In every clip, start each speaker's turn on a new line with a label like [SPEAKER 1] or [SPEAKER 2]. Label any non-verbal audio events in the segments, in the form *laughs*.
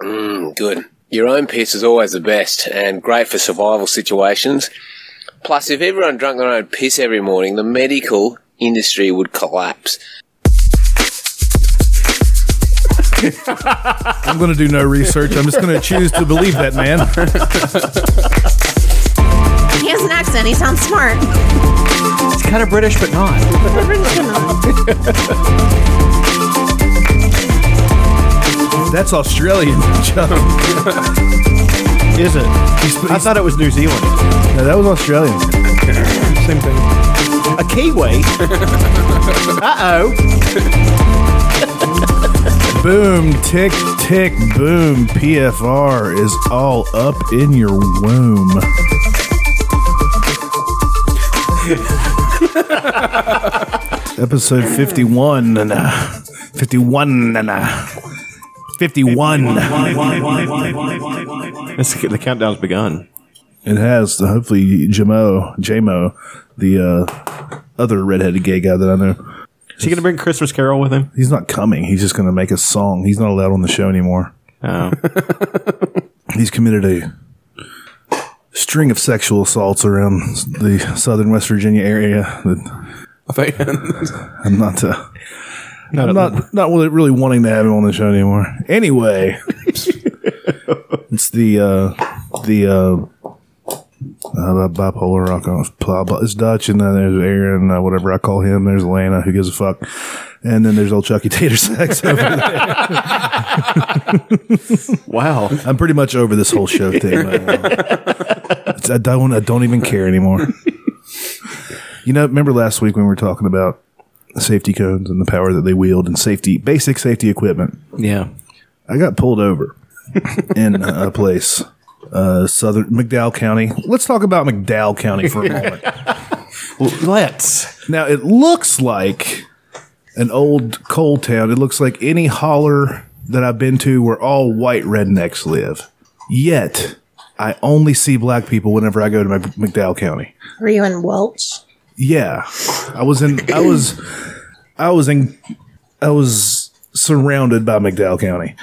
[SPEAKER 1] Mm, good. Your own piss is always the best and great for survival situations. Plus, if everyone drank their own piss every morning, the medical industry would collapse.
[SPEAKER 2] I'm going to do no research. I'm just going to choose to believe that man.
[SPEAKER 3] He has an accent. He sounds smart.
[SPEAKER 4] It's kind of British, but not.
[SPEAKER 2] That's Australian, *laughs* Chuck.
[SPEAKER 4] Is it?
[SPEAKER 2] He's-
[SPEAKER 4] I
[SPEAKER 2] he's-
[SPEAKER 4] thought it was New Zealand.
[SPEAKER 2] no, that was
[SPEAKER 4] *laughs*
[SPEAKER 2] Australian.
[SPEAKER 5] Same thing.
[SPEAKER 4] A *laughs* Kiwi. uh *laughs* oh.
[SPEAKER 2] Boom, tick, tick, boom. PFR is all up in your
[SPEAKER 4] *laughs*
[SPEAKER 2] womb. Episode 51 and uh, 51 and uh, 51.
[SPEAKER 6] It's, the countdown's begun.
[SPEAKER 2] It has hopefully Jamo, Jamo, the uh, other redheaded gay guy that I know.
[SPEAKER 6] Is he going to bring Christmas Carol with him?
[SPEAKER 2] He's not coming. He's just going to make a song. He's not allowed on the show anymore.
[SPEAKER 6] Oh.
[SPEAKER 2] *laughs* He's committed a string of sexual assaults around the southern West Virginia area. That
[SPEAKER 5] I think.
[SPEAKER 2] I'm not, uh,
[SPEAKER 6] Not
[SPEAKER 2] I'm not, not really, really wanting to have him on the show anymore. Anyway, it's the uh, the uh, uh, bipolar rock on blah, blah. It's Dutch, and then there's Aaron, uh, whatever I call him. There's Lana, who gives a fuck, and then there's old Chucky *laughs* Tater Sacks over there.
[SPEAKER 6] *laughs* wow.
[SPEAKER 2] I'm pretty much over this whole show thing. by the way. It's- I don't. I don't even care anymore. You know, remember last week when we were talking about safety cones and the power that they wield and safety, basic safety equipment.
[SPEAKER 6] Yeah.
[SPEAKER 2] I got pulled over in a place, uh, southern McDowell County. Let's talk about McDowell County for a moment.
[SPEAKER 6] Let's.
[SPEAKER 2] Now it looks like an old coal town. It looks like any holler that I've been to where all white rednecks live. Yet I only see black people whenever I go to my McDowell County.
[SPEAKER 3] Were you in Welch?
[SPEAKER 2] Yeah, I was in. I was. I was in. I was surrounded by McDowell County.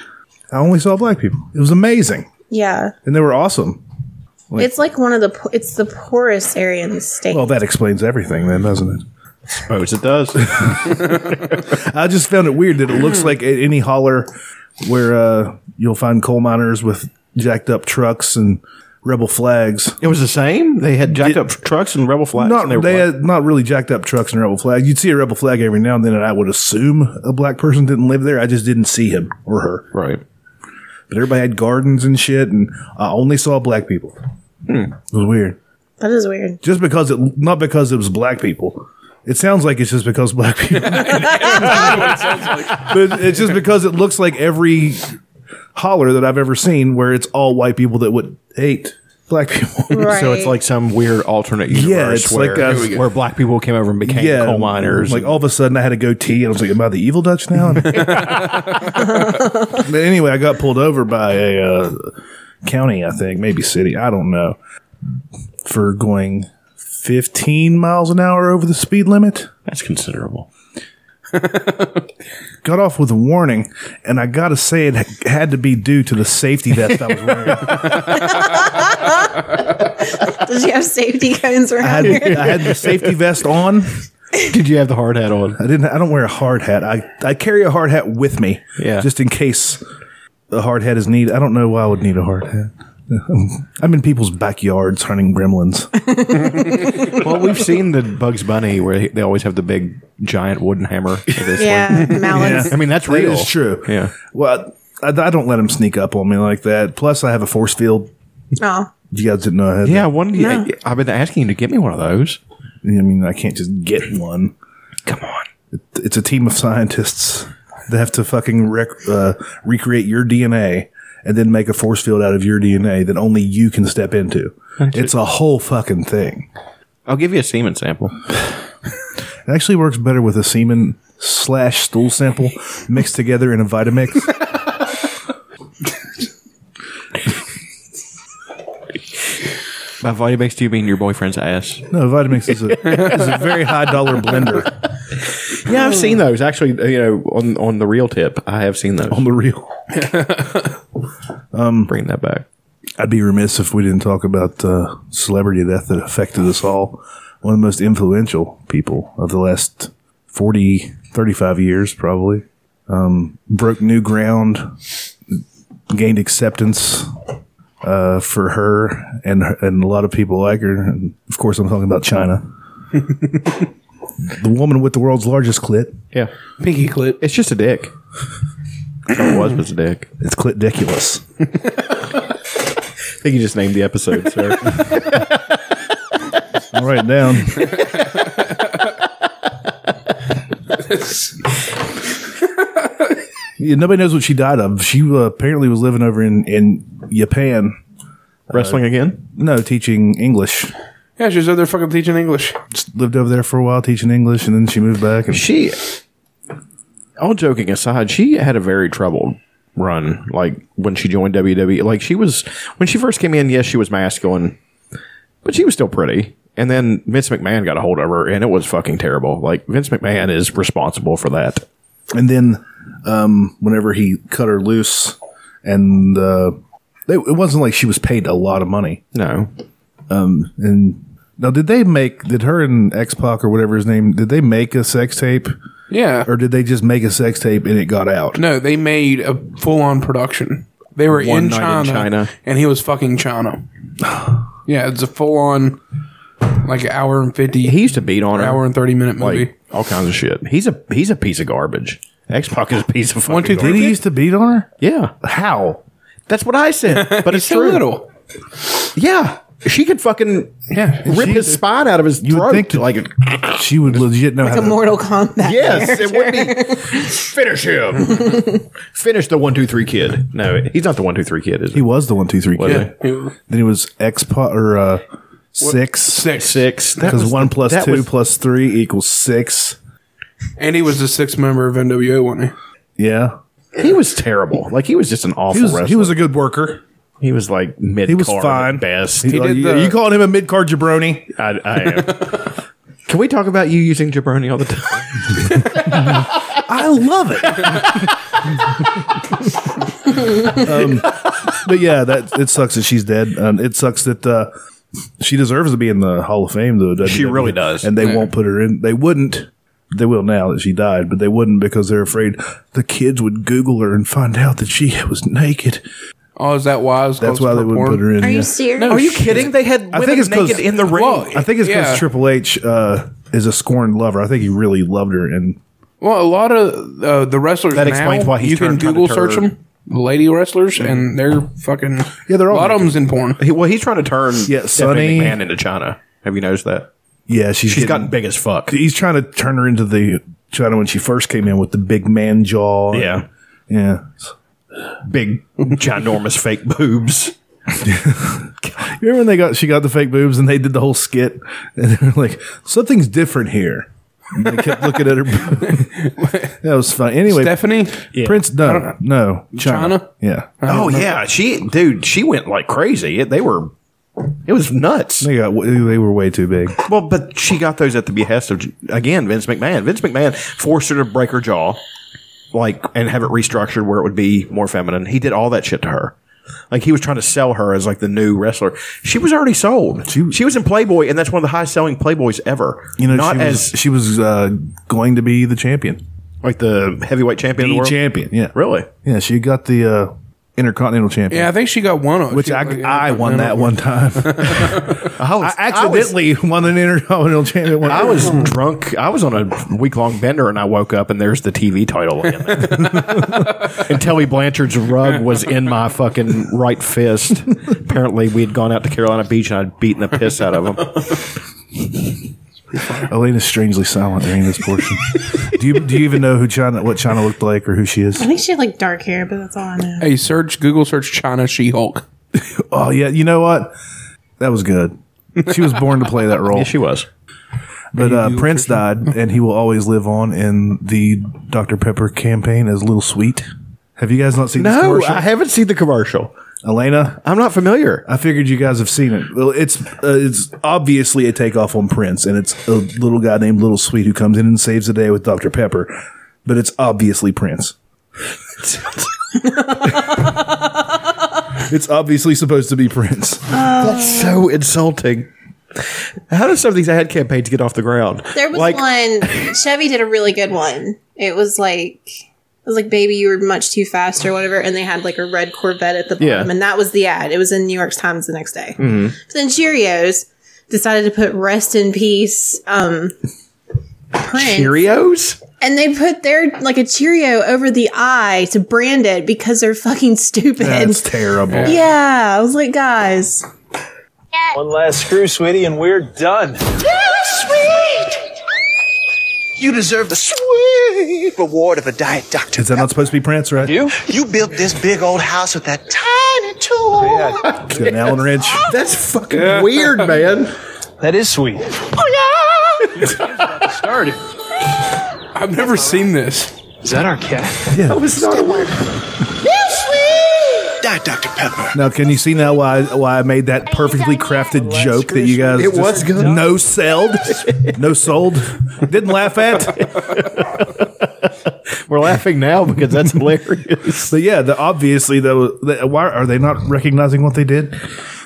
[SPEAKER 2] I only saw black people. It was amazing,
[SPEAKER 3] Yeah,
[SPEAKER 2] and they were awesome.
[SPEAKER 3] it's like one of the po- it's the poorest area in the state.
[SPEAKER 2] Well, that explains everything, then, doesn't it?
[SPEAKER 6] Suppose Oh, it does.
[SPEAKER 2] I just found it weird that it looks like a- any holler where uh, you'll find coal miners with jacked up trucks and rebel flags.
[SPEAKER 6] *laughs* it was the same. They had jacked up trucks and rebel flags.
[SPEAKER 2] Not
[SPEAKER 6] and they
[SPEAKER 2] they,
[SPEAKER 6] were like-
[SPEAKER 2] had not really jacked up trucks and rebel flags. You'd see a rebel flag every now and then, and I would assume a black person didn't live there. I just didn't see him or her.
[SPEAKER 6] right.
[SPEAKER 2] But everybody had gardens and shit, and I only saw black people. It was weird.
[SPEAKER 3] that is weird.
[SPEAKER 2] Just because it, not because it was black people. It sounds like it's just because black *laughs* people. but it's just because it looks like every holler that I've ever seen where it's all white people that would hate black people.
[SPEAKER 3] Right.
[SPEAKER 6] So it's like some weird alternate universe
[SPEAKER 2] Yeah, it's
[SPEAKER 6] where,
[SPEAKER 2] like, uh, Here we
[SPEAKER 5] go.
[SPEAKER 6] where black people came over and became coal miners.
[SPEAKER 2] Like all of a sudden, I had a goatee, and I was like, "Am I the evil Dutch
[SPEAKER 6] *laughs*
[SPEAKER 2] now?" but anyway, I got pulled over by a uh, county, I think, maybe city, I don't know, for going 15 miles an hour over the speed limit.
[SPEAKER 6] That's considerable.
[SPEAKER 2] *laughs* Got off with a warning, and I gotta say, it ha- had to be due to the safety vest I was wearing.
[SPEAKER 3] Does you have safety cones
[SPEAKER 2] I
[SPEAKER 3] around
[SPEAKER 2] had,
[SPEAKER 3] here?
[SPEAKER 2] I had the safety vest on.
[SPEAKER 6] Did you have the hard hat on?
[SPEAKER 2] I didn't. I don't wear a hard hat. I, I carry a hard hat with me,
[SPEAKER 6] Yeah.
[SPEAKER 2] just in case a hard hat is needed. I don't know why I would need a hard hat. *laughs* I'm in people's backyards hunting
[SPEAKER 6] *laughs*
[SPEAKER 2] gremlins.
[SPEAKER 6] *laughs* well, *laughs* we've seen the Bugs Bunny where they- they always have the big giant wooden hammer. for this
[SPEAKER 3] Yeah,
[SPEAKER 2] *laughs*
[SPEAKER 3] mallets.
[SPEAKER 6] one. *laughs* I mean, that's real.
[SPEAKER 2] It's true.
[SPEAKER 6] Yeah.
[SPEAKER 2] Well, I, I don't let them sneak up on me like that. Plus, I have a force field.
[SPEAKER 3] Oh,
[SPEAKER 2] You guys didn't know I had.
[SPEAKER 6] Yeah, one. I, I've been asking you to get me one of those.
[SPEAKER 2] that. I mean, I can't just get one.
[SPEAKER 6] Come on.
[SPEAKER 2] It's a team of scientists that have to fucking rec- uh, recreate your DNA and then make a force field out of your DNA that only you can step into. It's a whole fucking thing.
[SPEAKER 6] I'll give you a semen sample.
[SPEAKER 2] It actually works better with a semen slash stool sample mixed together in a Vitamix.
[SPEAKER 6] By Vitamix, do you mean your boyfriend's ass?
[SPEAKER 2] No, Vitamix is a, is a very high dollar blender
[SPEAKER 6] Yeah, I've
[SPEAKER 5] Hmm.
[SPEAKER 6] seen uh, those. Actually, you know, on on the real tip, I have seen those.
[SPEAKER 2] on the real.
[SPEAKER 6] Bring that back.
[SPEAKER 2] I'd be remiss if we didn't talk about uh, celebrity death that affected us all. One of the most influential people of the last 40, 35 years, probably. Um, broke new ground, gained acceptance uh, for her and, and a lot of people like her. And of course, I'm talking about China. *laughs* the woman with the world's largest clit.
[SPEAKER 6] Yeah,
[SPEAKER 5] Pinky clip.
[SPEAKER 6] it's just a dick. That's all it was was a dick.
[SPEAKER 2] It's clitdiculous.
[SPEAKER 6] I think you just named the episode, sir.
[SPEAKER 2] I'll write it down. yeah, nobody knows what she died of. She uh, apparently was living over in, in Japan,
[SPEAKER 6] Wrestling again?
[SPEAKER 2] no, teaching English.
[SPEAKER 5] Yeah, she's over there fucking teaching English.
[SPEAKER 2] Just lived over there for a while teaching English, and then she moved back. And
[SPEAKER 6] She. All joking aside, she had a very troubled run. Like when she joined WWE, like she was when she first came in. Yes, she was masculine, but she was still pretty. And then Vince McMahon got a hold of her, and it was fucking terrible. Like Vince McMahon is responsible for that.
[SPEAKER 2] and then um, whenever he cut her loose, and uh, they, it wasn't like she was paid a lot of money.
[SPEAKER 6] No,
[SPEAKER 2] And now, did they make did her and X Pac or whatever his name did they make a sex tape?
[SPEAKER 5] Yeah.
[SPEAKER 2] or did they just make a sex tape and it got out?
[SPEAKER 5] no, they made a full on production. They were
[SPEAKER 6] One
[SPEAKER 5] in
[SPEAKER 6] night in
[SPEAKER 5] China,
[SPEAKER 6] China.
[SPEAKER 5] and he was fucking China. yeah, it's a full on like an hour and fifty,
[SPEAKER 6] he used to beat on her.
[SPEAKER 5] hour and thirty minute movie.
[SPEAKER 6] like all kinds of shit. He's a he's a piece of garbage. X Pac is a piece of fucking
[SPEAKER 5] One, two,
[SPEAKER 6] garbage.
[SPEAKER 5] three.
[SPEAKER 2] Did he used to beat on her?
[SPEAKER 6] Yeah,
[SPEAKER 2] How?
[SPEAKER 6] that's what I said. But it's
[SPEAKER 5] He's so
[SPEAKER 6] true.
[SPEAKER 5] little.
[SPEAKER 6] Yeah, she could fucking
[SPEAKER 5] Yeah.
[SPEAKER 6] rip
[SPEAKER 2] She-
[SPEAKER 6] his spine out of his
[SPEAKER 2] would
[SPEAKER 6] throat.
[SPEAKER 2] think that-
[SPEAKER 6] like,
[SPEAKER 2] She would legit know how
[SPEAKER 3] a
[SPEAKER 2] to.
[SPEAKER 3] Mortal Kombat.
[SPEAKER 6] yes, it
[SPEAKER 3] character.
[SPEAKER 6] would be. Finish him. *laughs* Finish the one two three kid. No, he's not the one two three kid. Is
[SPEAKER 2] he
[SPEAKER 6] he?
[SPEAKER 2] was the one, two, three kid.
[SPEAKER 6] Yeah.
[SPEAKER 5] Yeah.
[SPEAKER 2] Then he was X pot or uh, six
[SPEAKER 5] Six.
[SPEAKER 6] Six. That
[SPEAKER 2] because
[SPEAKER 6] was
[SPEAKER 2] one
[SPEAKER 6] the-
[SPEAKER 2] plus
[SPEAKER 6] that
[SPEAKER 2] two
[SPEAKER 6] was-
[SPEAKER 2] plus three equals six.
[SPEAKER 5] And he was the sixth member of NWO, wasn't he?
[SPEAKER 2] Yeah,
[SPEAKER 6] he was terrible. Like he was just an awful
[SPEAKER 2] he was,
[SPEAKER 6] wrestler.
[SPEAKER 2] he was a good worker.
[SPEAKER 6] he was like mid.
[SPEAKER 2] was fine.
[SPEAKER 6] Best.
[SPEAKER 2] He
[SPEAKER 5] did
[SPEAKER 2] you,
[SPEAKER 5] the-
[SPEAKER 2] you calling him a mid card jabroni?
[SPEAKER 6] I, I am. *laughs* Can we talk about you using jabroni all the time? *laughs*
[SPEAKER 2] I love it. um, but yeah, that it sucks that she's dead. Um, it sucks that uh, she deserves to be in the Hall of Fame, though. doesn't
[SPEAKER 6] She really does.
[SPEAKER 2] and they won't put her in. They wouldn't. They will now that she died, but they wouldn't because they're afraid the kids would Google her and find out that she was naked.
[SPEAKER 5] Oh, is that why?
[SPEAKER 2] That's why they wouldn't put her in.
[SPEAKER 3] Are
[SPEAKER 2] yeah.
[SPEAKER 3] you serious?
[SPEAKER 5] No, Are you
[SPEAKER 6] kidding? They had
[SPEAKER 2] I think it's 'cause-
[SPEAKER 5] Well,
[SPEAKER 2] I think it's because
[SPEAKER 5] Yeah.
[SPEAKER 2] Triple H uh, is a scorned lover. I think he really loved her, and
[SPEAKER 5] Well, a lot of uh, the wrestlers
[SPEAKER 6] That
[SPEAKER 5] now,
[SPEAKER 6] explains why he's
[SPEAKER 5] you can
[SPEAKER 6] turned kind of
[SPEAKER 5] Google search
[SPEAKER 6] turd.
[SPEAKER 5] them. Lady wrestlers, and they're fucking
[SPEAKER 2] Yeah, they're all
[SPEAKER 5] a lot of them's in porn.
[SPEAKER 6] He- well, he's trying to turn
[SPEAKER 2] Yeah, Sonny-
[SPEAKER 6] Stephanie McMahon into China. Have you noticed that?
[SPEAKER 2] yeah, she's,
[SPEAKER 6] She's
[SPEAKER 2] getting-
[SPEAKER 6] gotten big as fuck.
[SPEAKER 2] He's trying to turn her into the China when she first came in with the big man jaw.
[SPEAKER 6] Yeah.
[SPEAKER 2] yeah.
[SPEAKER 6] Big, ginormous fake boobs.
[SPEAKER 2] You remember when they got she got the fake boobs and they did the whole skit *laughs* and they were like something's different here. And they kept looking at her. *laughs* boob. that was fun. Anyway,
[SPEAKER 5] Stephanie,
[SPEAKER 2] Prince no no China,
[SPEAKER 5] China?
[SPEAKER 2] yeah.
[SPEAKER 6] Oh, yeah. She, dude, she went like crazy. It, they were, it was nuts.
[SPEAKER 2] They got they were way too big.
[SPEAKER 6] Well, but she got those at the behest of, again, Vince McMahon. Vince McMahon forced her to break her jaw, like, and have it restructured where it would be more feminine. He did all that shit to her. Like, he was trying to sell her as, like, the new wrestler. She was already sold. She, was in Playboy, and that's one of the highest selling Playboys ever.
[SPEAKER 2] You know,
[SPEAKER 6] not
[SPEAKER 2] she
[SPEAKER 6] as,
[SPEAKER 2] was, she was uh, going to be the champion,
[SPEAKER 6] like, the heavyweight champion of the
[SPEAKER 2] the
[SPEAKER 6] world.
[SPEAKER 2] champion. Yeah,
[SPEAKER 6] Really?
[SPEAKER 2] Yeah, she got the uh, intercontinental champion.
[SPEAKER 5] yeah, I think she got one of
[SPEAKER 2] Which I, I won that one time. I accidentally *laughs* won an intercontinental champion. One
[SPEAKER 6] I was drunk. I was on a week long bender and I woke up and there's the TV title. in it. *laughs* and Telly Blanchard's rug was in my fucking right fist. Apparently, we had gone out to Carolina Beach and I'd beaten the piss out of him.
[SPEAKER 2] Elena's strangely silent during this portion. *laughs* do you do you even know who China what China looked like or who she is?
[SPEAKER 3] I think she had like dark hair, but that's all I know.
[SPEAKER 5] Hey, search Google search China She Hulk.
[SPEAKER 2] Oh yeah, you know what? That was good. She was born to play that role.
[SPEAKER 6] *laughs* Yes, she was.
[SPEAKER 2] but uh, Prince died, and he will always live on in the Dr Pepper campaign as Little Sweet. Have you guys not seen this commercial?
[SPEAKER 6] haven't seen the commercial.
[SPEAKER 2] Elena,
[SPEAKER 6] I'm not familiar.
[SPEAKER 2] I figured you guys have seen it. Well, it's uh, it's obviously a takeoff on Prince, and it's a little guy named Little Sweet who comes in and saves the day with Dr Pepper, but it's obviously Prince. It's obviously supposed to be Prince.
[SPEAKER 6] That's so insulting. How does some of these ad campaigns get off the ground?
[SPEAKER 3] There was
[SPEAKER 2] *laughs*
[SPEAKER 6] like,
[SPEAKER 3] one Chevy did a really good one. It was like it was like baby you were much too fast or whatever and they had like a red Corvette at the bottom
[SPEAKER 6] Yeah.
[SPEAKER 3] and that was the ad. It was in New York Times the next day.
[SPEAKER 2] Mm-hmm.
[SPEAKER 3] But then Cheerios decided to put rest in peace um Prince.
[SPEAKER 6] Cheerios?
[SPEAKER 3] and they put their like a Cheerio over the eye to brand it because they're fucking stupid.
[SPEAKER 2] That's terrible.
[SPEAKER 3] *laughs* yeah, I was like, guys,
[SPEAKER 7] One last screw, sweetie, and we're done.
[SPEAKER 8] You deserve the sweet reward of a diet doctor.
[SPEAKER 2] Is that not supposed to be Prince, right? You?
[SPEAKER 8] You built this big old house with that tiny tool.
[SPEAKER 2] Good. Alan Rich.
[SPEAKER 6] That's fucking weird, man.
[SPEAKER 7] That is sweet. Started.
[SPEAKER 5] I've never seen this.
[SPEAKER 7] Is that our cat?
[SPEAKER 6] That was not a weird.
[SPEAKER 8] Diet Dr. Pepper.
[SPEAKER 2] Now, can you see now why why I made that perfectly crafted joke that you guys
[SPEAKER 6] It was
[SPEAKER 2] just
[SPEAKER 6] good.
[SPEAKER 2] no sold, no sold, didn't laugh at.
[SPEAKER 6] *laughs* We're laughing now because that's *laughs* hilarious.
[SPEAKER 2] But yeah, the, obviously though, the, why are they not recognizing what they did?
[SPEAKER 3] did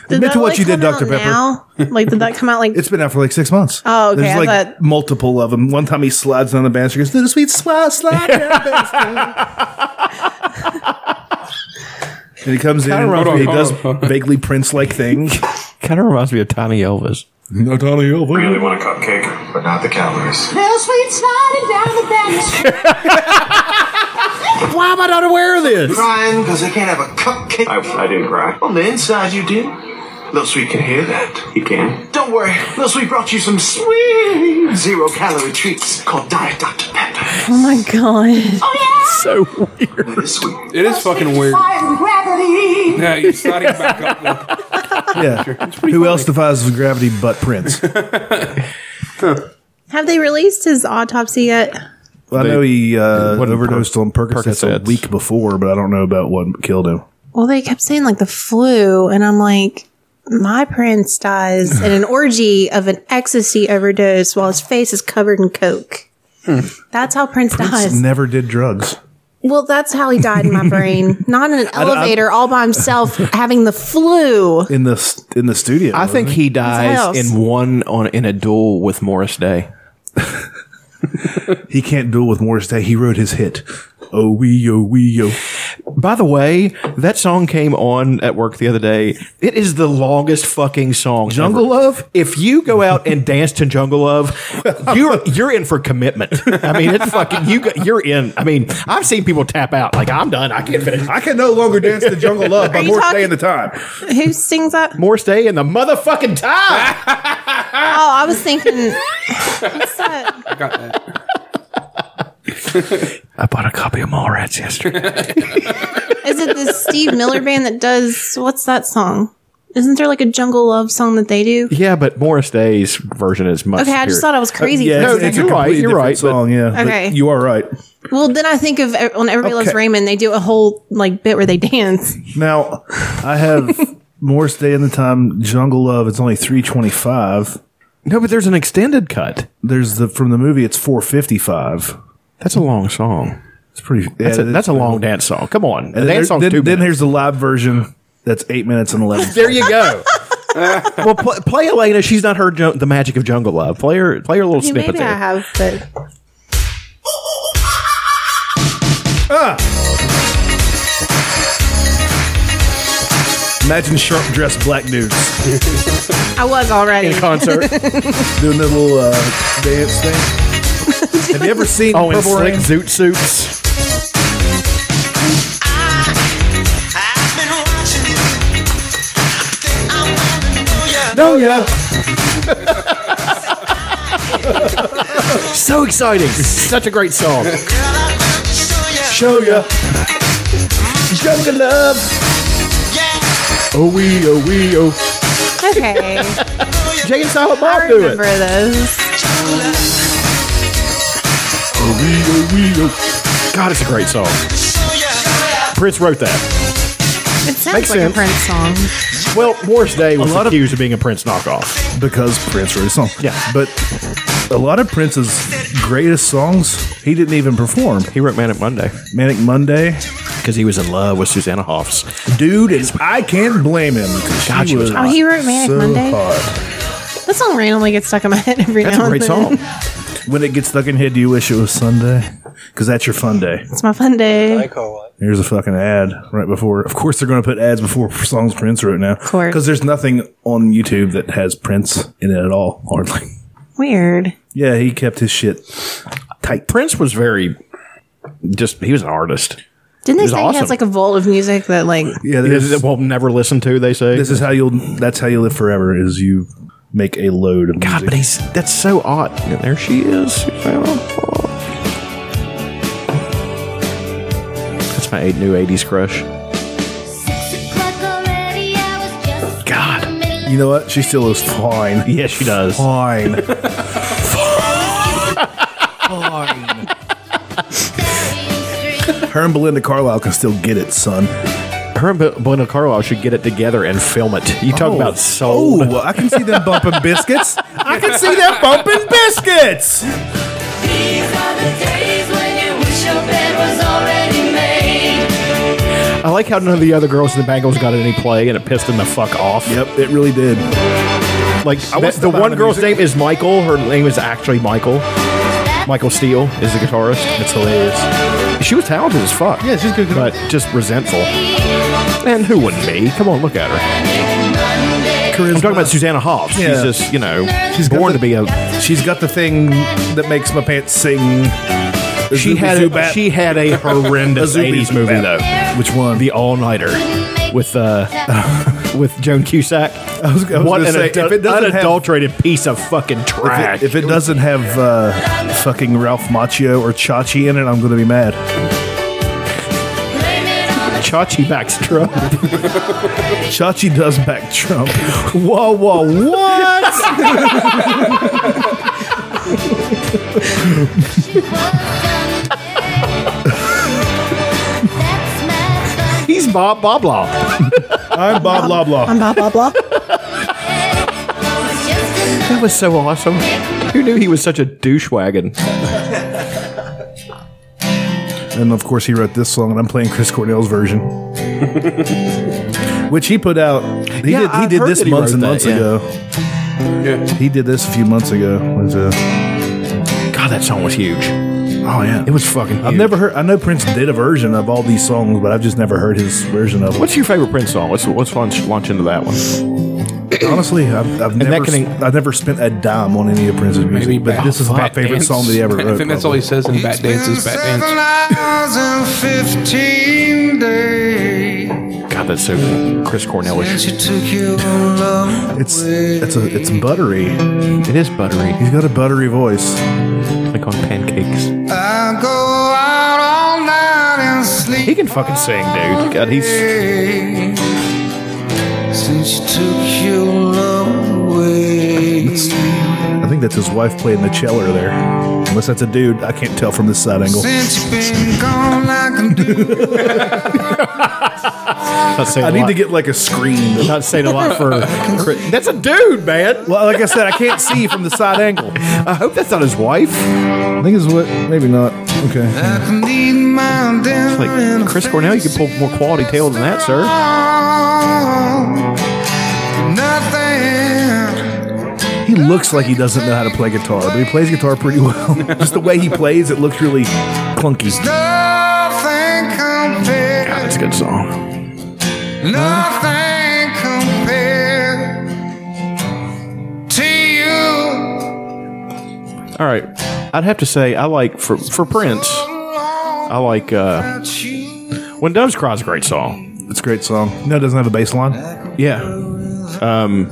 [SPEAKER 2] Admit
[SPEAKER 3] that,
[SPEAKER 2] to what
[SPEAKER 3] like,
[SPEAKER 2] you did,
[SPEAKER 3] come
[SPEAKER 2] Dr.
[SPEAKER 3] out
[SPEAKER 2] Pepper.
[SPEAKER 3] now? Like, did that come out like
[SPEAKER 2] *laughs* It's been out for like six months.
[SPEAKER 3] Oh, okay,
[SPEAKER 2] There's
[SPEAKER 3] I
[SPEAKER 2] like
[SPEAKER 3] thought-
[SPEAKER 2] multiple of them. One time he slides down the bench and goes, "Little sweet slide, slide down the
[SPEAKER 3] *laughs*
[SPEAKER 2] bench." and he comes in and
[SPEAKER 5] Hold on,
[SPEAKER 2] he
[SPEAKER 5] hold
[SPEAKER 2] does
[SPEAKER 5] on, hold on.
[SPEAKER 2] vaguely Prince-like
[SPEAKER 6] *laughs*
[SPEAKER 2] thing.
[SPEAKER 6] kind of reminds me of Tiny Elvis.
[SPEAKER 9] Really want a cupcake, but not the calories.
[SPEAKER 10] Little sweet sliding down the bench.
[SPEAKER 6] Why am I not aware of this?
[SPEAKER 8] Crying because I can't have a cupcake.
[SPEAKER 9] I, I didn't cry.
[SPEAKER 8] On the inside, you did. Little Sweet can hear that.
[SPEAKER 9] He can.
[SPEAKER 8] Don't worry, Little Sweet brought you some sweet zero calorie treats called Diet Dr. Pepper.
[SPEAKER 3] Oh my god.
[SPEAKER 10] Oh
[SPEAKER 6] So weird.
[SPEAKER 9] This sweet.
[SPEAKER 5] It is fucking
[SPEAKER 10] yeah.
[SPEAKER 5] weird.
[SPEAKER 10] Sliding gravity.
[SPEAKER 5] Yeah, you're sliding back up. Now.
[SPEAKER 2] Yeah. Who else defies gravity but Prince?
[SPEAKER 3] Have they released his autopsy yet?
[SPEAKER 2] Well, I know he uh,
[SPEAKER 6] What,
[SPEAKER 2] overdosed on Percocets, a
[SPEAKER 6] Percocets?
[SPEAKER 2] week before, but I don't know about what killed him.
[SPEAKER 3] Well, they kept saying like the flu, and I'm like, my prince dies in *laughs* an orgy of an ecstasy overdose while his face is covered in coke. That's how Prince,
[SPEAKER 2] Prince
[SPEAKER 3] dies.
[SPEAKER 2] never did drugs.
[SPEAKER 3] well, that's how he died in my *laughs* brain. Not in an elevator all by himself having the flu.
[SPEAKER 2] in the st- in the studio.
[SPEAKER 6] *laughs* I think he dies
[SPEAKER 3] house.
[SPEAKER 6] in one on in a duel with Morris Day.
[SPEAKER 2] he can't duel with Morris Day. He wrote his hit. Oh wee oh wee oh.
[SPEAKER 6] By the way, that song came on at work the other day. It is the longest fucking song.
[SPEAKER 2] Jungle
[SPEAKER 6] ever.
[SPEAKER 2] Love?
[SPEAKER 6] If you go out and dance to Jungle Love, you're you're in for commitment. I mean, it's fucking you. go- You're in. I mean, I've seen people tap out like I'm done. I can't finish.
[SPEAKER 2] I can no longer dance to Jungle Love by
[SPEAKER 3] you
[SPEAKER 2] Morris Day
[SPEAKER 3] talking-
[SPEAKER 2] and the Time.
[SPEAKER 3] Who sings that?
[SPEAKER 6] Morris Day and the motherfucking time.
[SPEAKER 3] Oh, I was thinking. What's that?
[SPEAKER 5] I got that.
[SPEAKER 6] I bought a copy of Mallrats yesterday.
[SPEAKER 3] Is it the Steve Miller band that does what's that song? Isn't there like a jungle love song that they do?
[SPEAKER 6] *laughs* yeah, but Morris Day's version is much.
[SPEAKER 3] Okay, I just thought I was crazy. for a
[SPEAKER 6] No,
[SPEAKER 3] second.
[SPEAKER 6] you're right,
[SPEAKER 2] completely
[SPEAKER 6] you're
[SPEAKER 2] different
[SPEAKER 6] right, but-
[SPEAKER 2] Song, yeah. but
[SPEAKER 3] Okay.
[SPEAKER 2] you are right.
[SPEAKER 3] Well, then I think of e, on Everybody Loves
[SPEAKER 2] Okay.
[SPEAKER 3] Raymond, they do a whole like bit where
[SPEAKER 2] *laughs*
[SPEAKER 3] they dance.
[SPEAKER 2] Now I
[SPEAKER 3] *laughs*
[SPEAKER 2] have Morris Day and the Time, Jungle Love. It's only three twenty five.
[SPEAKER 6] no, but there's an extended cut.
[SPEAKER 2] There's the from the movie. It's four fifty five.
[SPEAKER 6] That's a long song.
[SPEAKER 2] It's pretty.
[SPEAKER 6] That's, a, that's a long dance song. Come on, the
[SPEAKER 2] And
[SPEAKER 6] dance
[SPEAKER 2] then,
[SPEAKER 6] song's
[SPEAKER 2] there-
[SPEAKER 6] two
[SPEAKER 2] then, then here's
[SPEAKER 6] minutes.
[SPEAKER 2] the live version. That's eight minutes and eleven.
[SPEAKER 6] *laughs* There you go. well, pl- play Elena. She's not heard ju- the magic of Jungle Love. Play her, play her little
[SPEAKER 3] Yeah,
[SPEAKER 6] snippet
[SPEAKER 3] maybe I
[SPEAKER 6] there.
[SPEAKER 3] have, but
[SPEAKER 2] Imagine sharp dressed black dudes
[SPEAKER 3] I
[SPEAKER 2] *laughs*
[SPEAKER 3] was already.
[SPEAKER 6] In
[SPEAKER 3] *laughs*
[SPEAKER 6] concert.
[SPEAKER 2] doing their little uh, dance thing. Have you ever seen
[SPEAKER 6] oh, in
[SPEAKER 2] Purple
[SPEAKER 6] slick
[SPEAKER 2] Rain?
[SPEAKER 6] zoot suits.
[SPEAKER 8] I've been watching you.
[SPEAKER 6] No, yeah. so exciting. Such a great song. Show ya. Jungle Love. Oh, wee, oh, wee, oh.
[SPEAKER 3] okay,
[SPEAKER 6] Jay and Silent
[SPEAKER 3] I
[SPEAKER 6] Bob do it.
[SPEAKER 3] remember those.
[SPEAKER 6] God, it's a great song. Prince wrote that.
[SPEAKER 3] It sounds
[SPEAKER 6] Makes
[SPEAKER 3] like a
[SPEAKER 6] sense.
[SPEAKER 3] Prince song.
[SPEAKER 6] Well, Morris Day was
[SPEAKER 2] lot of-
[SPEAKER 6] accused of being a Prince knockoff.
[SPEAKER 2] because Prince wrote a song.
[SPEAKER 6] Yeah.
[SPEAKER 2] but a lot of Prince's greatest songs he didn't even perform.
[SPEAKER 6] He wrote Man at Monday.
[SPEAKER 2] Manic Monday,
[SPEAKER 6] because he was in love with Susanna Hoffs.
[SPEAKER 2] Dude, and I can't blame him.
[SPEAKER 6] God, she was
[SPEAKER 3] Oh, he wrote Manic
[SPEAKER 2] so
[SPEAKER 3] Monday?
[SPEAKER 2] hot.
[SPEAKER 3] That song randomly gets stuck in my head every
[SPEAKER 6] That's
[SPEAKER 3] now
[SPEAKER 6] a great
[SPEAKER 3] and *laughs* then.
[SPEAKER 6] song.
[SPEAKER 2] When it gets stuck in your head, do you wish it was Sunday? Because that's your fun day.
[SPEAKER 3] It's my fun day.
[SPEAKER 2] Here's a fucking ad right before. Of course, they're going to put ads before *laughs* songs Prince wrote now. Of
[SPEAKER 3] course.
[SPEAKER 2] Because there's nothing on YouTube that has Prince in it at all, hardly. *laughs*
[SPEAKER 3] Weird.
[SPEAKER 2] Yeah, he kept his shit tight.
[SPEAKER 6] Prince was very just he was an artist.
[SPEAKER 3] Didn't they
[SPEAKER 6] It was
[SPEAKER 3] say he
[SPEAKER 6] awesome.
[SPEAKER 3] has like a vault of music that like
[SPEAKER 2] Yeah,
[SPEAKER 6] He
[SPEAKER 2] there's,
[SPEAKER 6] that will never listen to. They say
[SPEAKER 2] this is how you'll. That's how you live forever. Is you make a load of
[SPEAKER 6] God,
[SPEAKER 2] music.
[SPEAKER 6] but he's that's so odd. And there she is. Susanna. That's my eight new '80s crush. God,
[SPEAKER 2] you know what? She still is fine.
[SPEAKER 6] *laughs* yeah, she does. *laughs*
[SPEAKER 2] Fine. Her and Belinda Carlisle can still get it, son.
[SPEAKER 6] Her and Be- Belinda Carlisle should get it together and film it. You talk about soul.
[SPEAKER 2] Oh, I can see them bumping biscuits. I can see them bumping biscuits.
[SPEAKER 6] I like how none of the other girls in the Bengals got any play, and it pissed them the fuck off.
[SPEAKER 2] Yep, it really did.
[SPEAKER 6] Like that,
[SPEAKER 2] watched the
[SPEAKER 6] the one
[SPEAKER 2] Biden
[SPEAKER 6] girl's
[SPEAKER 2] music.
[SPEAKER 6] name is Michael. Her name is actually Michael. Michael Steele is the guitarist. It's hilarious. She was talented as fuck.
[SPEAKER 2] Yeah, she's a good girl.
[SPEAKER 6] but just resentful. And who wouldn't be? Come on, look at her. I'm talking about Susanna Hoffs.
[SPEAKER 2] Yeah.
[SPEAKER 6] She's just you know she's
[SPEAKER 2] She's got
[SPEAKER 6] born
[SPEAKER 2] the-
[SPEAKER 6] to be a.
[SPEAKER 2] She's got the thing that makes my pants sing.
[SPEAKER 6] She had a,
[SPEAKER 2] Zubat.
[SPEAKER 6] she
[SPEAKER 2] *laughs*
[SPEAKER 6] had a horrendous
[SPEAKER 2] Zubat.
[SPEAKER 6] 80s movie though.
[SPEAKER 2] Which one?
[SPEAKER 6] The All Nighter with uh with Joan Cusack.
[SPEAKER 2] I was- I was
[SPEAKER 6] what
[SPEAKER 2] gonna
[SPEAKER 6] an
[SPEAKER 2] say,
[SPEAKER 6] adu-
[SPEAKER 2] if it doesn't have-
[SPEAKER 6] unadulterated piece of fucking trash.
[SPEAKER 2] if, it, if it doesn't have uh, fucking Ralph Macchio or Chachi in it, I'm gonna be mad.
[SPEAKER 6] Chachi backs Trump.
[SPEAKER 2] Chachi does back Trump.
[SPEAKER 6] Whoa, whoa, what? He's Bob Boblaw.
[SPEAKER 2] I'm Bob Blah Blah.
[SPEAKER 3] I'm blah blah
[SPEAKER 2] *laughs*
[SPEAKER 3] blah.
[SPEAKER 6] That was so awesome. Who knew he was such a douche wagon?
[SPEAKER 2] And of course, he wrote this song, and I'm playing Chris Cornell's *laughs* version, which he put out. He
[SPEAKER 6] Yeah,
[SPEAKER 2] did. He
[SPEAKER 6] I've
[SPEAKER 2] did
[SPEAKER 6] heard
[SPEAKER 2] this
[SPEAKER 6] that he
[SPEAKER 2] months and
[SPEAKER 6] wrote that,
[SPEAKER 2] months
[SPEAKER 6] yeah.
[SPEAKER 2] ago.
[SPEAKER 5] Yeah.
[SPEAKER 2] He did this a few months ago. It was, uh,
[SPEAKER 6] God, that song was huge.
[SPEAKER 2] oh yeah,
[SPEAKER 6] It was fucking huge.
[SPEAKER 2] I've never heard. I know Prince did a version of all these songs, but I've just never heard his version of it.
[SPEAKER 6] What's your favorite Prince song? Let's, let's launch, launch into that one.
[SPEAKER 2] Honestly, I've, I've never.
[SPEAKER 6] that can-
[SPEAKER 2] sp- I've never spent a dime on any of Prince's music,
[SPEAKER 5] Maybe
[SPEAKER 2] but
[SPEAKER 5] Bat-
[SPEAKER 2] this is my
[SPEAKER 5] Bat
[SPEAKER 2] favorite
[SPEAKER 5] Dance.
[SPEAKER 2] song that he ever
[SPEAKER 5] I
[SPEAKER 2] wrote.
[SPEAKER 5] think *laughs* that's all
[SPEAKER 2] probably.
[SPEAKER 5] he says in Bat Dance is Bat Dance.
[SPEAKER 6] God, that's so Chris Cornellish.
[SPEAKER 2] It's it's a it's buttery.
[SPEAKER 6] It is buttery,
[SPEAKER 2] He's got a buttery voice.
[SPEAKER 6] like on pancakes. He can fucking sing, dude. God, he's
[SPEAKER 2] I think that's his wife playing the cello there. Unless that's a dude, I can't tell from this side angle.
[SPEAKER 6] not saying.
[SPEAKER 2] I
[SPEAKER 6] a
[SPEAKER 2] need
[SPEAKER 6] lot.
[SPEAKER 2] to get like a screen.
[SPEAKER 6] Not saying a lot
[SPEAKER 2] *laughs*
[SPEAKER 6] for. Chris. That's a dude, man.
[SPEAKER 2] Well, like I said, I can't see from the side angle.
[SPEAKER 6] I hope that's not his wife.
[SPEAKER 2] I think it's what maybe not. Okay.
[SPEAKER 6] Like Chris Cornell, you can pull more quality tail than that, sir.
[SPEAKER 2] He looks like he doesn't know how to play guitar, but he plays guitar pretty well. *laughs* Just the way he plays, it looks really clunky.
[SPEAKER 6] God, that's a good song.
[SPEAKER 11] Nothing compared to you.
[SPEAKER 6] All right, I'd have to say I like for for Prince. I like uh, When Doves Cry is a great song.
[SPEAKER 2] It's a great song. No, it doesn't have a bass line.
[SPEAKER 6] Yeah. Um,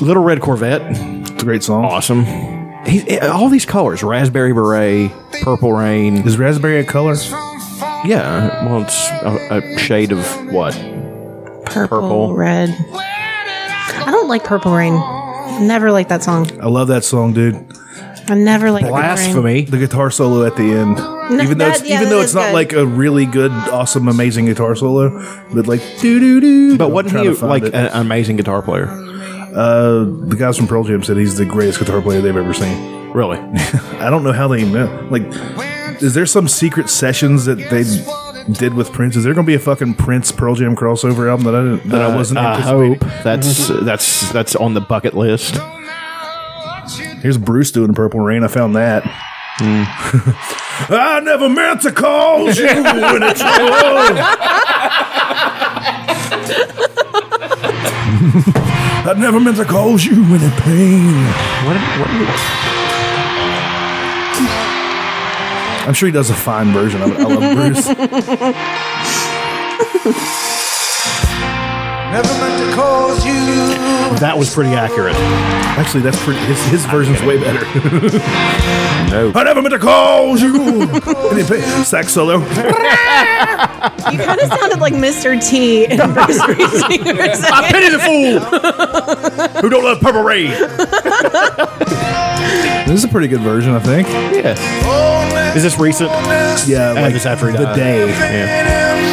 [SPEAKER 6] Little Red Corvette,
[SPEAKER 2] It's a great song.
[SPEAKER 6] awesome. He, all these colors: raspberry beret, purple rain.
[SPEAKER 2] Is raspberry a color?
[SPEAKER 6] Yeah, well, it's a, a shade of what?
[SPEAKER 3] Purple,
[SPEAKER 6] Purple.
[SPEAKER 3] red. I don't like Purple Rain. Never like that song.
[SPEAKER 2] I love that song, dude.
[SPEAKER 3] I never like
[SPEAKER 2] The guitar solo at the end, even though
[SPEAKER 3] that-
[SPEAKER 2] it's,
[SPEAKER 3] yeah,
[SPEAKER 2] even
[SPEAKER 3] that
[SPEAKER 2] though
[SPEAKER 3] is
[SPEAKER 2] it's not
[SPEAKER 3] good.
[SPEAKER 2] like a really good, awesome, amazing guitar solo, but like doo doo doo.
[SPEAKER 6] But
[SPEAKER 2] I'm
[SPEAKER 6] wasn't
[SPEAKER 2] trying
[SPEAKER 6] he
[SPEAKER 2] to find
[SPEAKER 6] like
[SPEAKER 2] it.
[SPEAKER 6] an amazing guitar player?
[SPEAKER 2] uh, the guys from Pearl *laughs* Jam said he's the greatest guitar player they've ever seen.
[SPEAKER 6] Really?
[SPEAKER 2] I don't know how they met. Like is there some secret sessions that they did with Prince? Is there going to be a fucking Prince Pearl Jam crossover album that I didn't, that I
[SPEAKER 6] Uh,
[SPEAKER 2] wasn't?
[SPEAKER 6] I
[SPEAKER 2] anticipating? *laughs*
[SPEAKER 6] hope that's that's that's on the bucket list.
[SPEAKER 2] Here's Bruce doing Purple Rain. I found that. *laughs* I never meant to call *laughs* you when it's I never meant to cause you any pain. What? I'm sure he does a fine version of it. I love *laughs* Bruce.
[SPEAKER 11] Never meant to cause you.
[SPEAKER 2] That was pretty accurate. Actually, that's pretty. His, his version's way better. no. I never meant to call you. any pain. Sax solo.
[SPEAKER 3] You kind of sounded like Mr. T
[SPEAKER 6] *laughs*
[SPEAKER 3] in Bruce Springsteen. I pity the fool.
[SPEAKER 2] Who don't love Purple *laughs* Rain? this is a pretty good version, I think.
[SPEAKER 6] Yeah. Is this recent?
[SPEAKER 2] Yeah,
[SPEAKER 6] Uh,
[SPEAKER 2] like
[SPEAKER 6] just after he
[SPEAKER 2] the
[SPEAKER 6] died.
[SPEAKER 2] day.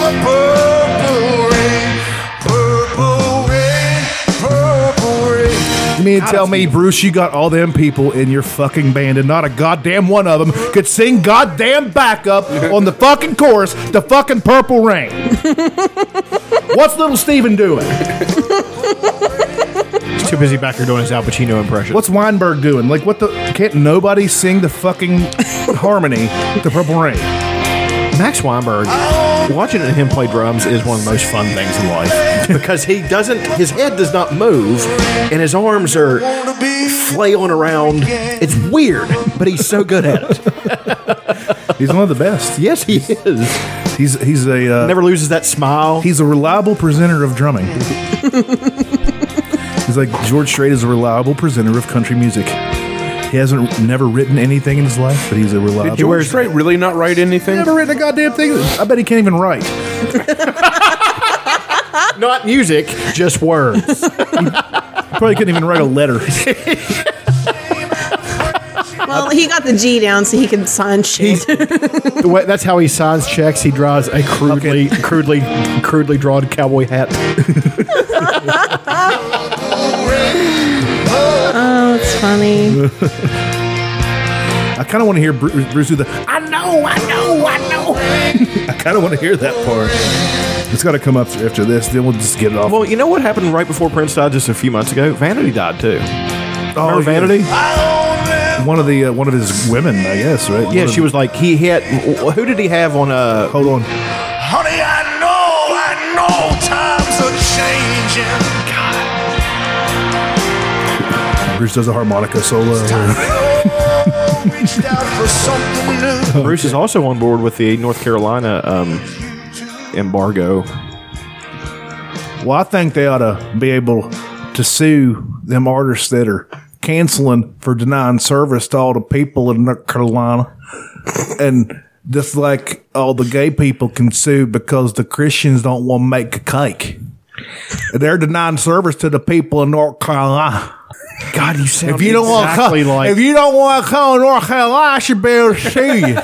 [SPEAKER 2] You mean to tell me, Bruce, you got all them people in your fucking band, and not a goddamn one of them could sing goddamn backup on the fucking chorus to fucking Purple Rain? What's little Steven doing?
[SPEAKER 6] He's too busy back here doing his Al Pacino impression.
[SPEAKER 2] What's Weinberg doing? Like, what the? Can't nobody sing the fucking harmony to Purple Rain?
[SPEAKER 6] Max Weinberg, watching him play drums is one of the most fun things in life *laughs* because he doesn't, his head does not move and his arms are flailing around. It's weird, but he's so good at it.
[SPEAKER 2] He's one of the best.
[SPEAKER 6] *laughs* Yes, he is.
[SPEAKER 2] He's he's a uh,
[SPEAKER 6] never loses that smile.
[SPEAKER 2] He's a reliable presenter of drumming. he's like George Strait is a reliable presenter of country music. He hasn't never written anything in his life, but he's a reliable.
[SPEAKER 5] Did George Strait really not write anything?
[SPEAKER 2] Never written a goddamn thing. I bet he can't even write.
[SPEAKER 6] Not music, just words.
[SPEAKER 2] Probably couldn't even write a letter.
[SPEAKER 3] Well, he got the G down so he could sign shit.
[SPEAKER 6] *laughs* The way, that's how he signs checks. He draws a crudely, *laughs* crudely, crudely drawn cowboy hat.
[SPEAKER 3] oh, it's funny.
[SPEAKER 6] *laughs*
[SPEAKER 2] I kind of want to hear Bruce, Bruce do the. I know, I know, I know. I kind of want to hear that part. It's got to come up after this. Then we'll just get it off.
[SPEAKER 6] Well, you know what happened right before Prince died just a few months ago? Vanity died too.
[SPEAKER 2] Oh,
[SPEAKER 6] Remember Vanity?
[SPEAKER 2] One of the uh, one of his women, I guess, right?
[SPEAKER 6] Yeah,
[SPEAKER 2] One of
[SPEAKER 6] she was like he had. Who did he have on? Uh,
[SPEAKER 2] Hold on.
[SPEAKER 11] Honey, I know, I know times are
[SPEAKER 6] *laughs*
[SPEAKER 11] changing.
[SPEAKER 2] Bruce does a harmonica solo.
[SPEAKER 11] Reached out for something new.
[SPEAKER 6] Bruce is also on board with the North Carolina um, embargo.
[SPEAKER 2] Well, I think they ought to be able to sue them artists that are canceling for denying service to all the people in North Carolina. and just like all the gay people can sue because the Christians don't want to make a cake. They're denying service to the people in North Carolina.
[SPEAKER 6] God, you sound
[SPEAKER 2] If you don't *laughs* want
[SPEAKER 6] exactly
[SPEAKER 2] to come,
[SPEAKER 6] like
[SPEAKER 2] if you don't want to come to North Carolina, I should be able to sue
[SPEAKER 6] *laughs*
[SPEAKER 2] you.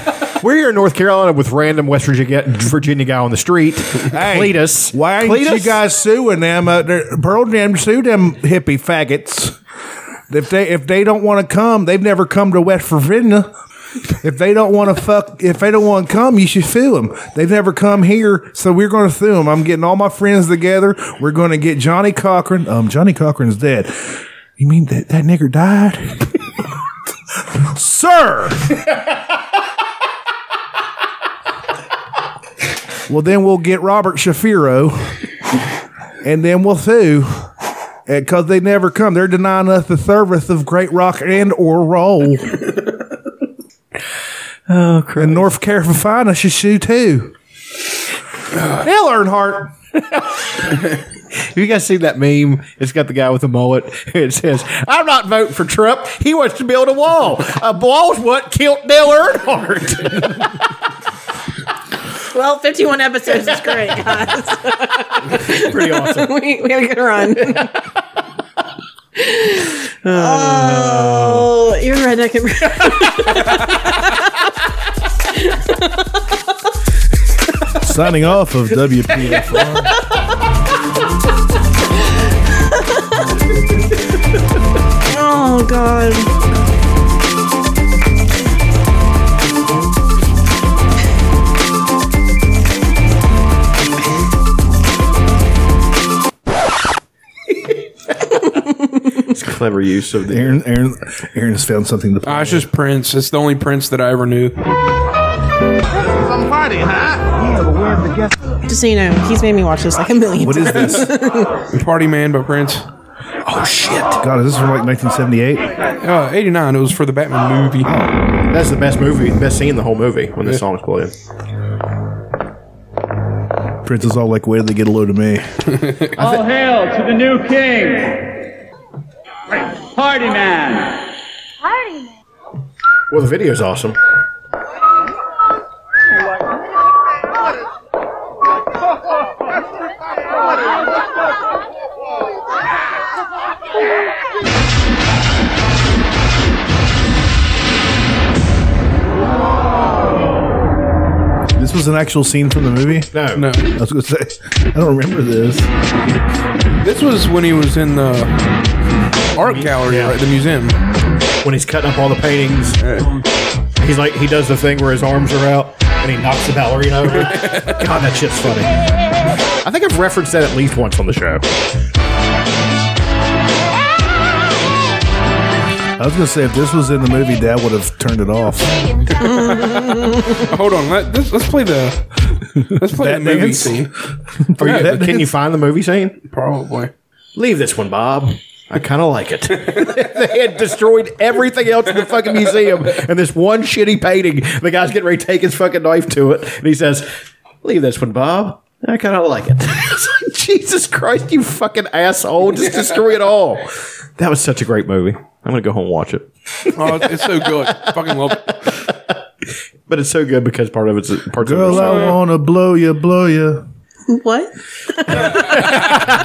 [SPEAKER 6] we're here in North Carolina with random West Virginia, Virginia guy on the
[SPEAKER 2] *laughs*
[SPEAKER 6] street,
[SPEAKER 2] Hey,
[SPEAKER 6] Cletus.
[SPEAKER 2] Why ain't
[SPEAKER 6] Cletus?
[SPEAKER 2] you guys suing them? Uh, they're- Pearl Jam sue them hippie faggots. If they if they don't want to come, they've never come to West Virginia. If they don't want to fuck, if they don't want to come, you should sue them. They've never come here, so we're going to sue them. I'm getting all my friends together. We're going to get Johnny Cochran. Um, Johnny Cochran's dead. You mean that that nigger died, *laughs* sir? Well, then we'll get Robert Shapiro, and then we'll sue because they never come. They're denying us the service of great rock and or roll. oh, and North Carolina should sue too. Dale Earnhardt.
[SPEAKER 6] Have you guys seen that meme? It's got the guy with the mullet. *laughs* It says, "I'm not voting for Trump. He wants to build a wall. *laughs* A wall's what killed Dale Earnhardt."
[SPEAKER 3] Well, 51 episodes is *laughs* great, guys.
[SPEAKER 6] *laughs* Pretty
[SPEAKER 3] *laughs*
[SPEAKER 6] awesome.
[SPEAKER 3] we, we have a good
[SPEAKER 6] *laughs*
[SPEAKER 3] run.
[SPEAKER 6] Uh.
[SPEAKER 3] oh, you're redneck. *laughs*
[SPEAKER 2] Signing off of
[SPEAKER 6] *laughs*
[SPEAKER 2] WPFR.
[SPEAKER 3] oh, God.
[SPEAKER 6] clever use of the.
[SPEAKER 2] Aaron, Aaron, Aaron has found something to.
[SPEAKER 5] Ah, it's just Prince. It's the only Prince that I ever knew.
[SPEAKER 8] Some party, huh?
[SPEAKER 3] Just so you know, he's made me watch this like a million
[SPEAKER 2] What is
[SPEAKER 3] times.
[SPEAKER 6] *laughs*
[SPEAKER 5] Party Man by Prince.
[SPEAKER 2] Oh shit! God, is this from like 1978?
[SPEAKER 5] Uh, 89. It was for the Batman movie.
[SPEAKER 6] That's the best movie, best scene in the whole movie when this
[SPEAKER 5] Yeah.
[SPEAKER 6] song's playing.
[SPEAKER 2] Prince is all like, "Where did they get a load of me?"
[SPEAKER 12] All hail to the new king, Party Man.
[SPEAKER 6] Well, the video's awesome.
[SPEAKER 2] This was an actual scene from the movie.
[SPEAKER 6] No,
[SPEAKER 5] No.
[SPEAKER 2] I was gonna say, I don't remember this.
[SPEAKER 5] This was when he was in the art gallery right at the museum.
[SPEAKER 6] When he's cutting up all the paintings, he's like he does the thing where his arms are out and he knocks the ballerina
[SPEAKER 11] *laughs*
[SPEAKER 6] over. God, that shit's funny. I think I've referenced that at least once on the show.
[SPEAKER 2] I was gonna say if this was in the movie, Dad would have turned it off.
[SPEAKER 5] Hold on. Let, let's, let's play the. Let's play the
[SPEAKER 2] That
[SPEAKER 5] movie
[SPEAKER 2] dance?
[SPEAKER 5] scene.
[SPEAKER 6] Are you-
[SPEAKER 5] That
[SPEAKER 6] can you find the movie scene?
[SPEAKER 5] Probably.
[SPEAKER 6] Leave this one, Bob. I kind of like it. *laughs* they had destroyed everything else in the fucking museum, and this one shitty painting. The guy's getting ready to take his fucking knife to it, and he says, "Leave this one, Bob. I kind of like it." *laughs* It's like, Jesus Christ, you fucking asshole! Just destroy it all. That was such a great movie. I'm gonna go home and watch it.
[SPEAKER 5] Oh, it's, it's so good. Fucking love it.
[SPEAKER 6] But it's so good because part of it's parts of
[SPEAKER 2] Girl,
[SPEAKER 6] it's
[SPEAKER 2] I wanna blow you, blow you.
[SPEAKER 3] *laughs* What?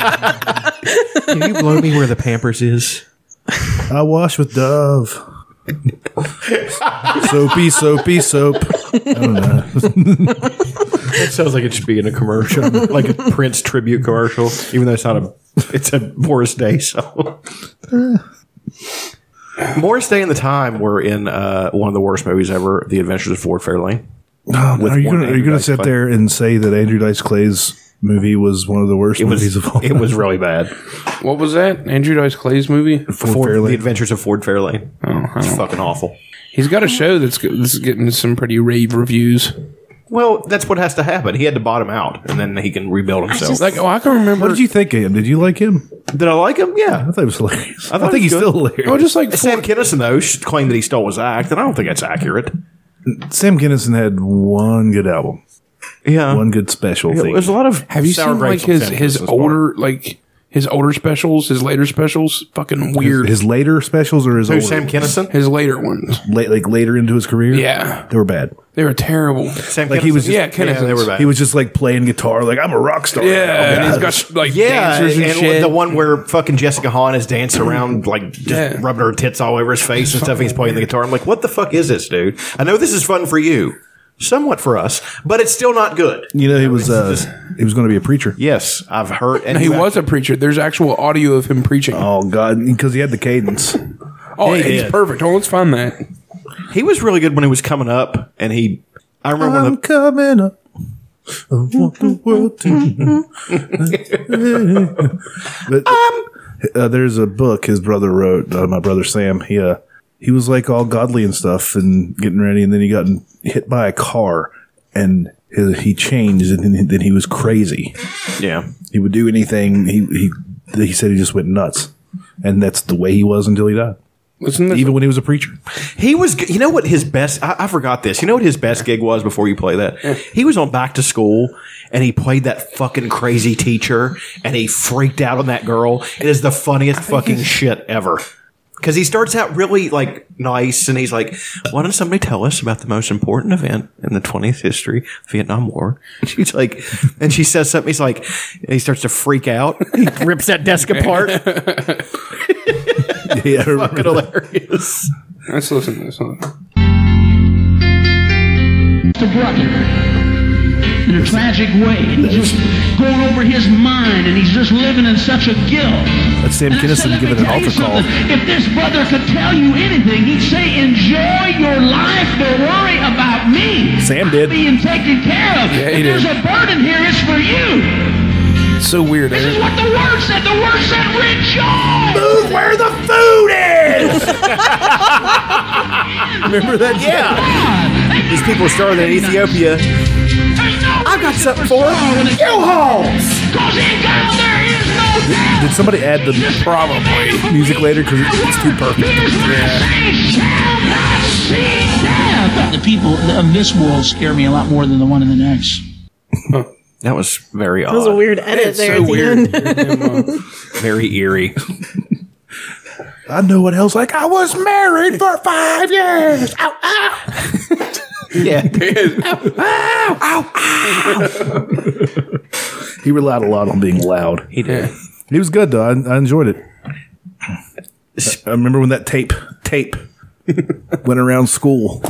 [SPEAKER 6] Can you blow me where the Pampers is?
[SPEAKER 2] I wash with Dove. soapy, soapy, soap. I don't know.
[SPEAKER 6] It sounds like it should be in a commercial, like a Prince tribute commercial, even though it's not a. It's a Morris Day song. Morris Day and the Time were in uh, one of the worst movies ever, The Adventures of Ford Fairlane.
[SPEAKER 2] Oh,
[SPEAKER 6] With
[SPEAKER 2] are you
[SPEAKER 6] one
[SPEAKER 2] gonna, are you
[SPEAKER 6] Andrew
[SPEAKER 2] gonna
[SPEAKER 6] Dice
[SPEAKER 2] sit
[SPEAKER 6] Clay.
[SPEAKER 2] there and say that Andrew Dice Clay's movie was one of the worst
[SPEAKER 6] It was
[SPEAKER 2] movies of all?
[SPEAKER 6] it was
[SPEAKER 2] *laughs*
[SPEAKER 6] really bad.
[SPEAKER 5] What was that? Andrew Dice Clay's movie?
[SPEAKER 6] Ford, The Adventures of Ford Fairlane.
[SPEAKER 2] Oh,
[SPEAKER 6] it's fucking awful.
[SPEAKER 5] He's got a show that's g- that's getting some pretty rave reviews.
[SPEAKER 6] Well, that's what has to happen. He had to bottom out, and then he can rebuild himself.
[SPEAKER 5] like, oh, I can remember.
[SPEAKER 2] What did you think of him? Did you like him?
[SPEAKER 6] Did I like him? Yeah.
[SPEAKER 2] I thought he was hilarious. I,
[SPEAKER 6] thought
[SPEAKER 2] think
[SPEAKER 6] he
[SPEAKER 2] he's
[SPEAKER 6] was good.
[SPEAKER 2] still hilarious.
[SPEAKER 5] Oh, just like
[SPEAKER 6] Sam Kinison though sh- claimed that he stole his act, and I don't think that's accurate.
[SPEAKER 2] Sam Kinison had one good album,
[SPEAKER 6] Yeah,
[SPEAKER 2] one good special thing.
[SPEAKER 6] there's a lot of.
[SPEAKER 5] Have you
[SPEAKER 6] sour
[SPEAKER 5] seen like
[SPEAKER 6] grapes on
[SPEAKER 5] his
[SPEAKER 6] Sam
[SPEAKER 5] his
[SPEAKER 6] Kinison's part.
[SPEAKER 5] older like his older specials, his later specials? Fucking weird. His,
[SPEAKER 2] His later specials or his
[SPEAKER 6] Who,
[SPEAKER 2] older
[SPEAKER 6] Sam Kinison?
[SPEAKER 5] later ones.
[SPEAKER 2] late, like later into his career,
[SPEAKER 5] Yeah,
[SPEAKER 2] they were bad.
[SPEAKER 5] they were terrible.
[SPEAKER 6] Sam
[SPEAKER 2] Like he was, just,
[SPEAKER 5] yeah, Kinnison's.
[SPEAKER 6] they were bad.
[SPEAKER 2] he was just like playing guitar, like I'm a rock star.
[SPEAKER 5] Yeah, and he's got like
[SPEAKER 6] yeah,
[SPEAKER 5] dancers and,
[SPEAKER 6] and
[SPEAKER 5] shit.
[SPEAKER 6] the one where fucking Jessica Hahn is dancing around, like just
[SPEAKER 5] Yeah.
[SPEAKER 6] rubbing her tits all over his face and stuff. and He's playing the guitar. I'm like, what the fuck is this, dude? I know this is fun for you, somewhat for us, but it's still not good.
[SPEAKER 2] You know, he was uh, he was going to be a preacher.
[SPEAKER 6] Yes, I've heard. And
[SPEAKER 5] he was a preacher. There's actual audio of him preaching. Oh,
[SPEAKER 2] Oh God, because he had the cadence.
[SPEAKER 5] it's
[SPEAKER 6] yeah.
[SPEAKER 5] perfect. Oh, let's find that.
[SPEAKER 6] He was really good when he was coming up, and he. I remember when
[SPEAKER 2] I'm
[SPEAKER 6] the,
[SPEAKER 2] coming up. I want the world to. *laughs* but, uh, there's a book his brother wrote. Uh, my brother Sam. He uh, he was like all godly and stuff, and getting ready, and then he got hit by a car, and his, he changed, and then, then he was crazy.
[SPEAKER 6] yeah.
[SPEAKER 2] He would do anything. He he he said he just went nuts, and that's the way he was until he died.
[SPEAKER 5] Listen, to this.
[SPEAKER 2] Even when he was a preacher,
[SPEAKER 6] He was, g- you know what his best, I, I forgot this. You know what his best gig was before you play that? He was on Back to School and he played that fucking crazy teacher and he freaked out on that girl. It is the funniest fucking shit ever. Cause he starts out really like nice and he's like, why don't somebody tell us about the most important event in the 20th history, Vietnam War? *laughs* And she's like, and she says something. He's like, and he starts to freak out. He rips that desk
[SPEAKER 2] *laughs*
[SPEAKER 6] apart.
[SPEAKER 2] yeah, I remember
[SPEAKER 6] *laughs* fucking hilarious.
[SPEAKER 5] let's listen to this one.
[SPEAKER 12] Mr. Brucker, in a tragic way, he's just going over his mind, and he's just living in such a guilt.
[SPEAKER 2] that's Sam
[SPEAKER 12] And I said,
[SPEAKER 2] Kinison
[SPEAKER 12] let
[SPEAKER 2] giving
[SPEAKER 12] me
[SPEAKER 2] an
[SPEAKER 12] tell you
[SPEAKER 2] altar call.
[SPEAKER 12] something. If this brother could tell you anything, he'd say, "Enjoy your life. Don't worry about me.
[SPEAKER 2] Sam did.
[SPEAKER 12] I'm being taken care of.
[SPEAKER 5] Yeah, he
[SPEAKER 12] if there's
[SPEAKER 5] did.
[SPEAKER 12] a burden here, it's for you.
[SPEAKER 5] It's so weird.
[SPEAKER 12] This is
[SPEAKER 5] Aaron.
[SPEAKER 12] what the word said. The word said, rejoice.
[SPEAKER 6] Where the food? *laughs* Remember that? Yeah. These people started in Ethiopia.
[SPEAKER 11] I've got something for it. U-Hauls! Cause in God there is no death.
[SPEAKER 2] Did somebody add the probably music later because it's too perfect?
[SPEAKER 12] The people of this world scare me a lot more than the one in the next.
[SPEAKER 6] That was very
[SPEAKER 3] That was a
[SPEAKER 6] odd.
[SPEAKER 3] weird edit
[SPEAKER 12] It's
[SPEAKER 3] there
[SPEAKER 12] so
[SPEAKER 3] at the
[SPEAKER 12] weird.
[SPEAKER 3] end.
[SPEAKER 6] Very eerie.
[SPEAKER 2] I know what else. Like I was married for five years. Ow,
[SPEAKER 6] Yeah.
[SPEAKER 2] *laughs* ow, ow, ow. he relied a lot on being loud.
[SPEAKER 6] He did.
[SPEAKER 2] He was good though. I, I enjoyed it. I- I remember when that tape *laughs* tape went around school.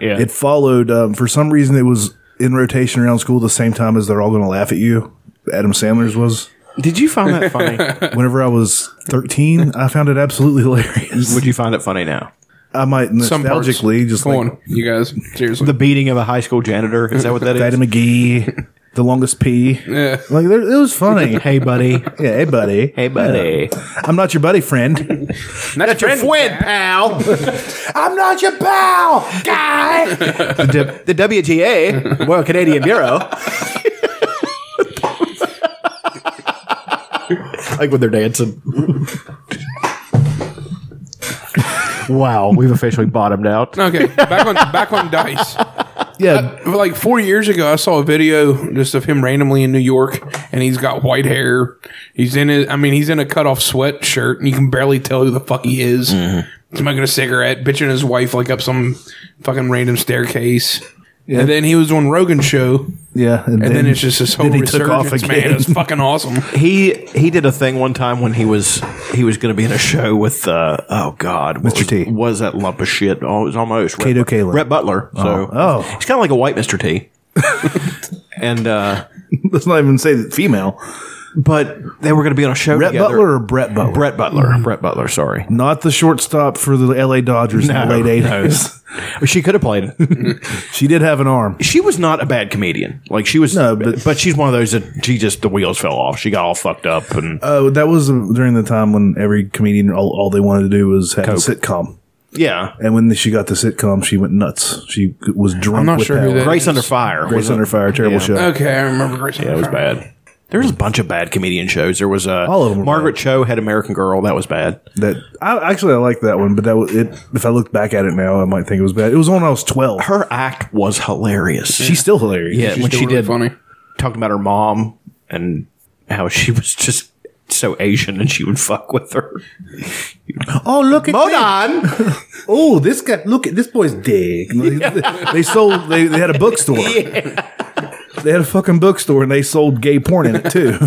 [SPEAKER 6] Yeah.
[SPEAKER 2] It followed um, for some reason. It was in rotation around school the same time as "They're All Going to Laugh at You." Adam Sandler's was.
[SPEAKER 6] *laughs* Did you find that *laughs* funny?
[SPEAKER 2] Whenever I was thirteen, I found it absolutely *laughs* hilarious.
[SPEAKER 6] Would you find it funny now?
[SPEAKER 2] I might
[SPEAKER 5] Some parts.
[SPEAKER 2] nostalgically just
[SPEAKER 5] Come
[SPEAKER 2] like
[SPEAKER 5] on, you guys. Seriously.
[SPEAKER 6] The beating of a high school janitor. Is that what that is?
[SPEAKER 2] Fatty McGee, the longest pee.
[SPEAKER 5] Yeah.
[SPEAKER 2] Like there, it was *laughs* funny.
[SPEAKER 6] hey, buddy.
[SPEAKER 2] Yeah, hey buddy.
[SPEAKER 6] Hey, buddy.
[SPEAKER 2] I'm not your buddy friend.
[SPEAKER 6] That's your friend, pal.
[SPEAKER 2] I'm not your pal, guy.
[SPEAKER 6] the, the WGA, the Royal Canadian Bureau. like when they're dancing. wow, we've officially bottomed out.
[SPEAKER 5] Okay, back on back on dice.
[SPEAKER 2] Yeah,
[SPEAKER 5] like four years ago, I saw a video just of him randomly in New York, and he's got white hair. He's in it. I mean, he's in a cut off sweatshirt, and you can barely tell who the fuck he is. Smoking a cigarette, bitching his wife like up some fucking random staircase. And then he was on Rogan's show,
[SPEAKER 2] Yeah,
[SPEAKER 5] and then, it's just this whole
[SPEAKER 2] *laughs* then he
[SPEAKER 5] resurgence,
[SPEAKER 2] took off
[SPEAKER 5] man.
[SPEAKER 2] again.
[SPEAKER 5] It's fucking awesome.
[SPEAKER 6] He he did a thing one time when he was he was going to be in a show with uh, oh god what
[SPEAKER 2] Mr.
[SPEAKER 6] was,
[SPEAKER 2] T.
[SPEAKER 6] was that lump of shit oh it was almost Rhett-
[SPEAKER 2] Kato Kalin.
[SPEAKER 6] Rhett Butler so
[SPEAKER 2] Oh.
[SPEAKER 6] he's kind of like a white
[SPEAKER 2] *laughs*
[SPEAKER 6] Mister T and uh,
[SPEAKER 2] Let's not even say that female.
[SPEAKER 6] but they were going to be on a show
[SPEAKER 2] Brett
[SPEAKER 6] together.
[SPEAKER 2] Butler or Brett Butler?
[SPEAKER 6] Brett Butler Brett Butler sorry
[SPEAKER 2] Not the shortstop for the L.A. Dodgers in the late '80s.
[SPEAKER 6] she could have played
[SPEAKER 2] *laughs* She did have an arm.
[SPEAKER 6] she was not a bad comedian. Like she was,
[SPEAKER 2] No,
[SPEAKER 6] but,
[SPEAKER 2] but-
[SPEAKER 6] she's one of those that she just the wheels fell off. She got all fucked up, and
[SPEAKER 2] Oh, that was during the time when every comedian all, all they wanted to do was have a sitcom.
[SPEAKER 6] yeah,
[SPEAKER 2] And when she got the sitcom, she went nuts. She was drunk.
[SPEAKER 5] I'm not
[SPEAKER 2] with
[SPEAKER 5] sure who
[SPEAKER 2] power.
[SPEAKER 5] that
[SPEAKER 6] Grace
[SPEAKER 5] is.
[SPEAKER 6] Under Fire.
[SPEAKER 2] Grace
[SPEAKER 6] was a-
[SPEAKER 2] Under Fire, terrible
[SPEAKER 6] yeah.
[SPEAKER 2] show.
[SPEAKER 5] Okay, I remember Grace.
[SPEAKER 6] Yeah, it was bad. There was a bunch of bad comedian shows. There was uh,
[SPEAKER 2] All of them were
[SPEAKER 6] Margaret Cho had American Girl. That was bad.
[SPEAKER 2] That I actually I like that one, but that was it. If I look back at it now, I might think it was bad. It was on when I was twelve.
[SPEAKER 6] Her act was hilarious.
[SPEAKER 2] She's still hilarious.
[SPEAKER 6] yeah,
[SPEAKER 5] She's
[SPEAKER 6] when
[SPEAKER 5] still
[SPEAKER 6] she
[SPEAKER 5] really
[SPEAKER 6] did
[SPEAKER 5] funny.
[SPEAKER 6] talked about her mom and how she was just so Asian, and she would fuck with her.
[SPEAKER 2] Oh look at
[SPEAKER 6] Hold
[SPEAKER 2] me.
[SPEAKER 6] on,
[SPEAKER 2] Oh, this guy. Look at this boy's dick. *laughs* they sold. They, they had a
[SPEAKER 6] *laughs*
[SPEAKER 2] bookstore. They had a fucking bookstore and they sold gay porn in it too.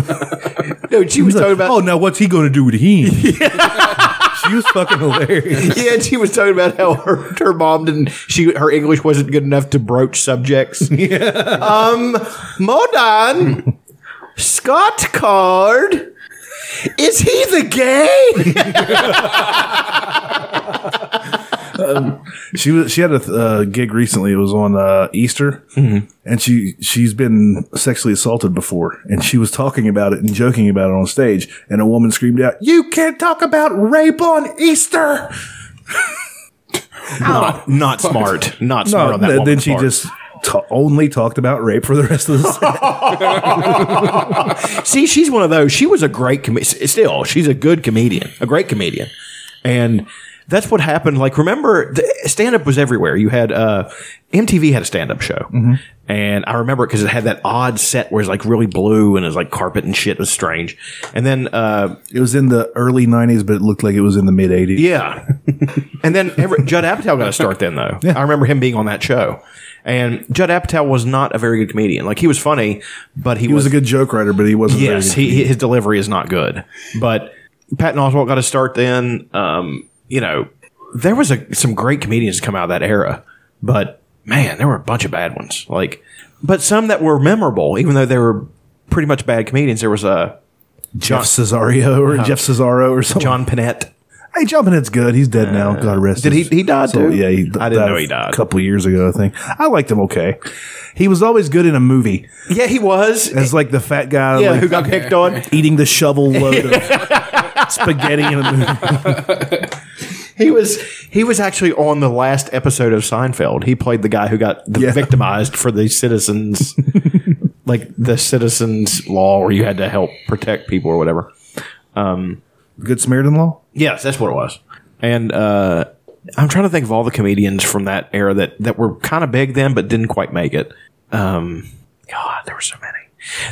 [SPEAKER 6] no, *laughs* she was talking about.
[SPEAKER 2] oh, now what's he going to do with him? *laughs*
[SPEAKER 6] *laughs*
[SPEAKER 2] she was fucking hilarious.
[SPEAKER 6] Yeah, and she was talking about how her, her mom didn't she her English wasn't good enough to broach
[SPEAKER 2] *laughs*
[SPEAKER 6] subjects. Yeah. Um Modan Scott Card Is he the gay?
[SPEAKER 2] She was. She had a th- uh, gig recently. It was on uh, Easter,
[SPEAKER 6] Mm-hmm.
[SPEAKER 2] and she she's been sexually assaulted before, and she was talking about it and joking about it on stage, and a woman screamed out, "You can't talk about rape on Easter!"
[SPEAKER 6] Not, not smart. Not smart
[SPEAKER 2] No,
[SPEAKER 6] on that
[SPEAKER 2] th- then
[SPEAKER 6] woman's
[SPEAKER 2] she
[SPEAKER 6] part.
[SPEAKER 2] just ta- only talked about rape for the rest
[SPEAKER 6] *laughs*
[SPEAKER 2] of the set.
[SPEAKER 6] See, she's one of those. She was a great comedian. Still, she's a good comedian, a great comedian, and that's what happened. Like, remember, stand up was everywhere. You had uh, MTV had a stand up show,
[SPEAKER 2] Mm-hmm.
[SPEAKER 6] and I remember it because it had that odd set where it's like really blue and it's like carpet and shit. It was strange. And then, uh,
[SPEAKER 2] it was in the early '90s, but it looked like it was in the mid '80s. *laughs*
[SPEAKER 6] yeah, and then every, Judd Apatow got a start then though. I remember him being on that show. And Judd Apatow was not a very good comedian. Like he was funny, but he,
[SPEAKER 2] He was
[SPEAKER 6] was
[SPEAKER 2] a good joke writer, but he wasn't. very
[SPEAKER 6] Yes,
[SPEAKER 2] good.
[SPEAKER 6] he, he- his delivery is not good. But Patton Oswalt got a start then. Um, you know, there was a, some great comedians to come out of that era, but man, there were a bunch of bad ones. Like, but some that were memorable, even though they were pretty much bad comedians. There was uh, a
[SPEAKER 2] Jeff Cesario or Jeff Cesaro or something.
[SPEAKER 6] Uh-huh. John Panette.
[SPEAKER 2] Hey, John Pennett's good. He's dead now. God rest.
[SPEAKER 6] Did he?
[SPEAKER 2] his
[SPEAKER 6] He died
[SPEAKER 2] soul.
[SPEAKER 6] too.
[SPEAKER 2] Yeah, he
[SPEAKER 6] I didn't know he died.
[SPEAKER 2] a couple years ago. I think I liked him okay. He was always good in a movie
[SPEAKER 6] Yeah, he was.
[SPEAKER 2] as like the fat guy,
[SPEAKER 6] yeah,
[SPEAKER 2] like,
[SPEAKER 6] who got
[SPEAKER 2] *laughs*
[SPEAKER 6] picked on? *laughs*
[SPEAKER 2] eating the shovel load of spaghetti in a movie.
[SPEAKER 6] He was he was actually on the last episode of Seinfeld. He played the guy who got the victimized for the citizens, like the citizens law, where you had to help protect people or whatever. Um,
[SPEAKER 2] Good Samaritan law.
[SPEAKER 6] Yes, that's what it was. And uh, I'm trying to think of all the comedians from that era that that were kind of big then, but didn't quite make it. Um, God, there were so many.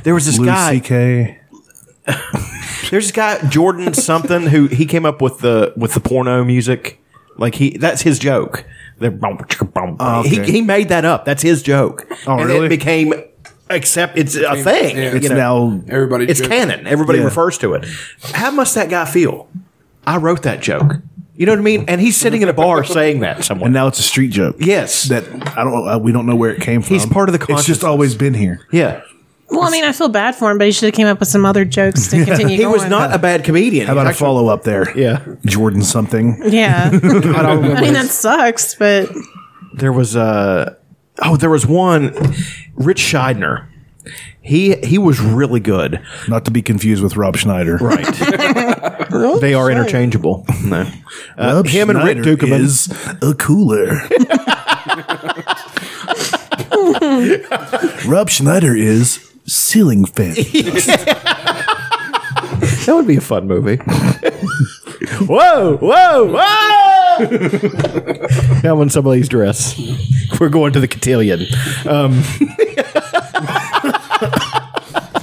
[SPEAKER 6] There was this
[SPEAKER 2] Louis
[SPEAKER 6] guy.
[SPEAKER 2] C.K.
[SPEAKER 6] There's this guy
[SPEAKER 2] *laughs*
[SPEAKER 6] Jordan something who he came up with the with the porno music. Like he that's his joke. The-
[SPEAKER 2] Oh, okay.
[SPEAKER 6] he, he made that up. That's his joke.
[SPEAKER 2] Oh,
[SPEAKER 6] and
[SPEAKER 2] really?
[SPEAKER 6] it became except it's a
[SPEAKER 2] Became-
[SPEAKER 6] thing.
[SPEAKER 2] yeah.
[SPEAKER 6] you
[SPEAKER 2] It's now- Everybody
[SPEAKER 6] It's
[SPEAKER 2] jokes.
[SPEAKER 6] canon. Everybody
[SPEAKER 2] Yeah.
[SPEAKER 6] refers to it. How must that guy feel? I wrote that joke. You know what I mean? And he's sitting in a bar saying that somewhere.
[SPEAKER 2] And now it's a street joke.
[SPEAKER 6] Yes,
[SPEAKER 2] that I don't. uh, We don't know where it came from.
[SPEAKER 6] He's part of the
[SPEAKER 2] It's just always been here.
[SPEAKER 6] Yeah.
[SPEAKER 3] Well, I mean, I feel bad for him, but he should have came up with some other jokes
[SPEAKER 6] *laughs*
[SPEAKER 3] to continue.
[SPEAKER 6] he was
[SPEAKER 3] going.
[SPEAKER 6] not a bad comedian.
[SPEAKER 2] How about a follow up there?
[SPEAKER 6] Yeah,
[SPEAKER 2] Jordan something.
[SPEAKER 3] Yeah.
[SPEAKER 6] *laughs* I don't remember
[SPEAKER 3] I mean,
[SPEAKER 6] his-
[SPEAKER 3] that sucks, but
[SPEAKER 6] there was uh oh there was one Rich Scheidner. He he was really good.
[SPEAKER 2] Not to be confused with Rob Schneider.
[SPEAKER 6] Right. they
[SPEAKER 2] *laughs*
[SPEAKER 6] are interchangeable. No. Uh, him and Rick
[SPEAKER 2] Oh, Schneider
[SPEAKER 6] Dukeman.
[SPEAKER 2] is a
[SPEAKER 6] *laughs*
[SPEAKER 2] cooler. Rob Schneider is ceiling fan.
[SPEAKER 6] that would be a fun
[SPEAKER 2] *laughs*
[SPEAKER 6] movie. whoa, whoa, whoa! now in somebody's dress. We're going to the cotillion. Um,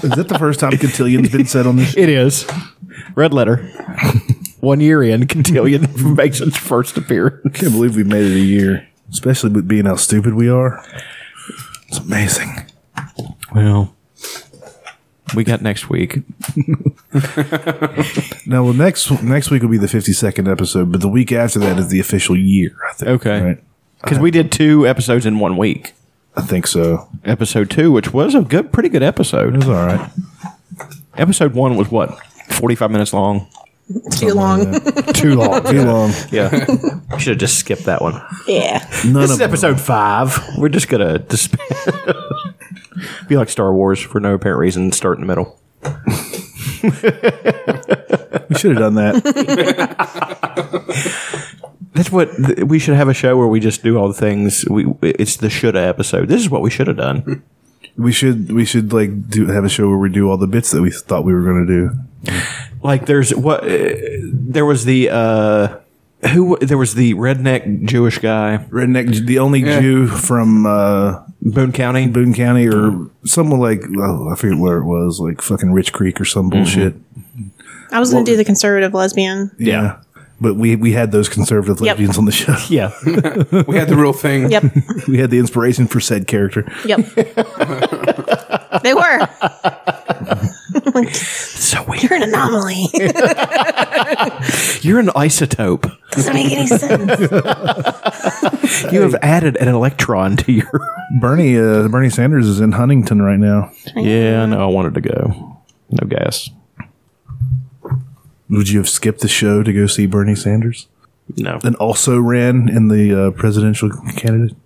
[SPEAKER 2] Is that the first time cotillion's been said on this?
[SPEAKER 6] it is. Red letter. *laughs* One year in, cotillion *laughs* makes its first appearance.
[SPEAKER 2] Can't believe we made it a year, especially with being how stupid we are. It's amazing.
[SPEAKER 6] Well, we got next week.
[SPEAKER 2] Now, well, next next week will be the fifty second episode, but the week after that is the official year. I think.
[SPEAKER 6] Okay.
[SPEAKER 2] Right?
[SPEAKER 6] Because we did two episodes in one week.
[SPEAKER 2] I think so.
[SPEAKER 6] Episode two, which was a good, pretty good episode. It was
[SPEAKER 2] all right.
[SPEAKER 6] Episode one was what, forty five minutes long?
[SPEAKER 3] too long.
[SPEAKER 6] Too long.
[SPEAKER 2] *laughs* Too long.
[SPEAKER 6] *laughs* Yeah. Should have just skipped that one.
[SPEAKER 3] yeah.
[SPEAKER 2] None
[SPEAKER 6] this
[SPEAKER 2] of
[SPEAKER 6] is episode five. We're just gonna disp- *laughs* be like Star Wars for no apparent reason. Start in the middle.
[SPEAKER 2] we should have done that.
[SPEAKER 6] That's what th- we should have a show where we just do all the things. We it's the shoulda episode. This is what we should have *laughs* done.
[SPEAKER 2] we should we should like do have a show where we do all the bits that we thought we were going to do.
[SPEAKER 6] Like there's what uh, there was the uh who there was the redneck Jewish guy
[SPEAKER 2] Redneck, the only Jew from uh,
[SPEAKER 6] Boone County.
[SPEAKER 2] Boone County, or someone like oh, I forget where it was, like fucking Rich Creek or some bullshit.
[SPEAKER 6] Mm-hmm.
[SPEAKER 3] I was going to do the conservative lesbian.
[SPEAKER 2] Yeah. But we, we had those conservative
[SPEAKER 3] Yep.
[SPEAKER 2] lesbians on the show. *laughs*
[SPEAKER 6] Yeah,
[SPEAKER 5] We had the
[SPEAKER 3] *laughs*
[SPEAKER 5] real thing.
[SPEAKER 3] Yep.
[SPEAKER 2] we had the inspiration for said character.
[SPEAKER 3] Yep. they were.
[SPEAKER 6] *laughs* so weird.
[SPEAKER 3] You're an anomaly. *laughs* Doesn't
[SPEAKER 6] You're an isotope.
[SPEAKER 3] make any sense.
[SPEAKER 6] You have added an electron to
[SPEAKER 3] *laughs*
[SPEAKER 6] your.
[SPEAKER 2] Bernie uh, Bernie Sanders is in Huntington right now.
[SPEAKER 6] yeah, no, I wanted to go. No gas.
[SPEAKER 2] Would you have skipped the show to go see Bernie Sanders?
[SPEAKER 6] No.
[SPEAKER 2] And also ran in the uh, presidential candidate?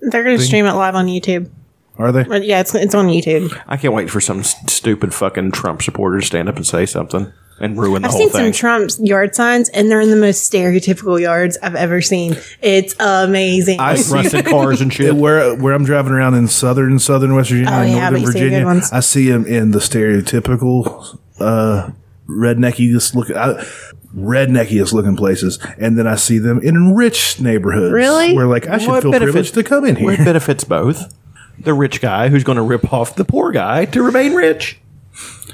[SPEAKER 3] They're going to stream it live on YouTube.
[SPEAKER 2] Are they?
[SPEAKER 3] But yeah, it's, it's on YouTube.
[SPEAKER 6] I can't wait for some s- stupid fucking Trump supporter to stand up and say something and ruin the
[SPEAKER 3] I've
[SPEAKER 6] whole
[SPEAKER 3] seen
[SPEAKER 6] thing.
[SPEAKER 3] some Trump's yard signs, and they're in the most stereotypical yards I've ever seen. It's amazing. *laughs*
[SPEAKER 6] I see rusted cars and shit.
[SPEAKER 2] Where where I'm driving around in southern southern West Virginia
[SPEAKER 3] Oh,
[SPEAKER 2] and
[SPEAKER 3] yeah,
[SPEAKER 2] northern
[SPEAKER 3] but you see the good
[SPEAKER 2] Virginia,
[SPEAKER 3] ones.
[SPEAKER 2] I see him in the stereotypical uh, redneckiest look I, redneckiest looking places, and then I see them in rich neighborhoods.
[SPEAKER 3] Really?
[SPEAKER 2] where like I should feel privileged to come in
[SPEAKER 6] What
[SPEAKER 2] here.
[SPEAKER 6] benefits both? The rich guy who's going to rip off the poor guy to remain rich.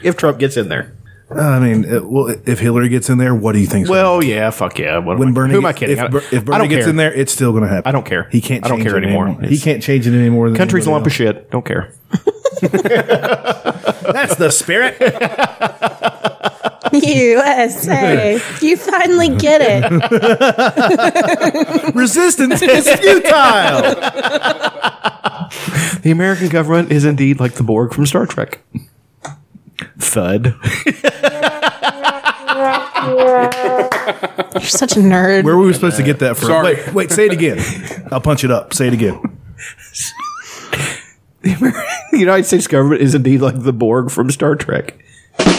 [SPEAKER 6] If Trump gets in there.
[SPEAKER 2] *laughs* I mean, it, well, if Hillary gets in there, what do you think?
[SPEAKER 6] Well, yeah, fuck yeah. What am I-
[SPEAKER 2] when Bernie,
[SPEAKER 6] who am I
[SPEAKER 2] gets-
[SPEAKER 6] kidding?
[SPEAKER 2] If,
[SPEAKER 6] I-
[SPEAKER 2] Ber- if
[SPEAKER 6] I
[SPEAKER 2] Bernie
[SPEAKER 6] don't
[SPEAKER 2] gets
[SPEAKER 6] care.
[SPEAKER 2] in there, it's still going to happen.
[SPEAKER 6] I don't care.
[SPEAKER 2] He can't.
[SPEAKER 6] I don't
[SPEAKER 2] change
[SPEAKER 6] care
[SPEAKER 2] it
[SPEAKER 6] anymore.
[SPEAKER 2] He
[SPEAKER 6] It's-
[SPEAKER 2] can't change it anymore. Than
[SPEAKER 6] Country's a lump of
[SPEAKER 2] anybody
[SPEAKER 6] shit. Don't care.
[SPEAKER 2] else. That's the spirit. *laughs*
[SPEAKER 3] USA. You finally get it.
[SPEAKER 2] Resistance is futile.
[SPEAKER 6] The American government is indeed like the Borg from Star Trek. Thud.
[SPEAKER 3] You're such a nerd.
[SPEAKER 2] Where were we supposed to get that from?
[SPEAKER 5] Sorry.
[SPEAKER 2] Wait, wait. Say it again. I'll punch it up. Say it again.
[SPEAKER 6] *laughs* the United States government is indeed like the Borg from Star Trek.
[SPEAKER 11] That's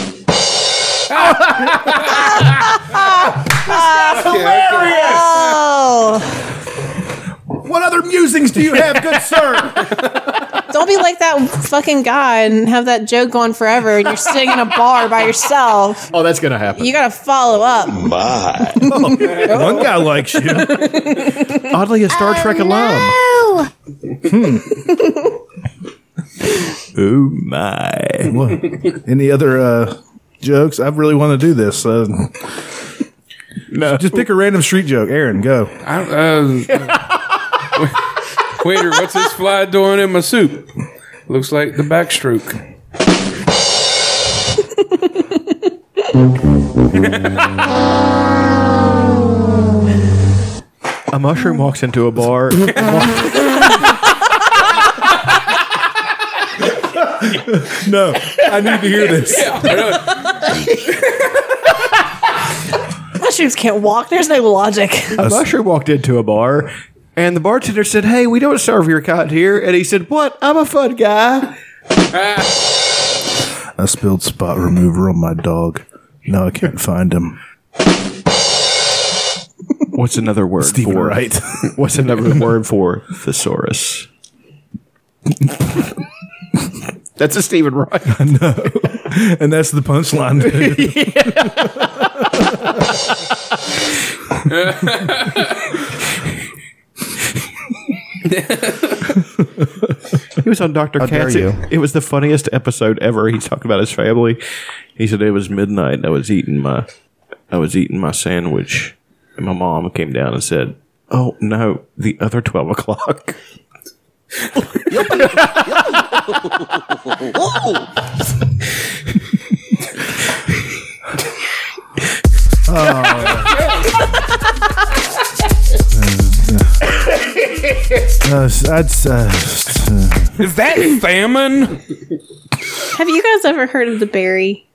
[SPEAKER 11] hilarious.
[SPEAKER 3] Oh,
[SPEAKER 6] What other musings do you have, good sir?
[SPEAKER 2] *laughs*
[SPEAKER 3] don't be like that fucking guy and have that joke going forever. And you're sitting in a bar by yourself.
[SPEAKER 6] Oh, that's gonna happen.
[SPEAKER 3] You gotta follow up.
[SPEAKER 6] My. One guy likes you. Oddly, a Star Trek alum.
[SPEAKER 3] Oh,
[SPEAKER 2] Hmm.
[SPEAKER 6] oh my!
[SPEAKER 2] Any other uh, jokes? I really want to do this. Uh, no. Just pick a random street joke. Aaron, go.
[SPEAKER 5] I, uh, waiter, what's this fly doing in my soup? Looks like the backstroke.
[SPEAKER 6] A mushroom walks into a bar. no, I need to hear this.
[SPEAKER 3] Mushrooms can't walk. There's no *laughs* logic.
[SPEAKER 6] *laughs* A mushroom walked into a bar, and the bartender said, "Hey, we don't serve your kind here." And he said, "What? I'm a fun guy."
[SPEAKER 2] I spilled spot remover on my dog. Now I can't find him.
[SPEAKER 6] What's another word
[SPEAKER 2] Stephen *laughs*
[SPEAKER 6] for
[SPEAKER 2] Wright.
[SPEAKER 6] What's *laughs* another word for thesaurus? That's a Stephen Wright.
[SPEAKER 2] I know. And that's the punchline. dude.
[SPEAKER 6] He was on Dr.
[SPEAKER 13] How dare
[SPEAKER 6] Katz.
[SPEAKER 13] you.
[SPEAKER 6] It was the funniest episode ever. He talked about his family. He said it was midnight and I was eating my I was eating my sandwich. And my mom came down and said, Oh no, the other twelve o'clock. *laughs*
[SPEAKER 2] Uh, I'd, uh,
[SPEAKER 5] Is that famine?
[SPEAKER 3] Have you guys ever heard of the berry?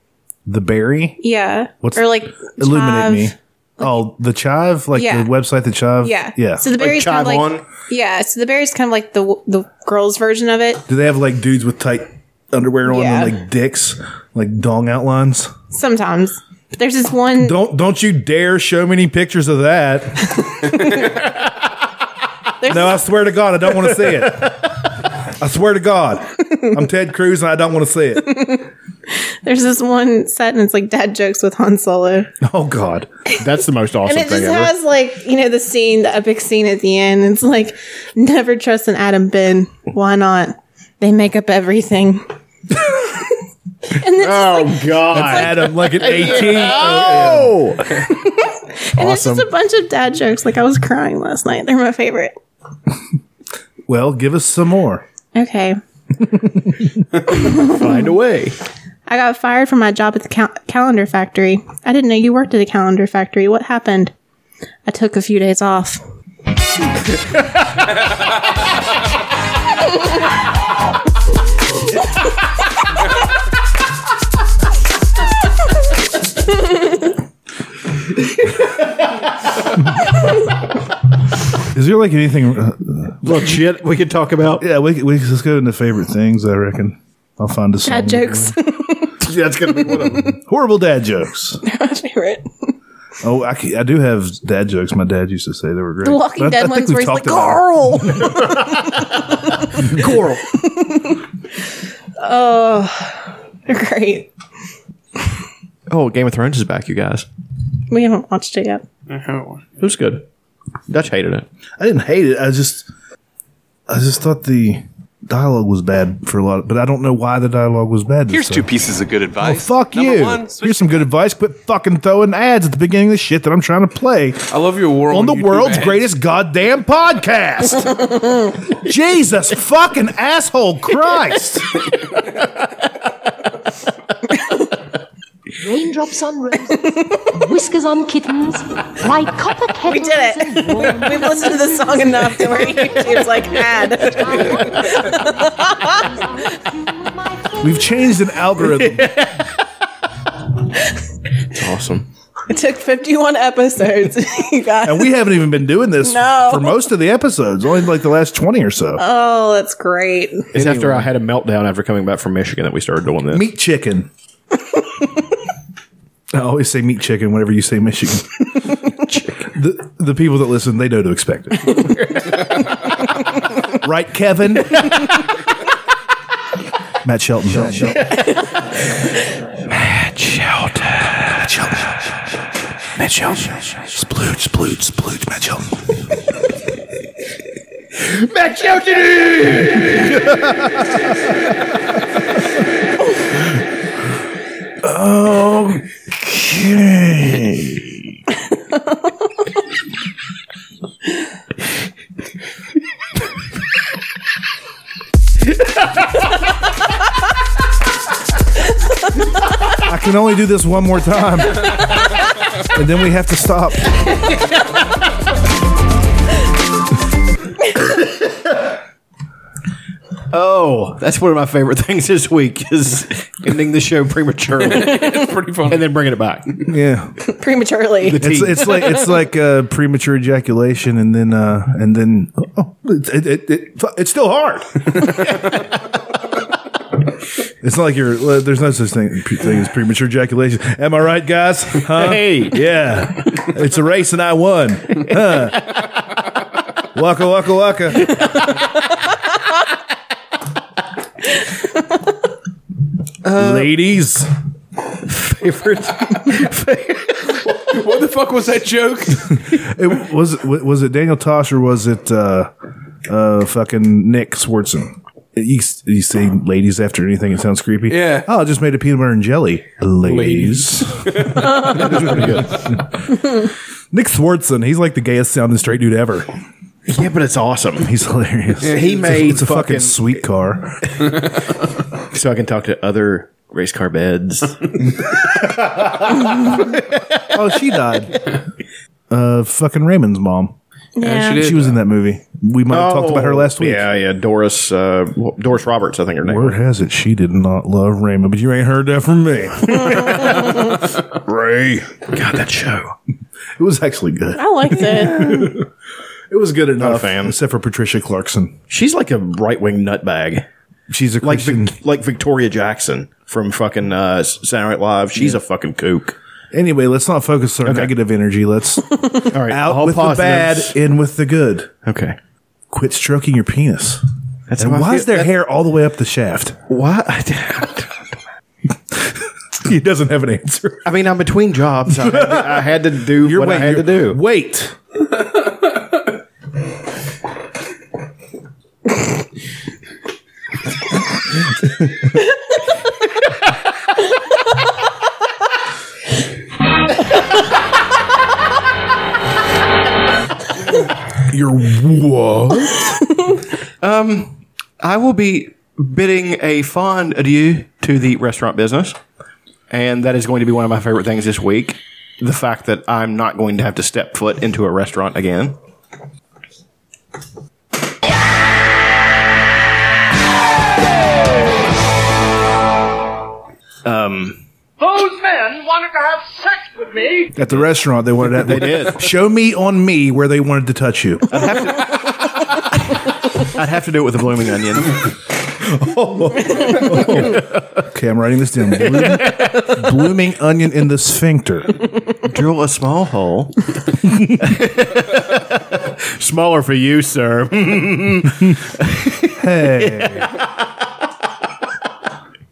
[SPEAKER 2] the berry?
[SPEAKER 3] Yeah.
[SPEAKER 2] What's
[SPEAKER 3] or like
[SPEAKER 2] illuminate
[SPEAKER 3] chive.
[SPEAKER 2] me? Oh, the chive, like
[SPEAKER 3] Yeah.
[SPEAKER 2] the website, the chive.
[SPEAKER 3] Yeah.
[SPEAKER 2] yeah.
[SPEAKER 3] So the berry's kind of like yeah. So the berry's kind of like the the girls' version of it.
[SPEAKER 2] Do they have like dudes with tight underwear on
[SPEAKER 3] Yeah.
[SPEAKER 2] and like dicks, like dong outlines?
[SPEAKER 3] Sometimes But there's this one.
[SPEAKER 2] Don't don't you dare show me any pictures of that.
[SPEAKER 3] *laughs* There's
[SPEAKER 2] no, I swear to God, I don't want to see it. I swear to God, I'm Ted Cruz and I don't want to see it.
[SPEAKER 3] There's this one set and it's like dad jokes with Han Solo,
[SPEAKER 2] Oh God,
[SPEAKER 6] that's the most
[SPEAKER 3] and it just has like you know the scene, the epic scene at the end. It's like never trust an Adam Ben. Why not? They make up everything. *laughs*
[SPEAKER 6] Oh God,
[SPEAKER 2] Adam, like
[SPEAKER 3] *laughs*
[SPEAKER 2] an eighteen.
[SPEAKER 6] Oh,
[SPEAKER 3] And it's just a bunch of dad jokes. Like I was crying last night. They're my favorite.
[SPEAKER 2] Well, give us some more.
[SPEAKER 3] Okay.
[SPEAKER 6] find a way.
[SPEAKER 3] I got fired from my job at the cal- calendar factory. I didn't know you worked at a calendar factory. What happened? I took a few days off.
[SPEAKER 2] Is there like anything uh,
[SPEAKER 6] legit we could talk about?
[SPEAKER 2] Yeah, we, we let's go into favorite things. I reckon I'll find a song.
[SPEAKER 3] Dad jokes. *laughs*
[SPEAKER 6] That's gonna be one of them.
[SPEAKER 2] Horrible dad jokes.
[SPEAKER 3] my favorite.
[SPEAKER 2] Oh, I, c- I do have dad jokes. My dad used to say they were great.
[SPEAKER 3] The Walking
[SPEAKER 2] But I- I
[SPEAKER 3] Dead
[SPEAKER 2] think
[SPEAKER 3] ones
[SPEAKER 2] we
[SPEAKER 3] where he's
[SPEAKER 2] talked
[SPEAKER 3] like,
[SPEAKER 2] about
[SPEAKER 3] Carl!
[SPEAKER 2] it. Coral. *laughs*
[SPEAKER 3] oh, *laughs* they're great.
[SPEAKER 6] Oh, Game of Thrones is back, you guys.
[SPEAKER 3] We haven't watched it yet.
[SPEAKER 6] It was good. Dutch hated it.
[SPEAKER 2] I didn't hate it. I just, I just thought the dialogue was bad for a lot. Of, but I don't know why the dialogue was bad. this
[SPEAKER 14] Here's two
[SPEAKER 2] time.
[SPEAKER 14] pieces of good
[SPEAKER 2] Oh,
[SPEAKER 14] advice.
[SPEAKER 2] fuck
[SPEAKER 14] Number
[SPEAKER 2] you.
[SPEAKER 14] one,
[SPEAKER 2] Here's some good advice. Quit fucking throwing ads at the beginning of the shit that I'm trying to play.
[SPEAKER 5] I love your world
[SPEAKER 2] on the
[SPEAKER 5] YouTube
[SPEAKER 2] world's
[SPEAKER 5] ads.
[SPEAKER 2] greatest goddamn
[SPEAKER 5] *laughs*
[SPEAKER 2] podcast. Jesus fucking asshole Christ.
[SPEAKER 10] Raindrops on roses, whiskers on kittens, like copper kettles. We did it.
[SPEAKER 3] We've listened to this song enough to where YouTube's like, *laughs* ad.
[SPEAKER 2] We've changed an
[SPEAKER 5] *laughs*
[SPEAKER 2] algorithm.
[SPEAKER 6] awesome.
[SPEAKER 3] it took 51 episodes. *laughs* you guys.
[SPEAKER 2] And we haven't even been doing this
[SPEAKER 3] No.
[SPEAKER 2] for most of the episodes, only like the last 20 or so.
[SPEAKER 3] Oh, that's great.
[SPEAKER 6] It's after I had a meltdown after coming back from Michigan that we started doing this.
[SPEAKER 2] Meat chicken. I always say meat chicken whenever you say Michigan. the, the people that listen, they know to expect it. right, Kevin? Matt Shelton.
[SPEAKER 6] Matt Shelton. Matt Shelton. Matt Shelton. Sploot, sploot, sploot, Matt Shelton.
[SPEAKER 11] Matt Shelton!
[SPEAKER 2] Okay. I can only do this one more time. And then we have to stop.
[SPEAKER 6] Oh, that's one of my favorite *laughs* things this week is ending the show prematurely. *laughs* it's
[SPEAKER 5] pretty funny.
[SPEAKER 6] And then bringing it back.
[SPEAKER 2] Yeah.
[SPEAKER 3] prematurely.
[SPEAKER 2] *laughs* It's, it's like it's like uh, premature ejaculation, and then uh, and then oh, it, it, it, it's still hard. *laughs* it's not like you're. well, There's no such thing thing as premature ejaculation. Am I right, guys? Huh?
[SPEAKER 6] Hey.
[SPEAKER 2] yeah, it's a race, and I won. Huh. Waka waka waka. Ladies,
[SPEAKER 6] favorite.
[SPEAKER 5] what the fuck was that joke?
[SPEAKER 2] it, was it was it Daniel Tosh or was it uh, uh, fucking Nick Swartzen? You, you say ladies after anything, it sounds creepy.
[SPEAKER 5] Yeah.
[SPEAKER 2] Oh, I just made a peanut butter and jelly. Ladies. That was pretty good. *laughs* Nick Swartzen, he's like the gayest sounding straight dude ever.
[SPEAKER 6] Yeah, but it's awesome.
[SPEAKER 2] He's hilarious.
[SPEAKER 6] Yeah, he
[SPEAKER 2] It's a-
[SPEAKER 6] made
[SPEAKER 2] it's a fucking,
[SPEAKER 6] fucking-
[SPEAKER 2] sweet car.
[SPEAKER 6] so I can talk to other race car
[SPEAKER 2] *laughs*
[SPEAKER 6] beds.
[SPEAKER 2] oh, she died.
[SPEAKER 6] *laughs*
[SPEAKER 2] Uh, fucking Raymond's mom.
[SPEAKER 6] Yeah. she
[SPEAKER 2] she,
[SPEAKER 6] did. Oh,
[SPEAKER 2] was in that movie. We might have talked about her last week.
[SPEAKER 6] Yeah, yeah. Doris, uh, Doris Roberts, I think her name.
[SPEAKER 2] Word has it she did not love Raymond, but you ain't heard that from me. Ray.
[SPEAKER 6] God, that show.
[SPEAKER 2] It was actually good.
[SPEAKER 3] I liked it.
[SPEAKER 2] It was good enough.
[SPEAKER 6] Not a fan.
[SPEAKER 2] Except for Patricia Clarkson.
[SPEAKER 6] She's like a right wing nutbag.
[SPEAKER 2] She's a
[SPEAKER 6] like Vic- like Victoria Jackson from fucking uh, Saturday Night Live. She's a fucking kook.
[SPEAKER 2] Anyway, let's not focus on negative energy. *laughs* Let's
[SPEAKER 6] All right,
[SPEAKER 2] out
[SPEAKER 6] all
[SPEAKER 2] with
[SPEAKER 6] positives.
[SPEAKER 2] the bad, in with the good.
[SPEAKER 6] Okay.
[SPEAKER 2] Quit stroking your penis.
[SPEAKER 6] That's
[SPEAKER 2] and
[SPEAKER 6] how I
[SPEAKER 2] why
[SPEAKER 6] feel-
[SPEAKER 2] is their
[SPEAKER 6] that-
[SPEAKER 2] hair all the way up the shaft?
[SPEAKER 6] Why?
[SPEAKER 2] *laughs*
[SPEAKER 6] *laughs*
[SPEAKER 2] he doesn't have an answer.
[SPEAKER 6] I mean, I'm between jobs. I had to, I had to do what I had to do.
[SPEAKER 2] Wait. You're what?
[SPEAKER 6] um, I will be bidding a fond adieu to the restaurant business, and that is going to be one of my favorite things this week. The fact that I'm not going to have to step foot into a restaurant again. Um,
[SPEAKER 11] Those men wanted to have sex with me.
[SPEAKER 2] At the restaurant, they wanted to.
[SPEAKER 6] They did.
[SPEAKER 2] Show me on me where they wanted to touch you.
[SPEAKER 6] I'd have to do it with a blooming *laughs* onion.
[SPEAKER 2] Okay, I'm writing this down. Bloom- blooming onion in the sphincter.
[SPEAKER 6] Drill a small hole. *laughs* Smaller for you, sir. *laughs*
[SPEAKER 2] Hey.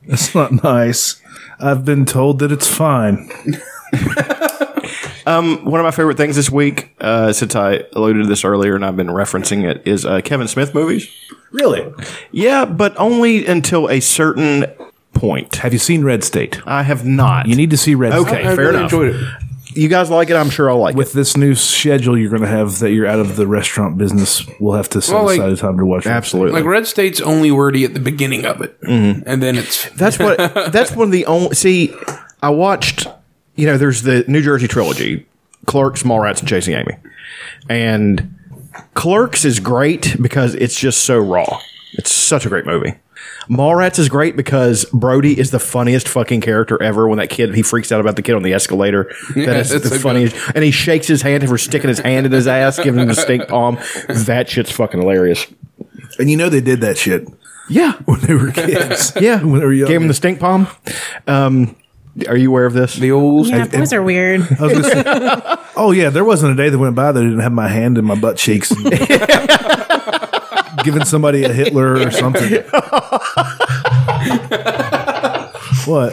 [SPEAKER 2] That's not nice. I've been told that it's fine.
[SPEAKER 6] Um, one of my favorite things this week, uh, since I alluded to this earlier and I've been referencing it, is uh, Kevin Smith movies.
[SPEAKER 2] Really?
[SPEAKER 6] Yeah, but only until a certain point.
[SPEAKER 2] Have you seen Red State?
[SPEAKER 6] I have not.
[SPEAKER 2] You need to see Red
[SPEAKER 6] Okay,
[SPEAKER 2] State.
[SPEAKER 6] fair enough. You guys like it? I'm sure I'll like
[SPEAKER 2] With this new schedule you're going to have that you're out of the restaurant business, we'll have to set
[SPEAKER 5] Well, like-
[SPEAKER 2] aside a time to watch
[SPEAKER 6] it. Absolutely.
[SPEAKER 5] Like Red State's only wordy at the beginning of it,
[SPEAKER 6] Mm-hmm.
[SPEAKER 5] and then it's
[SPEAKER 6] That's what. that's one of the only. See, I watched. You know, there's the New Jersey trilogy: Clerks, Mallrats, and Chasing Amy. And Clerks is great because it's just so raw. It's such a great movie. Mallrats is great because Brody is the funniest fucking character ever. When that kid, he freaks out about the kid on the escalator.
[SPEAKER 5] Yeah,
[SPEAKER 6] that is
[SPEAKER 5] that's
[SPEAKER 6] the
[SPEAKER 5] a good-
[SPEAKER 6] funniest. And he shakes his hand for sticking his hand in his ass, giving him the stink palm. That shit's fucking hilarious.
[SPEAKER 2] And you know they did that shit
[SPEAKER 6] Yeah.
[SPEAKER 2] when they were kids.
[SPEAKER 6] Yeah.
[SPEAKER 2] When they were young.
[SPEAKER 6] Gave him the stink palm. Um, Are you aware of this? The
[SPEAKER 5] old
[SPEAKER 3] Yeah, boys are weird.
[SPEAKER 2] I was gonna say-
[SPEAKER 6] *laughs*
[SPEAKER 2] oh yeah, there wasn't a day that went by that I didn't have my hand in my butt cheeks, giving somebody a Hitler or something. what?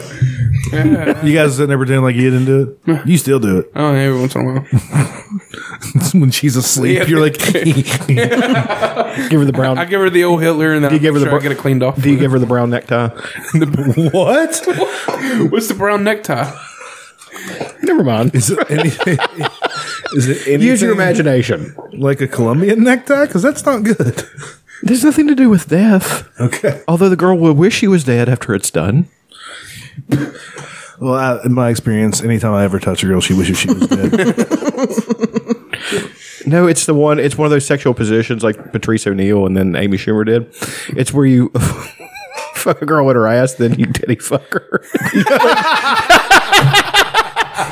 [SPEAKER 2] You guys sitting there pretending like you didn't do it. You still do it.
[SPEAKER 5] Oh, yeah, every once in a while.
[SPEAKER 2] *laughs* when she's asleep, you're like, *laughs*
[SPEAKER 6] give her the brown.
[SPEAKER 5] I give her the old Hitler, and then
[SPEAKER 6] Do you give her the
[SPEAKER 5] sure I
[SPEAKER 6] bro-
[SPEAKER 5] get it cleaned off.
[SPEAKER 6] Do you give her the brown necktie? what?
[SPEAKER 5] What's the brown necktie?
[SPEAKER 6] Never mind.
[SPEAKER 2] Is it anything? *laughs* is it anything?
[SPEAKER 6] Use your imagination.
[SPEAKER 2] Like a Colombian necktie, because that's not good.
[SPEAKER 6] There's nothing to do with death.
[SPEAKER 2] Okay.
[SPEAKER 6] Although the girl will wish she was dead after it's done.
[SPEAKER 2] Well, I, in my experience, anytime I ever touch a girl, she wishes she was dead.
[SPEAKER 6] No, it's the one. It's one of those sexual positions like Patrice O'Neill and then Amy Schumer did. It's where you *laughs* fuck a girl with her ass, then you titty fuck her. *laughs*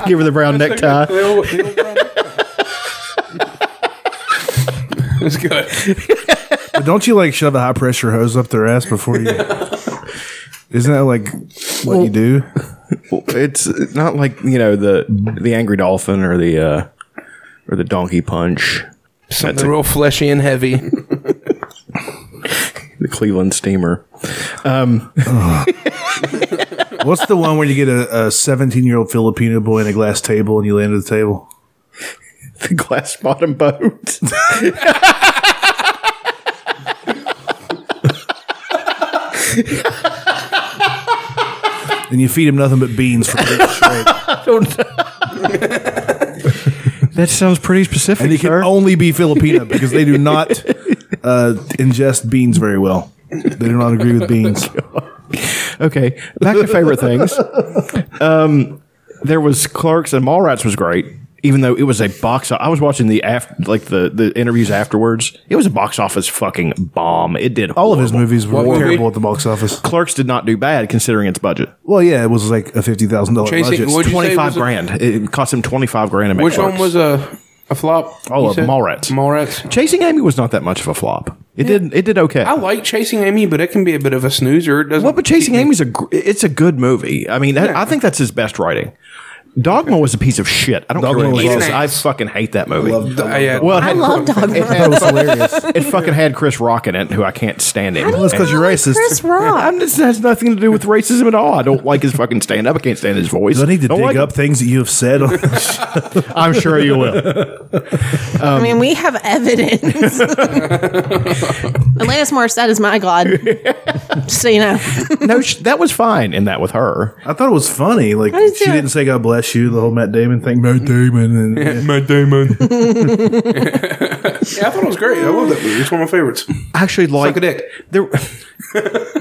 [SPEAKER 6] Give her the brown necktie.
[SPEAKER 5] *laughs* That's good.
[SPEAKER 2] But don't you like shove a high pressure hose up their ass before
[SPEAKER 6] *laughs*
[SPEAKER 2] you? Isn't that like what you do?
[SPEAKER 6] It's not like you know the the angry dolphin or the uh, or the donkey punch. That's
[SPEAKER 5] Something
[SPEAKER 6] a-
[SPEAKER 5] real fleshy and heavy.
[SPEAKER 6] the Cleveland steamer. *laughs* Um,
[SPEAKER 2] What's the one where you get a seventeen year old Filipino boy in a glass table and you land at the table?
[SPEAKER 6] The glass bottom boat.
[SPEAKER 2] and you feed him nothing but beans for breakfast.
[SPEAKER 6] *laughs* *laughs* that sounds pretty specific.
[SPEAKER 2] And he can only be
[SPEAKER 6] *laughs*
[SPEAKER 2] Filipino because they do not uh, ingest beans very well. They do not agree with
[SPEAKER 6] *laughs*
[SPEAKER 2] beans.
[SPEAKER 6] okay, back to favorite
[SPEAKER 5] *laughs*
[SPEAKER 6] things. Um, there was Clark's and Mallrats was great, even though it was a box. I was watching the after, like the the interviews afterwards. It was a box office fucking bomb. It did all
[SPEAKER 2] of his movies were
[SPEAKER 6] What
[SPEAKER 2] terrible
[SPEAKER 6] movie?
[SPEAKER 2] at the box office.
[SPEAKER 6] Clerks did not do bad considering its budget.
[SPEAKER 2] Well, yeah, it was like a fifty thousand dollar
[SPEAKER 5] Chasing-
[SPEAKER 2] budget.
[SPEAKER 5] what'd you
[SPEAKER 2] *laughs*
[SPEAKER 5] say
[SPEAKER 6] Twenty five
[SPEAKER 5] was a-
[SPEAKER 6] grand. It, cost him twenty five grand. To make
[SPEAKER 5] Which one
[SPEAKER 6] Clerks.
[SPEAKER 5] was a a flop?
[SPEAKER 6] Oh,
[SPEAKER 5] you
[SPEAKER 6] uh,
[SPEAKER 5] said?
[SPEAKER 6] Mallrats.
[SPEAKER 5] Mallrats.
[SPEAKER 6] Chasing Amy was not that much of a flop. It did. It did okay.
[SPEAKER 5] I like chasing Amy, but it can be a bit of a snoozer. It doesn't.
[SPEAKER 6] Well, but Chasing Amy's a gr- it's a good movie. I mean, that,
[SPEAKER 5] Yeah.
[SPEAKER 6] I think that's his best writing. Dogma was a piece of shit. I don't
[SPEAKER 5] Dogma
[SPEAKER 6] care what
[SPEAKER 5] was
[SPEAKER 6] anybody
[SPEAKER 5] awesome.
[SPEAKER 6] says. I fucking hate that movie.
[SPEAKER 5] I uh, love
[SPEAKER 6] well, it had-
[SPEAKER 5] Dogma. I love Dogma.
[SPEAKER 6] It, had-
[SPEAKER 5] That was
[SPEAKER 6] *laughs*
[SPEAKER 5] hilarious.
[SPEAKER 6] it fucking had Chris Rock in it, who I can't stand. It.
[SPEAKER 2] Well, that's 'cause you're racist. Chris Rock?
[SPEAKER 6] I'm just, that has nothing to do with racism at all. I don't like his fucking stand up. I can't stand his voice.
[SPEAKER 2] Do I need to
[SPEAKER 6] Don't
[SPEAKER 2] dig
[SPEAKER 6] like
[SPEAKER 2] up things that you have said? *laughs*
[SPEAKER 6] *laughs*
[SPEAKER 2] On
[SPEAKER 6] him. I'm sure you will.
[SPEAKER 3] I
[SPEAKER 2] Um,
[SPEAKER 3] mean, we have
[SPEAKER 2] *laughs*
[SPEAKER 3] evidence. Alanis Morissette is my god.
[SPEAKER 2] *laughs*
[SPEAKER 3] Just so you know,
[SPEAKER 6] *laughs* no, sh- that was fine in that with her.
[SPEAKER 2] I thought it was funny. Like
[SPEAKER 3] I did
[SPEAKER 2] she
[SPEAKER 3] too.
[SPEAKER 2] didn't say "God bless you," the whole Matt Damon thing. Matt Damon and Matt Damon.
[SPEAKER 5] Yeah, I thought it was great. I love that movie. It's one of my favorites.
[SPEAKER 6] I actually like
[SPEAKER 5] Suck a dick.
[SPEAKER 6] There,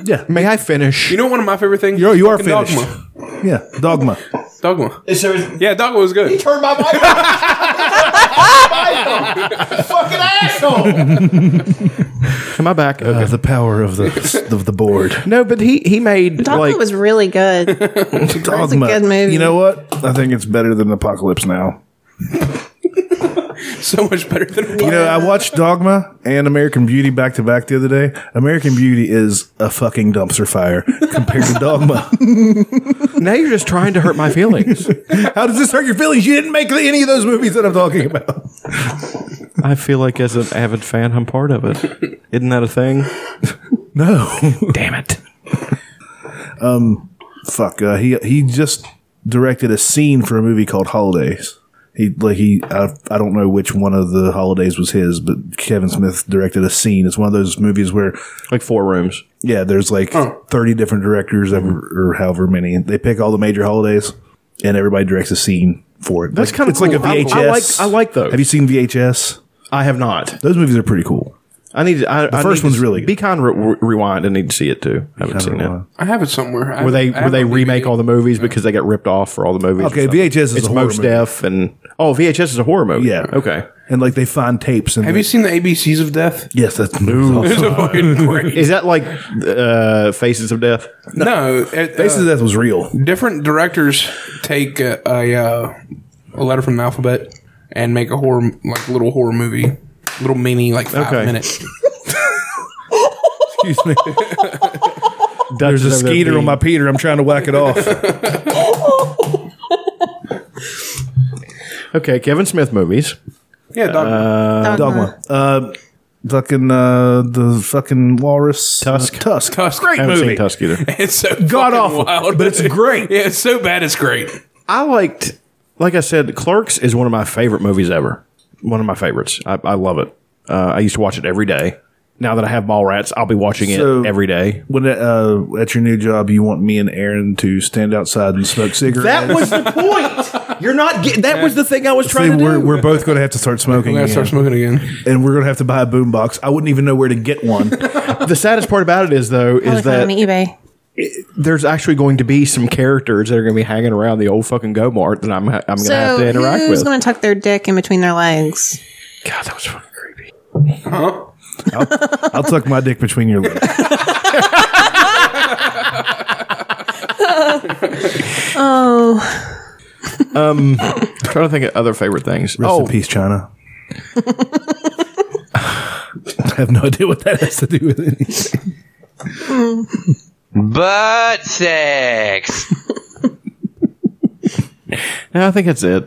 [SPEAKER 2] yeah.
[SPEAKER 6] May I finish?
[SPEAKER 5] You know, one of my favorite things.
[SPEAKER 2] You're- you are
[SPEAKER 5] Fucking
[SPEAKER 2] finished.
[SPEAKER 5] Dogma.
[SPEAKER 2] yeah, Dogma.
[SPEAKER 5] Dogma. yeah, Dogma was good.
[SPEAKER 6] turned my mic
[SPEAKER 11] Fucking asshole!
[SPEAKER 6] Am I back? Okay.
[SPEAKER 2] Uh, the power of the *laughs* of the board.
[SPEAKER 6] no, but he he made
[SPEAKER 3] Dogma
[SPEAKER 6] like
[SPEAKER 3] was really good.
[SPEAKER 2] Dogma.
[SPEAKER 3] good movie.
[SPEAKER 2] You know what? I think it's better than Apocalypse *laughs* Now.
[SPEAKER 5] So much better than
[SPEAKER 2] You know, I watched Dogma and American Beauty back to back the other day. American Beauty is a fucking dumpster fire compared to Dogma.
[SPEAKER 6] now you're just trying to hurt my feelings.
[SPEAKER 2] *laughs* How does this hurt your feelings? You didn't make any of those movies that I'm talking about.
[SPEAKER 6] *laughs* I feel like as an avid fan, I'm part of it. Isn't that a thing?
[SPEAKER 2] *laughs* No.
[SPEAKER 6] Damn it.
[SPEAKER 2] fuck uh, he he just directed a scene for a movie called holidays he like he I, I don't know which one of the holidays was his but kevin smith directed a scene it's one of those movies where
[SPEAKER 6] Like four rooms.
[SPEAKER 2] yeah there's like 30 different directors ever, or however many and they pick all the major holidays and everybody directs a scene for it
[SPEAKER 6] That's
[SPEAKER 2] Like,
[SPEAKER 6] kinda
[SPEAKER 2] it's like a
[SPEAKER 6] cool. I- I
[SPEAKER 2] vhs
[SPEAKER 6] like- I like those.
[SPEAKER 2] have you seen vhs
[SPEAKER 6] I have not.
[SPEAKER 2] those movies are pretty cool
[SPEAKER 6] I need. I,
[SPEAKER 2] The first one's really good.
[SPEAKER 6] Be kind. Re- re- rewind. I need to see it too. I haven't seen it.
[SPEAKER 5] I have it somewhere. I-
[SPEAKER 6] Were they
[SPEAKER 5] I
[SPEAKER 6] were
[SPEAKER 5] have
[SPEAKER 6] they
[SPEAKER 5] it on
[SPEAKER 6] remake
[SPEAKER 5] DVD.
[SPEAKER 6] all the movies because they got ripped off for all the movies? or
[SPEAKER 2] Okay,
[SPEAKER 6] something?
[SPEAKER 2] VHS is
[SPEAKER 6] it's
[SPEAKER 2] a horror
[SPEAKER 6] most
[SPEAKER 2] movie.
[SPEAKER 6] deaf and oh VHS is a horror movie.
[SPEAKER 2] Yeah.
[SPEAKER 6] Okay.
[SPEAKER 2] and like they find tapes and
[SPEAKER 5] Have you seen the ABCs of Death?
[SPEAKER 2] yes that's *laughs*
[SPEAKER 5] It's a *laughs* fucking great.
[SPEAKER 6] Is that like uh, Faces of Death?
[SPEAKER 5] No, it,
[SPEAKER 2] Faces
[SPEAKER 5] uh,
[SPEAKER 2] of Death was real.
[SPEAKER 5] different directors take a, a, uh, a letter from the alphabet and make a horror like little horror movie, little mini like five
[SPEAKER 6] Okay.
[SPEAKER 5] minutes.
[SPEAKER 2] Excuse me. There's a
[SPEAKER 6] over there
[SPEAKER 2] skeeter on
[SPEAKER 6] peeing.
[SPEAKER 2] my Peter. I'm trying to whack it off.
[SPEAKER 6] Okay, Kevin Smith movies.
[SPEAKER 5] Yeah, Dogma. *laughs*
[SPEAKER 2] Uh, Dogma. Uh, fucking uh, the fucking walrus. Tusk. Tusk.
[SPEAKER 5] Tusk.
[SPEAKER 2] Great
[SPEAKER 6] Haven't seen
[SPEAKER 2] movie. *laughs*
[SPEAKER 6] Tusk either.
[SPEAKER 5] It's so god awful, but *laughs* it's great. yeah, it's so bad, it's great.
[SPEAKER 6] I liked, like I said, Clerks is one of my favorite movies ever. One of my favorites. I, I love it. Uh, I used to watch it every day. Now that I have ball rats, I'll be watching
[SPEAKER 2] So-
[SPEAKER 6] it every day.
[SPEAKER 2] When uh, at your new job, you want me and Aaron to stand outside and smoke cigarettes.
[SPEAKER 6] That was the point. You're not. Get, that was the thing I was
[SPEAKER 2] See,
[SPEAKER 6] trying to
[SPEAKER 2] we're,
[SPEAKER 6] do.
[SPEAKER 2] we're both going to have to start smoking.
[SPEAKER 5] We're gonna start
[SPEAKER 2] smoking again, and we're going to have to buy a boombox. I wouldn't even know where to get one.
[SPEAKER 6] the saddest part about it is though
[SPEAKER 3] Probably
[SPEAKER 6] is
[SPEAKER 3] found
[SPEAKER 6] that
[SPEAKER 3] on eBay.
[SPEAKER 6] there's actually going to be some characters that are going to be hanging around the old fucking go mart that I'm I'm going to have
[SPEAKER 3] So
[SPEAKER 6] to interact
[SPEAKER 3] who's
[SPEAKER 6] with.
[SPEAKER 3] going to tuck their dick in between their legs?
[SPEAKER 6] God, that was fucking creepy.
[SPEAKER 2] I'll tuck my dick between your legs.
[SPEAKER 3] oh,
[SPEAKER 6] Um, I'm trying to think of other favorite things.
[SPEAKER 2] Rest
[SPEAKER 6] Oh,
[SPEAKER 2] in peace, China. I have no idea what that has to do with anything.
[SPEAKER 13] Butt sex.
[SPEAKER 6] No, I think that's it.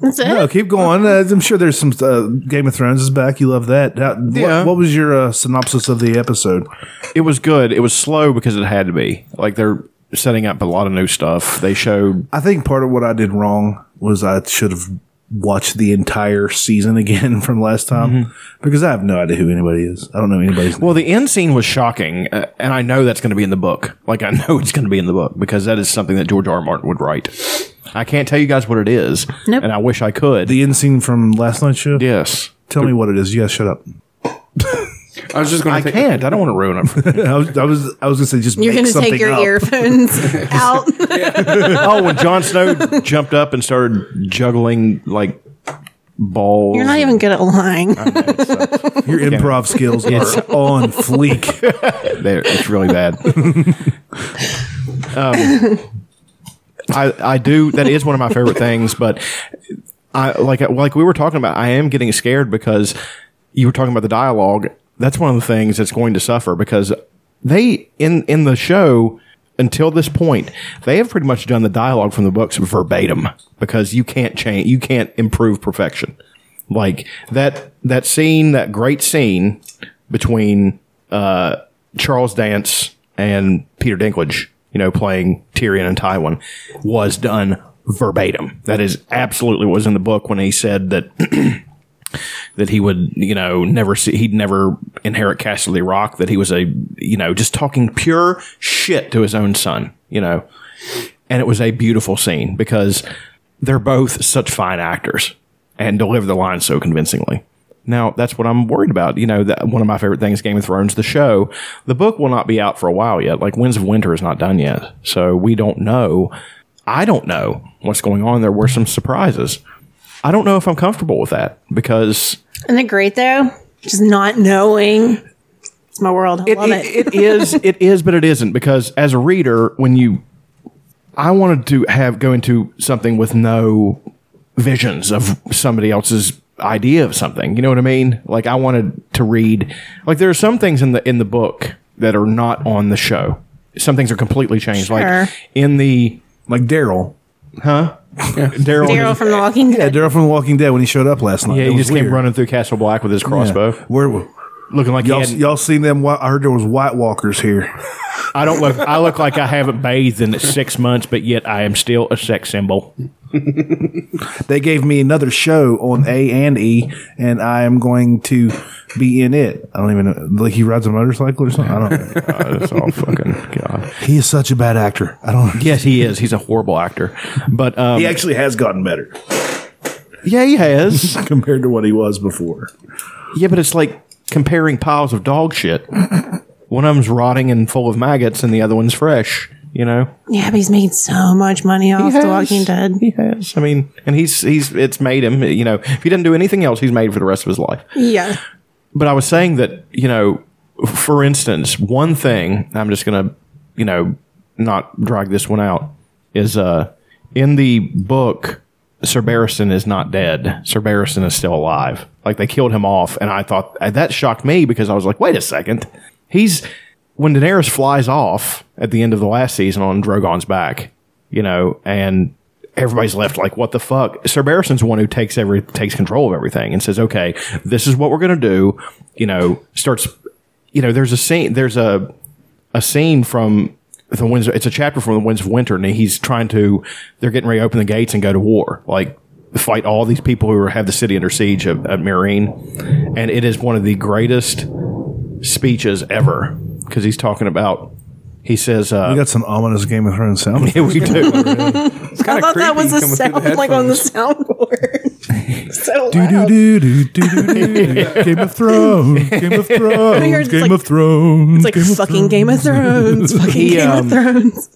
[SPEAKER 3] That's it.
[SPEAKER 2] No, keep going. Uh, I'm sure there's some uh, Game of Thrones is back. You love that. How- what-
[SPEAKER 6] Yeah.
[SPEAKER 2] what, was your uh, synopsis of the episode?
[SPEAKER 6] It was good. It was slow because it had to be. Like they're setting up a lot of new stuff. They showed
[SPEAKER 2] I think part of what I did wrong was I should have watched the entire season again *laughs* from last time because I have no idea who anybody is. I don't know anybody's.
[SPEAKER 6] well, the end scene was shocking, uh, and I know that's going to be in the book. Like I know it's going to be in the book because that is something that George R. R. Martin would write. I can't tell you guys what it is,
[SPEAKER 3] Nope.
[SPEAKER 6] and I wish I could.
[SPEAKER 2] The end scene from last night's show.
[SPEAKER 6] Yes,
[SPEAKER 2] Tell me what it is. You guys shut up.
[SPEAKER 5] I was just
[SPEAKER 6] I
[SPEAKER 5] going to
[SPEAKER 6] can't. I don't want to ruin it.
[SPEAKER 2] *laughs*
[SPEAKER 6] For
[SPEAKER 2] I was. I was. I was gonna say just.
[SPEAKER 3] you're
[SPEAKER 2] make
[SPEAKER 3] going to
[SPEAKER 2] something
[SPEAKER 3] take your
[SPEAKER 2] up. *laughs*
[SPEAKER 3] earphones out.
[SPEAKER 6] *laughs* oh, when Jon Snow jumped up and started juggling like balls.
[SPEAKER 3] You're not even good
[SPEAKER 2] *laughs*
[SPEAKER 3] at lying.
[SPEAKER 2] Your improv skills *laughs*
[SPEAKER 6] Yes.
[SPEAKER 2] are on fleek.
[SPEAKER 6] There, it's really bad. um, I I do that is one of my favorite things, but I like like we were talking about. I am getting scared because you were talking about the dialogue. That's one of the things that's going to suffer because they in in the show until this point they have pretty much done the dialogue from the books verbatim because you can't change you can't improve perfection like that that scene that great scene between uh charles dance and peter dinklage you know playing tyrion and tywin was done verbatim that is absolutely what was in the book when he said that *clears throat* that he would, you know, never see, he'd never inherit Casterly Rock, that he was a, you know, just talking pure shit to his own son, you know. And it was a beautiful scene because they're both such fine actors and deliver the line so convincingly. Now, that's what I'm worried about. You know, that one of my favorite things, Game of Thrones, the show, the book will not be out for a while yet. Like Winds of Winter is not done yet. So we don't know. I don't know what's going on. There were some surprises. I don't know if I'm comfortable with that because
[SPEAKER 3] Isn't it great though? Just not knowing. It's my world. I love it. *laughs*
[SPEAKER 6] it is it is but it isn't because as a reader when you i wanted to have go into something with no visions of somebody else's idea of something you know what i mean like i wanted to read like there are some things in the in the book that are not on the show some things are completely changed
[SPEAKER 3] Sure.
[SPEAKER 6] like in the
[SPEAKER 2] like daryl
[SPEAKER 6] huh daryl
[SPEAKER 3] Daryl from The Walking
[SPEAKER 2] Yeah,
[SPEAKER 3] Dead.
[SPEAKER 2] Daryl from The Walking Dead when he showed up last night.
[SPEAKER 6] yeah
[SPEAKER 2] It
[SPEAKER 6] he
[SPEAKER 2] was
[SPEAKER 6] just came
[SPEAKER 2] weird.
[SPEAKER 6] running through castle black with his crossbow
[SPEAKER 2] Yeah. Where were
[SPEAKER 6] looking like
[SPEAKER 2] y'all?
[SPEAKER 6] he had,
[SPEAKER 2] Y'all seen them? Wa- I heard there was White Walkers here.
[SPEAKER 6] I don't look. I look like I haven't bathed in six months, but yet I am still a sex symbol.
[SPEAKER 2] They gave me another show on A and E, and I am going to be in it. I don't even know. Like he rides a motorcycle or something. I don't. know.
[SPEAKER 6] *laughs* that's all fucking god.
[SPEAKER 2] *laughs* he is such a bad actor. I don't.
[SPEAKER 6] Yes, he is. He's a horrible actor, but um,
[SPEAKER 2] He actually has gotten better *laughs*
[SPEAKER 6] yeah, he has.
[SPEAKER 2] compared to what he was before.
[SPEAKER 6] *laughs* Yeah, but it's like comparing piles of dog shit. One of them's rotting and full of maggots, and the other one's fresh. You know,
[SPEAKER 3] Yeah, but he's made so much money off
[SPEAKER 6] has.
[SPEAKER 3] The Walking Dead.
[SPEAKER 6] he has. I mean, and he's he's it's made him. You know, if he doesn't do anything else, he's made for the rest of his life.
[SPEAKER 3] Yeah.
[SPEAKER 6] but I was saying that, you know, for instance, one thing I'm just going to, you know, not drag this one out is uh in the book Sir Barristan is not dead. Sir Barristan is still alive. Like they killed him off and I thought that shocked me because I was like, "Wait a second. He's when Daenerys flies off at the end of the last season on Drogon's back, you know, and everybody's left like, what the fuck? Sir Barrison's the one who takes every takes control of everything and says, okay, this is what we're gonna do. You know, starts. You know, there's a scene. There's a a scene from the winds. It's a chapter from the Winds of Winter, and he's trying to. They're getting ready to open the gates and go to war. Like fight all these people who have the city under siege of, of Marine, and it is one of the greatest speeches ever because he's talking about. He says, uh,
[SPEAKER 2] We got some ominous Game of Thrones sound.
[SPEAKER 6] Yeah, *laughs* we do.
[SPEAKER 3] I thought that was a
[SPEAKER 2] coming through the
[SPEAKER 3] sound like on the soundboard. *laughs* so
[SPEAKER 2] *laughs* Do do do do do do *laughs* do. Game of Thrones. Game *laughs* of
[SPEAKER 3] I heard
[SPEAKER 2] Thrones.
[SPEAKER 3] it's
[SPEAKER 2] Game
[SPEAKER 3] like-
[SPEAKER 2] of Thrones.
[SPEAKER 3] It's like fucking Game of Thrones. Fucking
[SPEAKER 6] He,
[SPEAKER 3] Game
[SPEAKER 6] um,
[SPEAKER 3] of Thrones.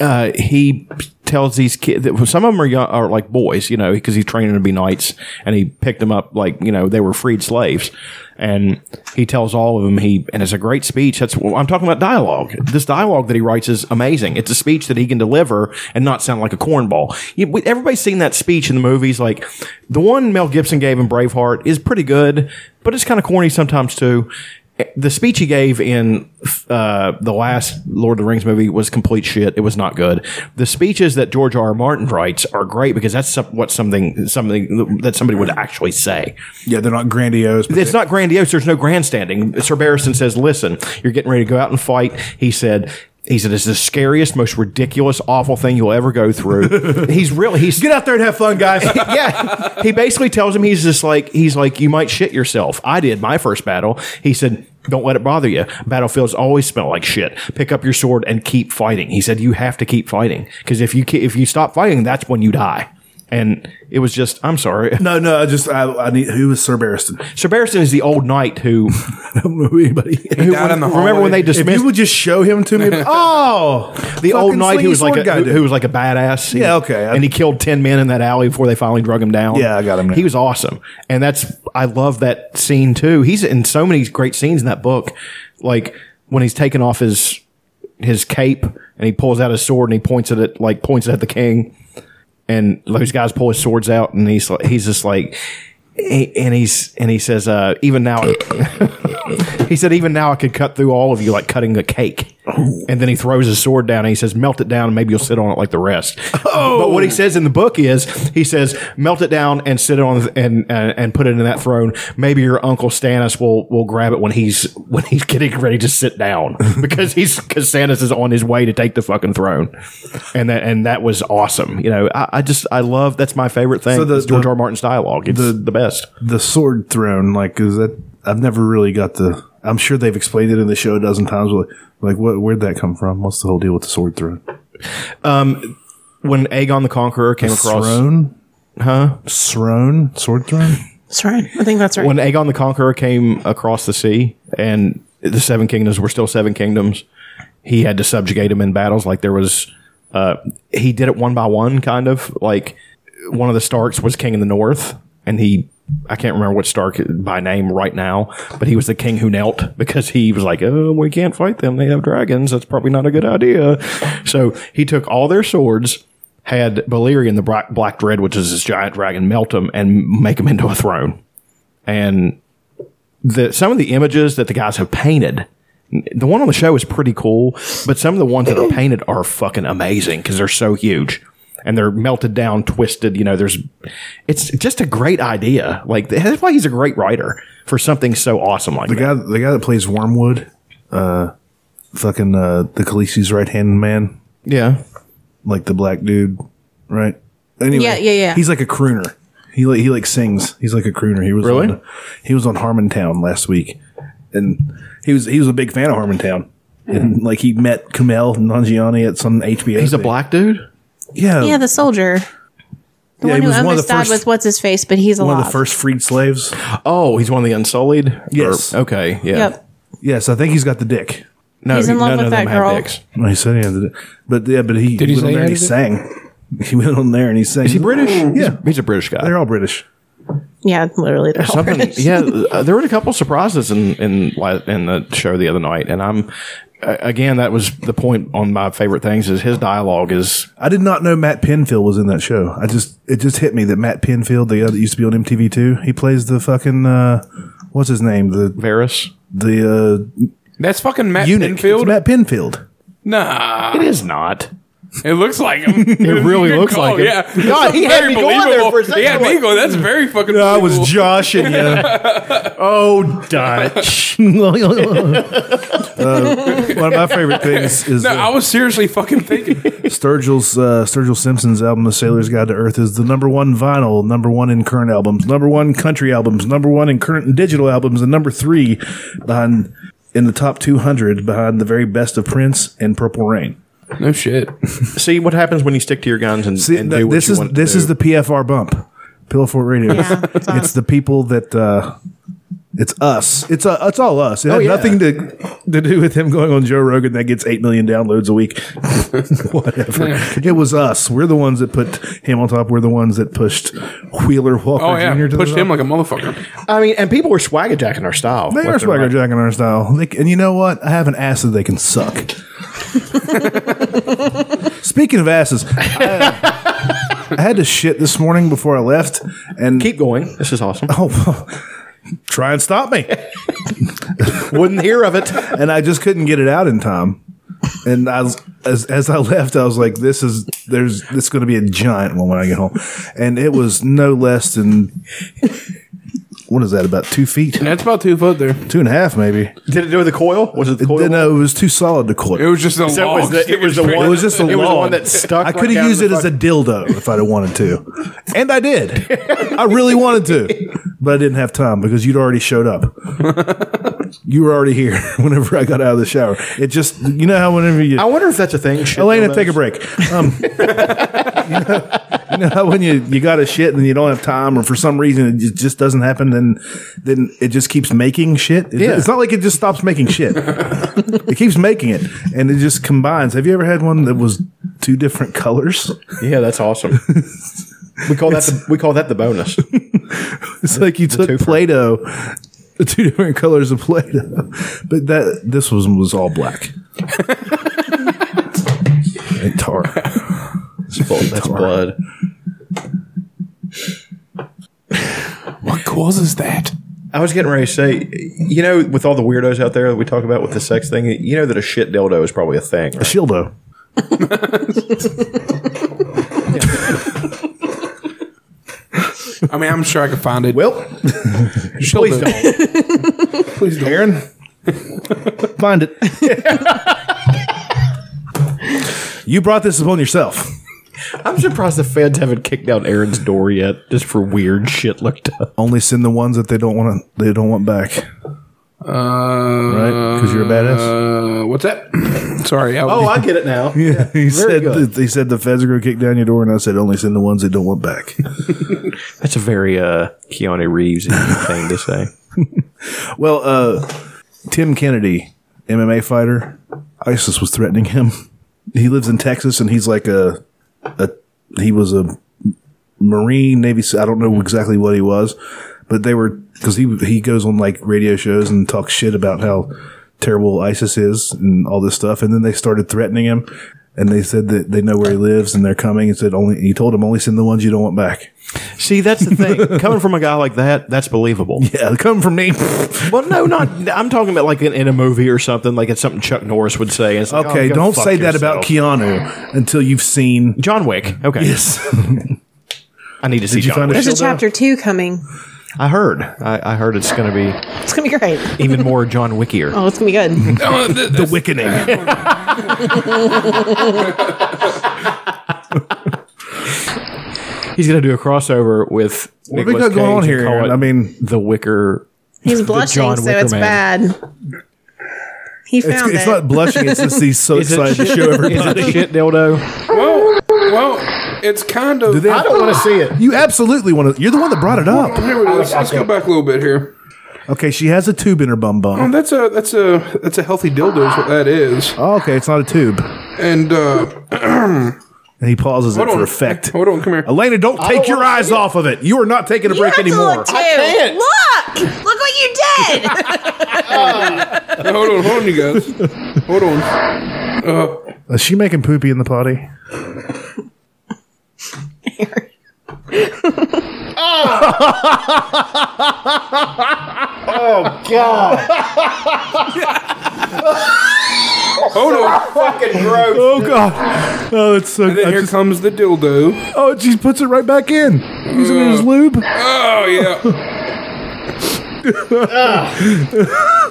[SPEAKER 6] uh, he tells these kids that well, some of them are young, are like boys, you know, because he's training to be knights, and he picked them up like you know they were freed slaves, and he tells all of them he and it's a great speech. That's well, I'm talking about dialogue. This dialogue that he writes is amazing. It's a speech that he can deliver and not sound like a cornball. You- we- Everybody's seen that speech in the movies. Like the one Mel Gibson gave in Braveheart is pretty good, but it's kind of corny sometimes too the speech he gave in uh, the last Lord of the Rings movie was complete shit. It was not good. The speeches that George R. R. Martin writes are great because that's some, what something something that somebody would actually say.
[SPEAKER 2] Yeah, they're not grandiose.
[SPEAKER 6] *laughs* It's not grandiose. There's no grandstanding. Sir Barristan says, "Listen, you're getting ready to go out and fight." He said. He said, "It's the scariest, most ridiculous, awful thing you'll ever
[SPEAKER 2] *laughs*
[SPEAKER 6] go through." he's really he's get
[SPEAKER 2] out there and have fun, guys.
[SPEAKER 6] *laughs* yeah, he basically tells him he's just like he's like you might shit yourself. I did my first battle. He said, "Don't let it bother you. Battlefields always smell like shit. Pick up your sword and keep fighting." He said, "You have to keep fighting because if you ke- if you stop fighting, that's when you die." And it was just, I'm sorry.
[SPEAKER 2] No, no, I just I, I need who was Sir Barristan?
[SPEAKER 6] Sir Barristan is the old
[SPEAKER 2] *laughs*
[SPEAKER 6] knight who I
[SPEAKER 2] don't know anybody.
[SPEAKER 6] died in the remember when hallway. they
[SPEAKER 2] If
[SPEAKER 6] dismissed-
[SPEAKER 2] you would just show him *laughs* to me.
[SPEAKER 6] *laughs*
[SPEAKER 2] Oh,
[SPEAKER 6] the old
[SPEAKER 2] fucking
[SPEAKER 6] knight who was
[SPEAKER 2] slingy
[SPEAKER 6] like a,
[SPEAKER 2] sword guy
[SPEAKER 6] who,
[SPEAKER 2] dude.
[SPEAKER 6] who was like a badass.
[SPEAKER 2] Yeah,
[SPEAKER 6] And-
[SPEAKER 2] okay.
[SPEAKER 6] and he killed ten men in that alley before they finally drug him down.
[SPEAKER 2] Yeah, I got him now.
[SPEAKER 6] He was awesome, and that's I love that scene too. He's in so many great scenes in that book, like when he's taking off his his cape and he pulls out his sword and he points it at like points it at the king, and those guys pull his swords out and he's like- he's just like. he- And he's and he says, uh, even now, he said, even now I could cut through all of you like cutting a cake.
[SPEAKER 2] Oh.
[SPEAKER 6] And then he throws his sword down and he says, melt it down and maybe you'll sit on it like the rest. Oh! But what he says in the book is, he says, melt it down and sit on th- and and, and put it in that throne. Maybe your uncle Stannis will will grab it when he's when he's getting ready to
[SPEAKER 2] *laughs*
[SPEAKER 6] sit down because he's because Stannis is on his way to take the fucking throne. And that and that was awesome. You know, I, I just I love that's my favorite thing.
[SPEAKER 2] So the-
[SPEAKER 6] is George R. R. Martin's dialogue. It's the, best.
[SPEAKER 2] The sword throne, like, is that? I've never really got the. I'm sure they've explained it in the show a dozen times. But like, what? Where'd that come from? What's the whole deal with the sword throne?
[SPEAKER 6] um when Aegon the Conqueror came
[SPEAKER 2] A
[SPEAKER 6] across
[SPEAKER 2] throne?
[SPEAKER 6] Huh?
[SPEAKER 2] Throne? Sword throne?
[SPEAKER 3] Sorry, I think that's right.
[SPEAKER 6] when Aegon the Conqueror came across the sea and the Seven Kingdoms were still Seven Kingdoms, he had to subjugate them in battles. Like there was, uh, he did it one by one, kind of. Like one of the Starks was king in the north, and he, I can't remember what Stark by name right now, but he was the king who knelt *laughs* because he was like, oh, we can't fight them. They have dragons. That's probably not a good idea. So he took all their swords. Had Balerion the Black, Black Dread, which is this giant dragon, melt him and make him into a throne and the some of the images that the guys have painted the one on the show is pretty cool but some of the ones that are painted are fucking amazing because they're so huge and they're melted down twisted you know there's it's just a great idea like that's why he's a great writer for something so awesome like
[SPEAKER 2] The
[SPEAKER 6] that.
[SPEAKER 2] guy, the guy that plays Wormwood, uh, fucking uh, the Khaleesi's right hand man,
[SPEAKER 6] yeah,
[SPEAKER 2] like the black dude, right? Anyway,
[SPEAKER 3] Yeah, yeah, yeah.
[SPEAKER 2] He's like a crooner. He like, he like sings. He's like a crooner. He was
[SPEAKER 6] Really?
[SPEAKER 2] On, he was on Harmontown last week, and he was he was a big fan of Harmontown, and like he met Kamel Nanjiani at some HBO.
[SPEAKER 6] Mm-hmm. He's a
[SPEAKER 2] thing.
[SPEAKER 6] black dude.
[SPEAKER 2] Yeah,
[SPEAKER 3] yeah, the soldier. The
[SPEAKER 2] Yeah,
[SPEAKER 3] one
[SPEAKER 2] he
[SPEAKER 3] who
[SPEAKER 2] was one of
[SPEAKER 3] almost
[SPEAKER 2] the
[SPEAKER 3] died
[SPEAKER 2] first-
[SPEAKER 3] was what's his face, but he's
[SPEAKER 2] one
[SPEAKER 3] alive.
[SPEAKER 2] of the first freed slaves.
[SPEAKER 6] oh he's one of the unsullied
[SPEAKER 2] Yes.
[SPEAKER 6] okay yeah
[SPEAKER 3] Yep.
[SPEAKER 2] Yes, I think he's got the dick.
[SPEAKER 6] no
[SPEAKER 3] He's in love
[SPEAKER 6] none
[SPEAKER 3] with
[SPEAKER 6] of
[SPEAKER 3] that
[SPEAKER 6] them
[SPEAKER 3] girl.
[SPEAKER 6] have dicks
[SPEAKER 2] No, he said he had the dick, but yeah, but he
[SPEAKER 6] Did he
[SPEAKER 2] went
[SPEAKER 6] say
[SPEAKER 2] on
[SPEAKER 6] he
[SPEAKER 2] there and he
[SPEAKER 6] had
[SPEAKER 2] sang. *laughs* He went on there and he sang. Is he
[SPEAKER 6] British?
[SPEAKER 2] Yeah,
[SPEAKER 6] he's a British guy
[SPEAKER 2] they're all British.
[SPEAKER 3] Yeah, literally. They're all
[SPEAKER 6] something.
[SPEAKER 3] British.
[SPEAKER 6] yeah, uh, there were a couple surprises in in la- in the show the other night, and I'm uh, again that was the point on my favorite things is his dialogue is
[SPEAKER 2] I did not know Matt Penfield was in that show. I just it just hit me that Matt Penfield, the guy that used to be on MTV two, he plays the fucking uh, what's his name? The
[SPEAKER 6] Varys.
[SPEAKER 2] The uh,
[SPEAKER 5] That's fucking Matt
[SPEAKER 2] Eunuch.
[SPEAKER 5] Pinfield.
[SPEAKER 2] It's Matt Pinfield.
[SPEAKER 5] Nah,
[SPEAKER 2] It is
[SPEAKER 6] not.
[SPEAKER 5] It looks like him. it
[SPEAKER 2] really *laughs*
[SPEAKER 5] *laughs*
[SPEAKER 2] looks like him.
[SPEAKER 6] *laughs*
[SPEAKER 5] Yeah,
[SPEAKER 2] God,
[SPEAKER 5] That's
[SPEAKER 2] he had
[SPEAKER 5] very
[SPEAKER 2] me going there
[SPEAKER 5] believable.
[SPEAKER 2] for a second.
[SPEAKER 5] Yeah,
[SPEAKER 2] I'm like-
[SPEAKER 5] me going. That's very fucking.
[SPEAKER 2] I was
[SPEAKER 5] believable.
[SPEAKER 2] joshing *laughs* you. oh, Dutch. Uh, one of my favorite things is
[SPEAKER 5] no,
[SPEAKER 2] uh,
[SPEAKER 5] I was seriously fucking thinking.
[SPEAKER 2] *laughs* Sturgill's uh, Sturgill Simpson's album "The Sailor's Guide to Earth" is the number one vinyl, number one in current albums, number one country albums, number one in current and digital albums, and number three behind in the top two hundred behind the very best of Prince and Purple Rain.
[SPEAKER 5] No shit.
[SPEAKER 6] *laughs* See what happens when you stick to your guns and,
[SPEAKER 2] See,
[SPEAKER 6] and
[SPEAKER 2] th-
[SPEAKER 6] do what
[SPEAKER 2] this
[SPEAKER 6] you
[SPEAKER 2] is
[SPEAKER 6] want
[SPEAKER 2] this
[SPEAKER 6] to
[SPEAKER 2] is
[SPEAKER 6] do.
[SPEAKER 2] the PFR bump, Pillowfort Radio. it's the people that uh, it's us. It's uh, it's all us. It
[SPEAKER 6] Oh,
[SPEAKER 2] had
[SPEAKER 6] yeah.
[SPEAKER 2] nothing to to do with him going on Joe Rogan that gets eight million downloads a
[SPEAKER 5] *laughs*
[SPEAKER 2] week. Whatever. It was us. We're the ones that put him on top. We're the ones that pushed Wheeler Walker
[SPEAKER 5] Oh yeah,
[SPEAKER 2] Jr. to
[SPEAKER 5] pushed
[SPEAKER 2] the
[SPEAKER 5] him
[SPEAKER 2] top.
[SPEAKER 5] like a motherfucker.
[SPEAKER 6] I mean, and people were swagger jacking our style.
[SPEAKER 2] They are
[SPEAKER 6] left and
[SPEAKER 2] swagger
[SPEAKER 6] right.
[SPEAKER 2] jacking our style. They, c- and you know what? I have an ass that they can
[SPEAKER 6] *laughs*
[SPEAKER 2] suck. Speaking of asses, I, I had to shit this morning before I left, and
[SPEAKER 6] keep going. This is awesome.
[SPEAKER 2] *laughs* Oh, try and stop me.
[SPEAKER 6] *laughs* Wouldn't hear of it,
[SPEAKER 2] and I just couldn't get it out in time. And I was, as as I left, I was like, "This is there's this going to be a giant one when I get home," and it was no less than what is that about two feet?
[SPEAKER 5] That's about two foot there,
[SPEAKER 2] two and a half maybe.
[SPEAKER 6] Did it do the coil? Was it the coil?
[SPEAKER 2] No, it was too solid to coil.
[SPEAKER 5] It was just a
[SPEAKER 6] So it
[SPEAKER 5] log.
[SPEAKER 6] was the- it was the
[SPEAKER 5] sticking
[SPEAKER 6] one-
[SPEAKER 2] It was just a
[SPEAKER 6] It was the
[SPEAKER 2] log.
[SPEAKER 6] one that stuck
[SPEAKER 2] I
[SPEAKER 6] right
[SPEAKER 2] could have
[SPEAKER 6] down
[SPEAKER 2] used
[SPEAKER 6] the
[SPEAKER 2] it as a dildo if I'd have wanted to, and I did. I really wanted to, but I didn't have time because you'd already showed
[SPEAKER 6] *laughs*
[SPEAKER 2] up. you were already here *laughs* whenever I got out of the shower. It just, you know how whenever you. I
[SPEAKER 6] wonder if that's a thing.
[SPEAKER 2] Elena, take a break. Um, you, know, *laughs* you know how when you you got a shit and you don't have time, or for some reason it ju- just doesn't happen, then then it just keeps making shit. It-
[SPEAKER 6] Yeah.
[SPEAKER 2] It's not like it just stops making shit. it keeps making it, and it just combines. Have you ever had one that was two different colors? *laughs*
[SPEAKER 6] Yeah, that's awesome. we call that the, we call that the bonus.
[SPEAKER 2] It's like you took Play-Doh, *laughs* the two different colors of Play-Doh, but that this was was all black. and tar.
[SPEAKER 6] That's blood.
[SPEAKER 5] What causes that?
[SPEAKER 6] I was getting ready to say, you know, with all the weirdos out there that we talk about with the sex thing, you know that a shit dildo is probably a thing. A
[SPEAKER 2] shildo.
[SPEAKER 5] I mean, I'm sure I could find it.
[SPEAKER 6] Well,
[SPEAKER 5] please don't.
[SPEAKER 2] Please, don't. Aaron, find it. you brought this upon yourself.
[SPEAKER 6] I'm surprised the feds haven't kicked out Aaron's door yet, just for weird shit looked up.
[SPEAKER 2] Only send the ones that they don't want to. They don't want back.
[SPEAKER 5] Uh, right?
[SPEAKER 2] 'Cause you're a badass?
[SPEAKER 5] Uh, what's that? *clears throat* Sorry. I, *laughs*
[SPEAKER 6] Oh, I get it now.
[SPEAKER 2] Yeah, he
[SPEAKER 6] very
[SPEAKER 2] said.
[SPEAKER 6] good.
[SPEAKER 2] That, he said the feds are going to kick down your door, and I said only send the ones that don't want back.
[SPEAKER 6] That's a very uh, Keanu Reeves thing to say.
[SPEAKER 2] well, uh, Tim Kennedy, MMA fighter, ISIS was threatening him. He lives in Texas, and he's like a, a he was a Marine Navy. I don't know exactly what he was, but they were because he he goes on like radio shows and talks shit about how terrible ISIS is and all this stuff, and then they started threatening him. And they said that they know where he lives and they're coming and said only he told him only send the ones you don't want back.
[SPEAKER 6] *laughs*
[SPEAKER 2] *laughs*
[SPEAKER 6] See, that's the thing. coming from a guy like that, that's believable.
[SPEAKER 2] Yeah, coming from me. *laughs*
[SPEAKER 6] well, no, not. I'm talking about like in, in a movie or something. Like it's something Chuck Norris would say. It's like,
[SPEAKER 2] Okay,
[SPEAKER 6] oh, go
[SPEAKER 2] don't
[SPEAKER 6] fuck
[SPEAKER 2] say that about
[SPEAKER 6] yourself.
[SPEAKER 2] Keanu until you've seen *laughs*
[SPEAKER 6] John Wick. Okay.
[SPEAKER 2] Yes.
[SPEAKER 6] I need to see.
[SPEAKER 2] you
[SPEAKER 6] John
[SPEAKER 2] find a
[SPEAKER 6] Wick.
[SPEAKER 3] There's a chapter two coming.
[SPEAKER 6] I heard. I, I heard it's going to
[SPEAKER 3] It's gonna be great.
[SPEAKER 6] be even more John Wickier.
[SPEAKER 3] Oh, it's gonna be good.
[SPEAKER 2] the Wickening.
[SPEAKER 6] He's going to do a crossover with.
[SPEAKER 2] What we got
[SPEAKER 6] Nicolas
[SPEAKER 2] going on
[SPEAKER 6] Cage and
[SPEAKER 2] here?
[SPEAKER 6] call it
[SPEAKER 2] I mean,
[SPEAKER 6] the Wicker.
[SPEAKER 3] He's
[SPEAKER 6] the
[SPEAKER 3] blushing,
[SPEAKER 6] John
[SPEAKER 3] so
[SPEAKER 6] Wicker
[SPEAKER 3] it's
[SPEAKER 6] Man.
[SPEAKER 3] bad. He
[SPEAKER 2] it's,
[SPEAKER 3] found
[SPEAKER 2] it's
[SPEAKER 3] it.
[SPEAKER 2] not blushing. It's just he's so
[SPEAKER 6] *laughs* Is it
[SPEAKER 2] *laughs* excited to
[SPEAKER 6] shit-
[SPEAKER 2] show
[SPEAKER 6] Is it
[SPEAKER 2] everybody.
[SPEAKER 6] shit dildo?
[SPEAKER 5] well, well, it's kind of.
[SPEAKER 2] Do they-
[SPEAKER 6] I don't want to see it.
[SPEAKER 2] You absolutely want to. You're the one that brought it
[SPEAKER 5] Well,
[SPEAKER 2] up.
[SPEAKER 5] here we go. Let's, let's go back a little bit here.
[SPEAKER 2] Okay, she has a tube in her bum
[SPEAKER 5] Oh,
[SPEAKER 2] bum.
[SPEAKER 5] that's a that's a that's a healthy dildo. Is what that is.
[SPEAKER 2] Oh, okay, it's not a tube.
[SPEAKER 5] And uh,
[SPEAKER 2] And he pauses it
[SPEAKER 5] hold
[SPEAKER 2] for
[SPEAKER 5] on,
[SPEAKER 2] effect.
[SPEAKER 5] Hold on, come here.
[SPEAKER 2] Elena, don't
[SPEAKER 6] I
[SPEAKER 2] take
[SPEAKER 6] don't
[SPEAKER 2] your
[SPEAKER 6] wanna
[SPEAKER 2] eyes
[SPEAKER 6] see it.
[SPEAKER 2] off of it. You are not taking a break
[SPEAKER 3] have to
[SPEAKER 2] anymore.
[SPEAKER 3] look too.
[SPEAKER 6] can't.
[SPEAKER 3] Look, look what you did.
[SPEAKER 5] No, hold on, hold on, you guys. Hold on. Uh,
[SPEAKER 2] Is she making poopy in the potty?
[SPEAKER 6] Oh God!
[SPEAKER 5] Hold on.
[SPEAKER 11] Fucking gross.
[SPEAKER 2] Oh god. Oh, that's so.
[SPEAKER 5] And then here comes the dildo.
[SPEAKER 2] Oh, she puts it right back in. Using
[SPEAKER 6] Uh,
[SPEAKER 2] it as lube.
[SPEAKER 5] Oh yeah.
[SPEAKER 6] Ah.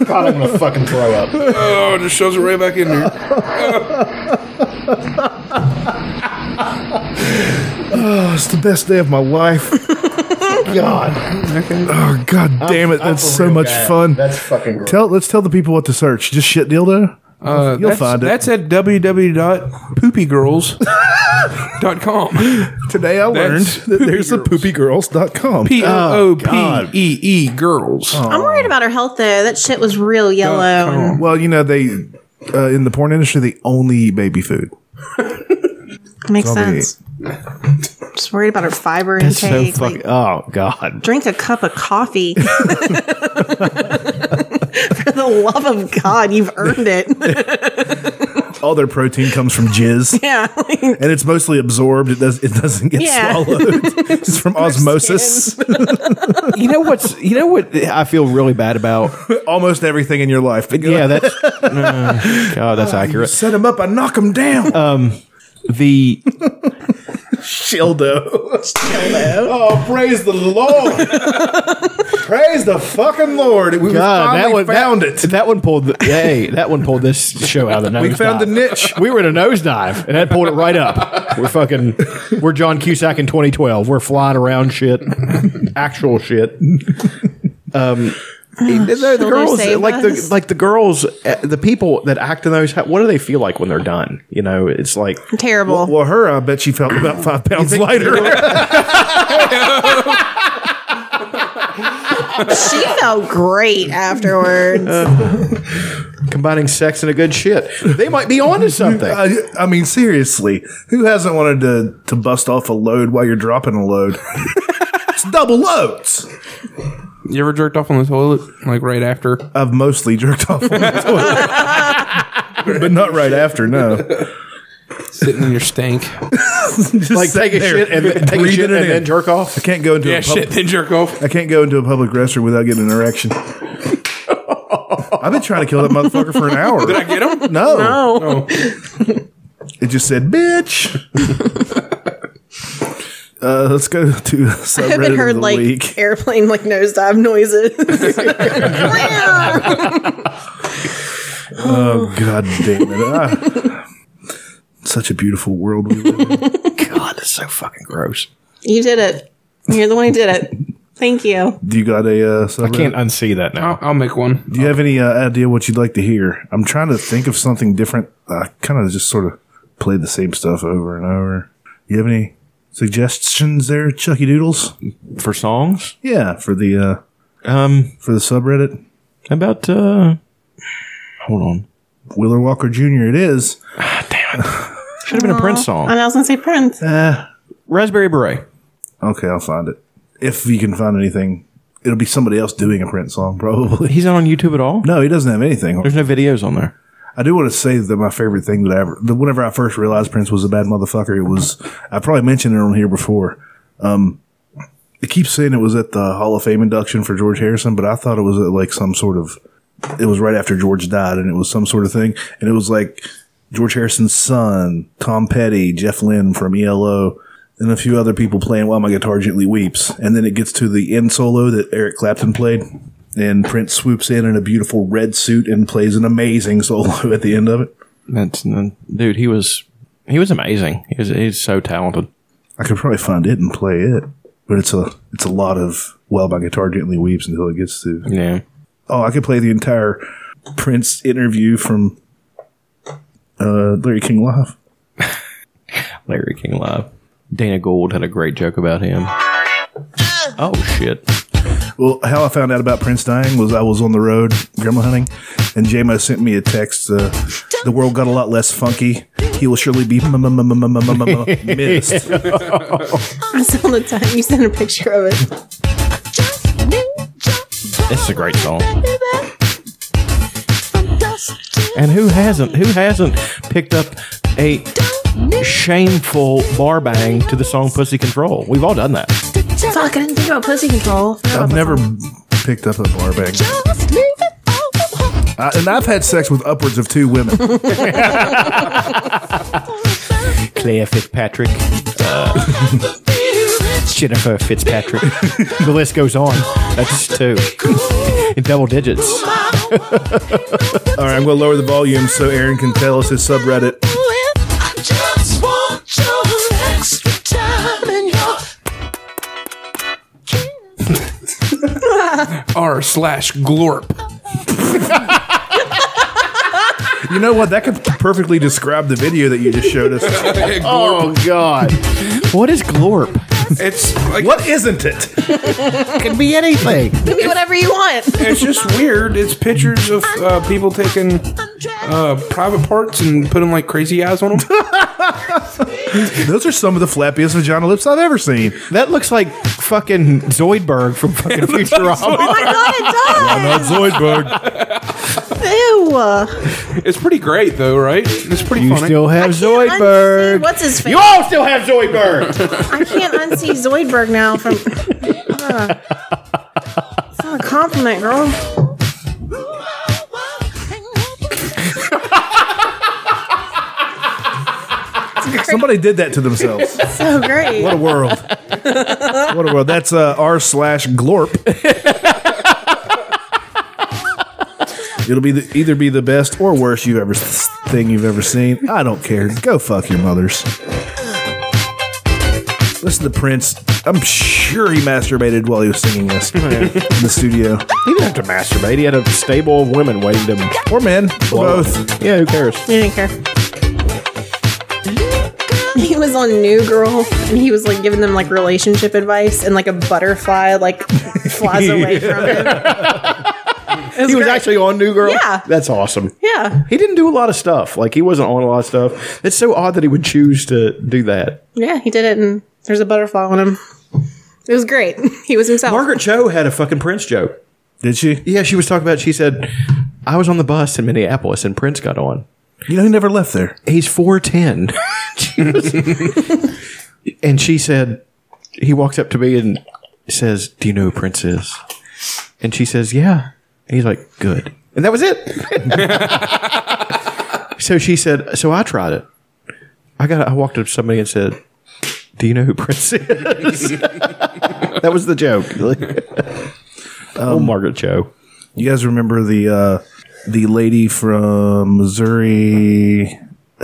[SPEAKER 11] God, I'm gonna fucking throw up.
[SPEAKER 5] Oh, just shoves it right back in there.
[SPEAKER 2] Oh, it's the best day of my life.
[SPEAKER 11] God.
[SPEAKER 2] Oh god damn it,
[SPEAKER 11] I'm
[SPEAKER 2] that's
[SPEAKER 11] for
[SPEAKER 2] so
[SPEAKER 11] real,
[SPEAKER 2] much
[SPEAKER 11] guy.
[SPEAKER 2] fun.
[SPEAKER 11] That's fucking gross.
[SPEAKER 2] Tell let's tell the people what to search. Just shit dildo.
[SPEAKER 5] Uh,
[SPEAKER 2] You'll
[SPEAKER 5] that's,
[SPEAKER 2] find it.
[SPEAKER 5] That's at www.poopygirls.com.
[SPEAKER 2] Today I learned that there's a poopygirls.com.
[SPEAKER 5] P O O P
[SPEAKER 2] God.
[SPEAKER 5] E E girls.
[SPEAKER 3] *laughs*
[SPEAKER 2] Oh.
[SPEAKER 3] I'm worried about her health though. That shit was real yellow. and-
[SPEAKER 2] Well, you know they uh, in the porn industry they only eat baby food.
[SPEAKER 3] Makes
[SPEAKER 2] That's all they
[SPEAKER 3] sense. Just worried about her fiber
[SPEAKER 6] That's *laughs* so
[SPEAKER 3] intake. like,
[SPEAKER 6] fucking. Oh god.
[SPEAKER 3] drink a cup of coffee. *laughs* For the love of God, you've earned it. *laughs*
[SPEAKER 2] All their protein comes from jizz.
[SPEAKER 3] yeah. *laughs* like,
[SPEAKER 2] And it's mostly absorbed. It does. It doesn't get
[SPEAKER 3] Yeah.
[SPEAKER 2] swallowed. It's from osmosis.
[SPEAKER 6] You know what's? You know what? I feel really bad about.
[SPEAKER 2] *laughs* Almost everything in your life.
[SPEAKER 6] *laughs* Yeah, that's. Uh, God, that's
[SPEAKER 2] Oh, You
[SPEAKER 6] accurate.
[SPEAKER 2] set them up. I knock them down.
[SPEAKER 6] Um, the
[SPEAKER 2] Shildo. Oh, praise the
[SPEAKER 6] *laughs*
[SPEAKER 2] Lord. praise the fucking Lord. We
[SPEAKER 6] God, Ah, that
[SPEAKER 2] finally
[SPEAKER 6] one
[SPEAKER 2] found
[SPEAKER 6] that, That one pulled. The, hey, that one pulled this show out of the nose.
[SPEAKER 2] We found the niche.
[SPEAKER 6] We were in a nosedive, and that pulled it right up. We're fucking. We're John Cusack in 2012. We're flying around shit, actual shit. Um, the, the
[SPEAKER 11] Shoulder
[SPEAKER 6] girls,
[SPEAKER 11] Oh, save
[SPEAKER 6] like the
[SPEAKER 11] us.
[SPEAKER 6] like the girls, uh, the people that act in those. What do they feel like when they're done? You know, it's like
[SPEAKER 3] Terrible.
[SPEAKER 2] Well, well, her, I bet she felt about five pounds lighter.
[SPEAKER 3] she felt
[SPEAKER 2] *laughs*
[SPEAKER 3] great afterwards.
[SPEAKER 6] combining sex and a good shit. They might be onto something.
[SPEAKER 2] I, I mean, seriously, who hasn't wanted to, to bust off a load while you're dropping a *laughs* load? it's double loads.
[SPEAKER 5] You ever jerked off on the toilet? Like right after?
[SPEAKER 2] I've mostly jerked off on the toilet, but not right after. No,
[SPEAKER 5] Sitting in your stank.
[SPEAKER 2] Just
[SPEAKER 6] like take
[SPEAKER 2] sitting
[SPEAKER 6] a
[SPEAKER 2] there,
[SPEAKER 6] shit and then- take a
[SPEAKER 2] breathing
[SPEAKER 6] shit
[SPEAKER 2] it
[SPEAKER 6] and
[SPEAKER 2] in.
[SPEAKER 6] then jerk off.
[SPEAKER 2] I can't go into
[SPEAKER 5] Yeah,
[SPEAKER 2] a public,
[SPEAKER 5] shit, then jerk off.
[SPEAKER 2] I can't go into a public restroom without getting an erection. I've been trying to kill that motherfucker for an hour.
[SPEAKER 5] Did I get
[SPEAKER 2] *laughs*
[SPEAKER 5] him?
[SPEAKER 2] No.
[SPEAKER 3] No.
[SPEAKER 2] It just said, bitch. uh, let's go to
[SPEAKER 3] *laughs* I
[SPEAKER 2] subreddit
[SPEAKER 3] haven't heard
[SPEAKER 2] of the
[SPEAKER 3] like
[SPEAKER 2] week.
[SPEAKER 3] airplane like nosedive noises. *laughs*
[SPEAKER 2] Oh, God damn it. Ah. Such a beautiful world we live in.
[SPEAKER 6] God, that's so fucking gross.
[SPEAKER 3] you did it. You're the one who did it. Thank you.
[SPEAKER 2] Do you got a uh, subreddit?
[SPEAKER 6] I can't unsee that now.
[SPEAKER 5] I'll, I'll make one.
[SPEAKER 2] Do you have any uh, idea what you'd like to hear? I'm trying to think of something different. I kind of just sort of play the same stuff over and over. You have any suggestions there, Chucky Doodles?
[SPEAKER 6] For songs?
[SPEAKER 2] Yeah, for the uh,
[SPEAKER 6] Um,
[SPEAKER 2] for the subreddit,
[SPEAKER 6] how about uh, hold on.
[SPEAKER 2] Wheeler Walker Jr. It is.
[SPEAKER 6] Should have been a Prince
[SPEAKER 3] And
[SPEAKER 6] song.
[SPEAKER 3] I was gonna say Prince.
[SPEAKER 6] Raspberry Beret.
[SPEAKER 2] Okay, I'll find it. If you can find anything, it'll be somebody else doing a Prince song, probably. *laughs*
[SPEAKER 6] He's not on YouTube at all.
[SPEAKER 2] No, he doesn't have anything.
[SPEAKER 6] There's no videos on there.
[SPEAKER 2] I do want to say that my favorite thing that I ever, that whenever I first realized Prince was a bad motherfucker, it was, I probably mentioned it on here before. Um, it keeps saying it was at the Hall of Fame induction for George Harrison, but I thought it was at like some sort of, it was right after George died and it was some sort of thing. And it was like George Harrison's son, Tom Petty, Jeff Lynne from E ELO, and a few other people playing while my guitar gently weeps. And then it gets to the end solo that Eric Clapton played. And Prince swoops in in a beautiful red suit and plays an amazing *laughs* solo at the end of it.
[SPEAKER 6] That's dude. He was he was amazing. He was he's so talented.
[SPEAKER 2] I could probably find it and play it, but it's a it's a lot of while my guitar gently weeps until it gets to.
[SPEAKER 6] Yeah.
[SPEAKER 2] Oh, I could play the entire Prince interview from uh, Larry King Live.
[SPEAKER 6] Larry King Live. Dana Gould had a great joke about him. Oh shit.
[SPEAKER 2] Well, how I found out about Prince dying was I was on the road gremlin hunting, and JMO sent me a text. Uh, the world got a lot less funky. He will surely be m- m- m- m- m- m- m- missed.
[SPEAKER 3] *laughs* That's all the time you sent a picture of it.
[SPEAKER 6] This is a great song. And who hasn't? Who hasn't picked up a shameful bar bang to the song "Pussy Control"? We've all done that.
[SPEAKER 3] Fuck, I didn't think about pussy control.
[SPEAKER 2] I've never picked up a bar bag. I, and I've had sex with upwards of two women.
[SPEAKER 4] Claire Fitzpatrick.
[SPEAKER 6] Uh, *laughs*
[SPEAKER 4] Jennifer Fitzpatrick. the list goes on. That's two. In double digits.
[SPEAKER 2] All right, I'm going to lower the volume so Aaron can tell us his subreddit.
[SPEAKER 5] R slash glorp.
[SPEAKER 3] *laughs*
[SPEAKER 2] You know what? That could perfectly describe the video that you just showed us.
[SPEAKER 4] *laughs*
[SPEAKER 5] Oh,
[SPEAKER 2] God.
[SPEAKER 4] What is glorp?
[SPEAKER 5] It's like
[SPEAKER 3] Oh.
[SPEAKER 2] what isn't it?
[SPEAKER 4] Could be anything.
[SPEAKER 3] Give me whatever you want.
[SPEAKER 5] It's just weird. It's pictures of uh, people taking
[SPEAKER 3] Oh
[SPEAKER 5] uh, private parts and putting like crazy eyes
[SPEAKER 3] *laughs*
[SPEAKER 5] on them.
[SPEAKER 2] Those are some of the flappiest vagina lips I've ever seen.
[SPEAKER 4] That looks like fucking Zoidberg
[SPEAKER 2] *laughs*
[SPEAKER 4] from fucking
[SPEAKER 3] Oh
[SPEAKER 4] Futurama.
[SPEAKER 3] my god, it
[SPEAKER 2] uh,
[SPEAKER 3] does!
[SPEAKER 2] Zoidberg.
[SPEAKER 3] Ew.
[SPEAKER 5] It's pretty great though, right? It's pretty
[SPEAKER 4] You
[SPEAKER 5] funny.
[SPEAKER 4] still have
[SPEAKER 3] unsee-
[SPEAKER 4] Zoidberg.
[SPEAKER 3] What's his face?
[SPEAKER 4] You all still have Zoidberg.
[SPEAKER 3] I can't unsee Zoidberg now from. Uh, it's not a compliment, girl.
[SPEAKER 2] *laughs* Somebody did that to themselves.
[SPEAKER 3] So great.
[SPEAKER 2] What a world. What a world. That's uh, r slash glorp. It'll be the, either be the best or worst you've ever thing you've ever seen. I don't care. Go fuck your mothers. Listen to Prince. I'm sure he masturbated while he was singing this in the studio.
[SPEAKER 6] Oh, He didn't have to masturbate. He had a stable of women waiting to
[SPEAKER 2] Or men,
[SPEAKER 6] blow.
[SPEAKER 2] both.
[SPEAKER 6] Yeah, who cares?
[SPEAKER 3] You didn't care. *laughs* He was on New Girl and he was like giving them like relationship advice and like a butterfly *laughs* like flies away from him.
[SPEAKER 6] he was actually on New Girl.
[SPEAKER 3] Yeah.
[SPEAKER 6] that's awesome.
[SPEAKER 3] Yeah.
[SPEAKER 6] He didn't do a lot of stuff. Like he wasn't on a lot of stuff. It's so odd that he would choose to do that.
[SPEAKER 3] Yeah, he did it and there's a butterfly on him. It was great. *laughs* He was himself.
[SPEAKER 6] Margaret Cho had a fucking Prince joke.
[SPEAKER 2] Did she?
[SPEAKER 6] Yeah, she was talking about. She said, "I was on the bus in Minneapolis and Prince got on.
[SPEAKER 2] You know, he never left there.
[SPEAKER 6] He's four ten, *laughs* and she said, he walks up to me and says, "Do you know who Prince is?" And she says, "Yeah." And he's like, "Good." And that was it. *laughs* so she said, "So I tried it. I got. I walked up to somebody and said." Do you know who Prince is? *laughs* that was the *laughs* joke. oh, Margaret Cho.
[SPEAKER 2] You guys remember the uh, the lady from Missouri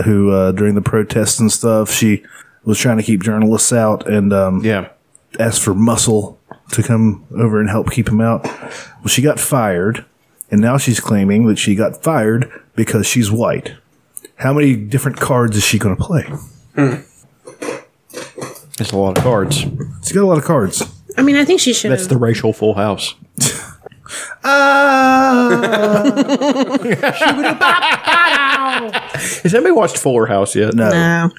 [SPEAKER 2] who uh, during the protests and stuff, she was trying to keep journalists out and um,
[SPEAKER 6] yeah,
[SPEAKER 2] asked for Muscle to come over and help keep him out. Well, she got fired, and now she's claiming that she got fired because she's white. How many different cards is she going to play?
[SPEAKER 6] It's a lot of cards.
[SPEAKER 2] She's got a lot of cards.
[SPEAKER 3] I mean, I think she should
[SPEAKER 6] That's
[SPEAKER 3] have.
[SPEAKER 6] the racial full house.
[SPEAKER 3] Oh.
[SPEAKER 6] Has anybody watched Fuller House
[SPEAKER 2] *laughs*
[SPEAKER 6] yet?
[SPEAKER 2] No.
[SPEAKER 3] No.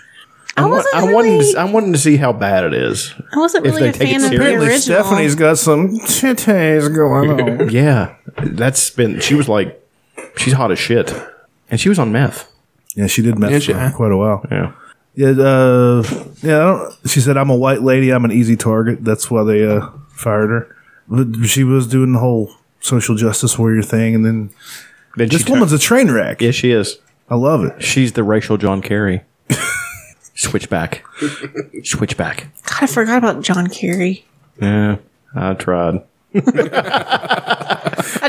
[SPEAKER 3] I
[SPEAKER 6] I'm, wa-
[SPEAKER 3] wasn't
[SPEAKER 6] I'm wanting to, s- I'm wanting to see how bad it is.
[SPEAKER 3] I wasn't
[SPEAKER 6] if
[SPEAKER 3] really
[SPEAKER 6] they
[SPEAKER 3] a
[SPEAKER 6] take it
[SPEAKER 3] fan of the
[SPEAKER 6] seriously.
[SPEAKER 3] original.
[SPEAKER 2] Apparently, Stephanie's got some titties going on.
[SPEAKER 6] Yeah, that's been. She was like, she's hot as shit, and she was on meth.
[SPEAKER 2] Yeah, she did meth
[SPEAKER 5] Yeah, she-
[SPEAKER 2] for quite a while.
[SPEAKER 6] Yeah,
[SPEAKER 2] Yeah, uh, yeah. I don't, she said, "I'm a white lady. I'm an easy target." That's why they uh, fired her. But she was doing the whole social justice warrior thing, and then
[SPEAKER 6] Then
[SPEAKER 2] this
[SPEAKER 6] she
[SPEAKER 2] woman's a train wreck.
[SPEAKER 6] tur- yeah, she is.
[SPEAKER 2] I love it.
[SPEAKER 6] She's the racial John *laughs* Kerry. Switchback. Switchback.
[SPEAKER 3] God, I forgot about John Kerry.
[SPEAKER 6] Yeah, I tried.
[SPEAKER 3] I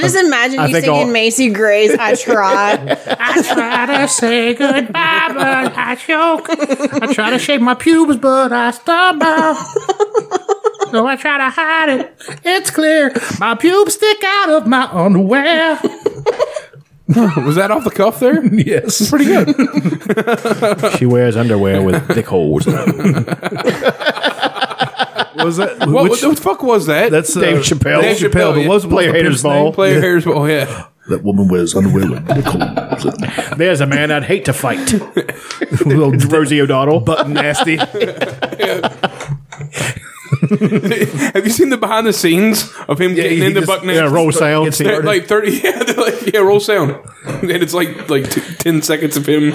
[SPEAKER 3] just imagine
[SPEAKER 6] I
[SPEAKER 3] you
[SPEAKER 6] think
[SPEAKER 3] singing
[SPEAKER 6] I'll-
[SPEAKER 3] Macy Gray's
[SPEAKER 6] *laughs*
[SPEAKER 3] "I Tried."
[SPEAKER 11] I try to say goodbye, but I choke. I try to shake my pubes, but I stumble. So I try to hide it. It's clear my pubes stick out of my underwear.
[SPEAKER 5] Was that off the cuff there?
[SPEAKER 2] Yes,
[SPEAKER 5] Pretty good.
[SPEAKER 6] She wears underwear with thick holes.
[SPEAKER 2] was that
[SPEAKER 5] What,
[SPEAKER 2] which,
[SPEAKER 5] what the fuck was that?
[SPEAKER 2] that's uh,
[SPEAKER 6] Dave Chappelle.
[SPEAKER 2] Dave Chappelle.
[SPEAKER 5] Dave Chappelle,
[SPEAKER 2] But
[SPEAKER 5] yeah.
[SPEAKER 2] what's, what's
[SPEAKER 6] Player
[SPEAKER 2] the
[SPEAKER 6] haters
[SPEAKER 2] pimp's name?
[SPEAKER 6] ball.
[SPEAKER 5] Player hairs. Oh yeah. *laughs*
[SPEAKER 2] That woman wears underwear *laughs* with nickels.
[SPEAKER 6] There's a man I'd hate to fight.
[SPEAKER 2] Little
[SPEAKER 6] *laughs* Rosie O'Donnell.
[SPEAKER 2] butt nasty.
[SPEAKER 5] Have you seen the behind the scenes of him getting
[SPEAKER 2] he
[SPEAKER 5] into
[SPEAKER 2] just-
[SPEAKER 5] Bucknell?
[SPEAKER 6] Yeah, roll sound.
[SPEAKER 5] They're like thirty. *laughs* Yeah, they're like yeah, roll sound, and it's like like t- ten seconds of him.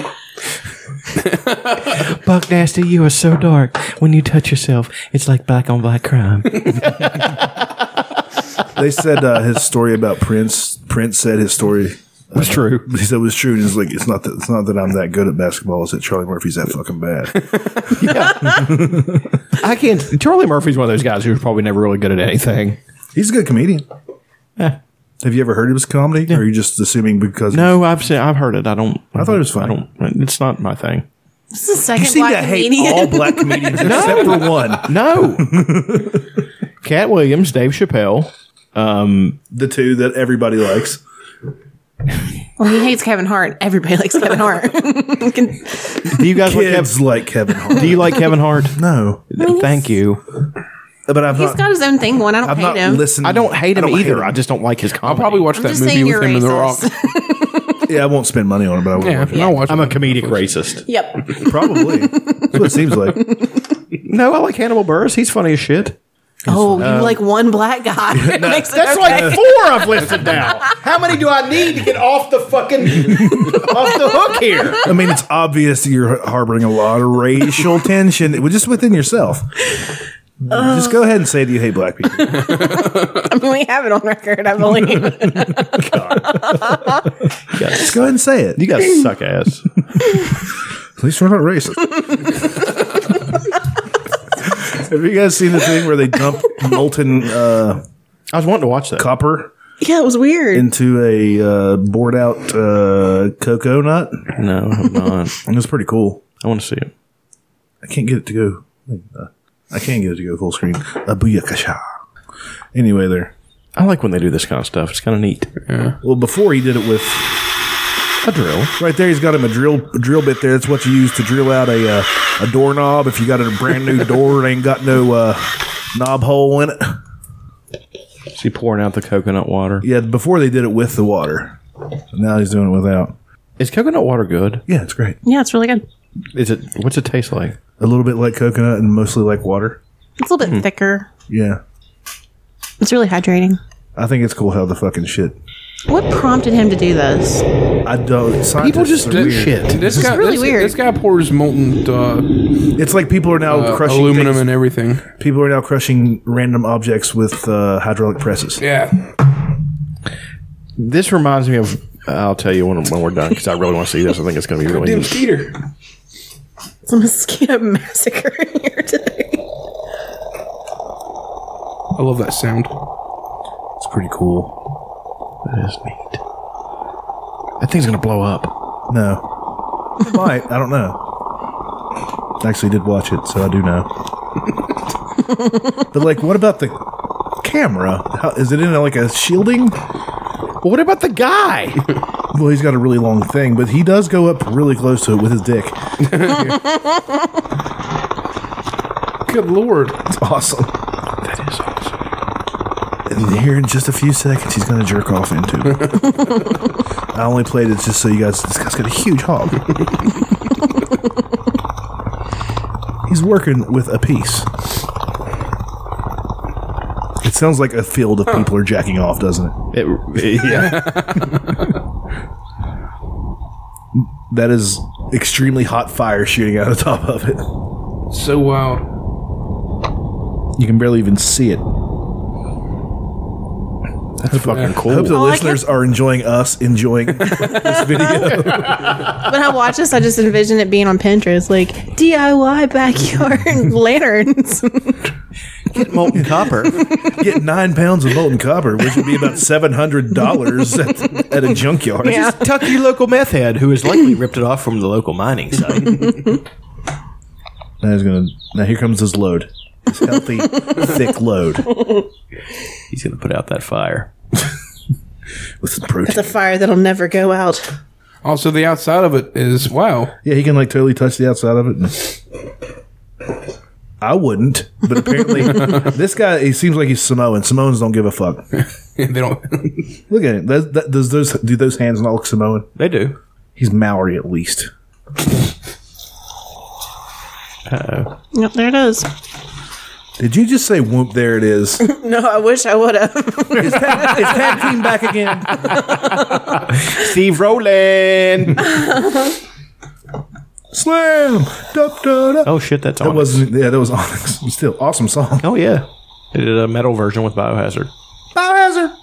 [SPEAKER 4] Buck Nasty, you are so dark. When you touch yourself, it's like black on black crime.
[SPEAKER 2] they said uh, his story about Prince. Prince said his story was true. He said it was true, and it's like it's not that it's not that I'm that good at basketball. It's that Charlie Murphy's that fucking bad.
[SPEAKER 6] I can't. Charlie Murphy's one of those guys who's probably never really good at anything.
[SPEAKER 2] He's a good comedian. Have you ever heard of his comedy? Or are you just assuming because
[SPEAKER 6] No, I've seen, I've heard it. I don't. I
[SPEAKER 2] thought it was funny.
[SPEAKER 6] I don't. It's not my thing.
[SPEAKER 3] This is the second
[SPEAKER 2] You seem
[SPEAKER 3] black
[SPEAKER 2] to hate
[SPEAKER 3] comedian.
[SPEAKER 2] all black
[SPEAKER 3] *laughs*
[SPEAKER 2] comedians
[SPEAKER 6] No.
[SPEAKER 2] except for one.
[SPEAKER 6] No. *laughs* Cat Williams, Dave Chappelle. Um,
[SPEAKER 2] the two that everybody likes.
[SPEAKER 3] well, he hates Kevin Hart. Everybody likes Kevin
[SPEAKER 6] *laughs*
[SPEAKER 3] Hart. Can-
[SPEAKER 6] Do you guys
[SPEAKER 2] Kids like,
[SPEAKER 6] *laughs*
[SPEAKER 2] Kevin Hart?
[SPEAKER 6] Do you like Kevin Hart?
[SPEAKER 2] No.
[SPEAKER 6] Thank you.
[SPEAKER 2] But I've
[SPEAKER 3] He's got his own thing going. I don't hate him.
[SPEAKER 6] I don't hate him either. I just don't like his comedy. I'll probably
[SPEAKER 5] watch
[SPEAKER 3] I'm that just movie saying with you're him and The racist.
[SPEAKER 2] yeah, I won't spend money on it, but I will.
[SPEAKER 6] Yeah,
[SPEAKER 3] *laughs*
[SPEAKER 2] watch it.
[SPEAKER 6] I'll watch I'm a comedic racist.
[SPEAKER 3] Yep.
[SPEAKER 2] Probably. That's what it seems like.
[SPEAKER 6] No, I like Hannibal Burris. He's funny as shit.
[SPEAKER 3] Oh,
[SPEAKER 6] Um,
[SPEAKER 3] you like one black
[SPEAKER 6] *laughs*
[SPEAKER 3] guy. It *laughs* makes it
[SPEAKER 6] that's
[SPEAKER 3] okay.
[SPEAKER 6] like four I've listed now. How many do I need to get off the fucking off the hook here?
[SPEAKER 2] I mean, it's obvious that you're harboring a lot of racial tension w- just within yourself. just go ahead and say that you hate black people.
[SPEAKER 3] I mean, *laughs* we have it on record, I believe.
[SPEAKER 2] Just go ahead and say it.
[SPEAKER 6] You guys suck ass.
[SPEAKER 2] At least we're not racist. *laughs* Have you guys seen the thing where they dump molten? Uh,
[SPEAKER 6] I was wanting to watch that
[SPEAKER 2] copper
[SPEAKER 3] *laughs* yeah, it was weird.
[SPEAKER 2] into a uh, bored out uh, cocoa nut.
[SPEAKER 6] No, I'm not.
[SPEAKER 2] it was pretty cool.
[SPEAKER 6] I want to see it.
[SPEAKER 2] I can't get it to go. uh, I can't get it to go full screen. Abuya kasha. Anyway, there.
[SPEAKER 6] I like when they do this kind of stuff. It's kind of neat.
[SPEAKER 2] Well, before he did it with
[SPEAKER 6] a drill.
[SPEAKER 2] Right there, he's got him a drill a drill bit there. That's what you use to drill out a uh, a doorknob. If you got a brand new door, it ain't got no uh, knob hole in it.
[SPEAKER 6] Is he pouring out the coconut water?
[SPEAKER 2] Yeah, before they did it with the water. Now he's doing it without.
[SPEAKER 6] Is coconut water good?
[SPEAKER 2] Yeah, it's great.
[SPEAKER 3] yeah, it's really good.
[SPEAKER 6] Is it? What's it taste like?
[SPEAKER 2] A little bit like coconut and mostly like water.
[SPEAKER 3] It's a little bit
[SPEAKER 6] Hmm.
[SPEAKER 3] thicker.
[SPEAKER 2] Yeah,
[SPEAKER 3] It's really hydrating.
[SPEAKER 2] I think it's cool how the fucking shit.
[SPEAKER 3] What prompted him to do this?
[SPEAKER 2] I don't. scientists
[SPEAKER 5] just
[SPEAKER 2] are
[SPEAKER 5] do
[SPEAKER 2] weird.
[SPEAKER 5] shit. This guy- this- this guy pours molten. Uh,
[SPEAKER 2] it's like people are now
[SPEAKER 5] uh,
[SPEAKER 2] crushing
[SPEAKER 5] aluminum
[SPEAKER 2] things-
[SPEAKER 5] and everything.
[SPEAKER 2] People are now crushing random objects with uh, hydraulic presses.
[SPEAKER 5] Yeah,
[SPEAKER 6] This reminds me of. uh, I'll tell you when, when we're done because I really want to see this. I think it's going to be really
[SPEAKER 5] damn
[SPEAKER 6] neat.
[SPEAKER 5] Peter.
[SPEAKER 3] It's a mosquito *laughs* massacre in here today.
[SPEAKER 5] I love that sound.
[SPEAKER 2] It's pretty cool.
[SPEAKER 6] That is neat. That thing's going to blow up.
[SPEAKER 2] No, It might I don't know. I actually did watch it, so I do know. but like, what about the camera? How, is it in like a shielding?
[SPEAKER 6] Well, what about the guy?
[SPEAKER 2] well, he's got a really long thing, but he does go up really close to it with his *laughs* dick.
[SPEAKER 5] Good lord,
[SPEAKER 2] it's awesome.
[SPEAKER 6] That is awesome.
[SPEAKER 2] And here in just a few seconds, he's gonna jerk off into. it. I only played it just so you guys. This guy's got a huge hog. he's working with a piece. It sounds like a field of people are jacking off, doesn't it?
[SPEAKER 6] It, yeah.
[SPEAKER 2] That is extremely hot fire shooting out of the top of it.
[SPEAKER 5] So wild.
[SPEAKER 2] You can barely even see it. That's
[SPEAKER 6] fucking cool.
[SPEAKER 2] I hope the
[SPEAKER 3] All I
[SPEAKER 2] listeners are enjoying us enjoying this video.
[SPEAKER 3] When I watch this, I just envision it being on Pinterest, like DIY backyard *laughs* lanterns.
[SPEAKER 2] *laughs*
[SPEAKER 6] Get molten copper.
[SPEAKER 2] Get nine pounds of molten copper, which would be about seven hundred
[SPEAKER 6] *laughs*
[SPEAKER 2] dollars at, at a junkyard.
[SPEAKER 6] Just tuck your local meth head, who has likely ripped it off from the local mining site.
[SPEAKER 2] Now he's gonna. Now here comes his load. His
[SPEAKER 6] *laughs*
[SPEAKER 2] healthy, thick load
[SPEAKER 6] He's going to put out that fire.
[SPEAKER 2] with some protein.
[SPEAKER 3] It's a fire that'll never go out.
[SPEAKER 5] Also, the outside of it is wow. *laughs*
[SPEAKER 2] Yeah, he can like totally touch the outside of it. and- I wouldn't, but
[SPEAKER 6] *laughs*
[SPEAKER 2] apparently this guy he seems like he's Samoan. Samoans don't give a fuck.
[SPEAKER 5] they don't.
[SPEAKER 2] Look at it. That, that, does those do those hands not look Samoan?
[SPEAKER 6] They do.
[SPEAKER 2] He's Maori at least.
[SPEAKER 6] Uh-oh.
[SPEAKER 3] Yep, there it is.
[SPEAKER 2] Did you just say whoop? There it is. It's
[SPEAKER 3] *laughs* No, I wish I would have.
[SPEAKER 2] tag team back
[SPEAKER 3] *laughs*
[SPEAKER 2] again.
[SPEAKER 6] Steve Rowland.
[SPEAKER 2] Slam. Da, da, da.
[SPEAKER 6] Oh, shit, that's
[SPEAKER 2] That
[SPEAKER 6] on.
[SPEAKER 2] wasn't. Yeah, that was Onyx. Still awesome song.
[SPEAKER 6] oh, yeah. They did a metal
[SPEAKER 3] *laughs*
[SPEAKER 6] version with Biohazard.
[SPEAKER 2] Biohazard.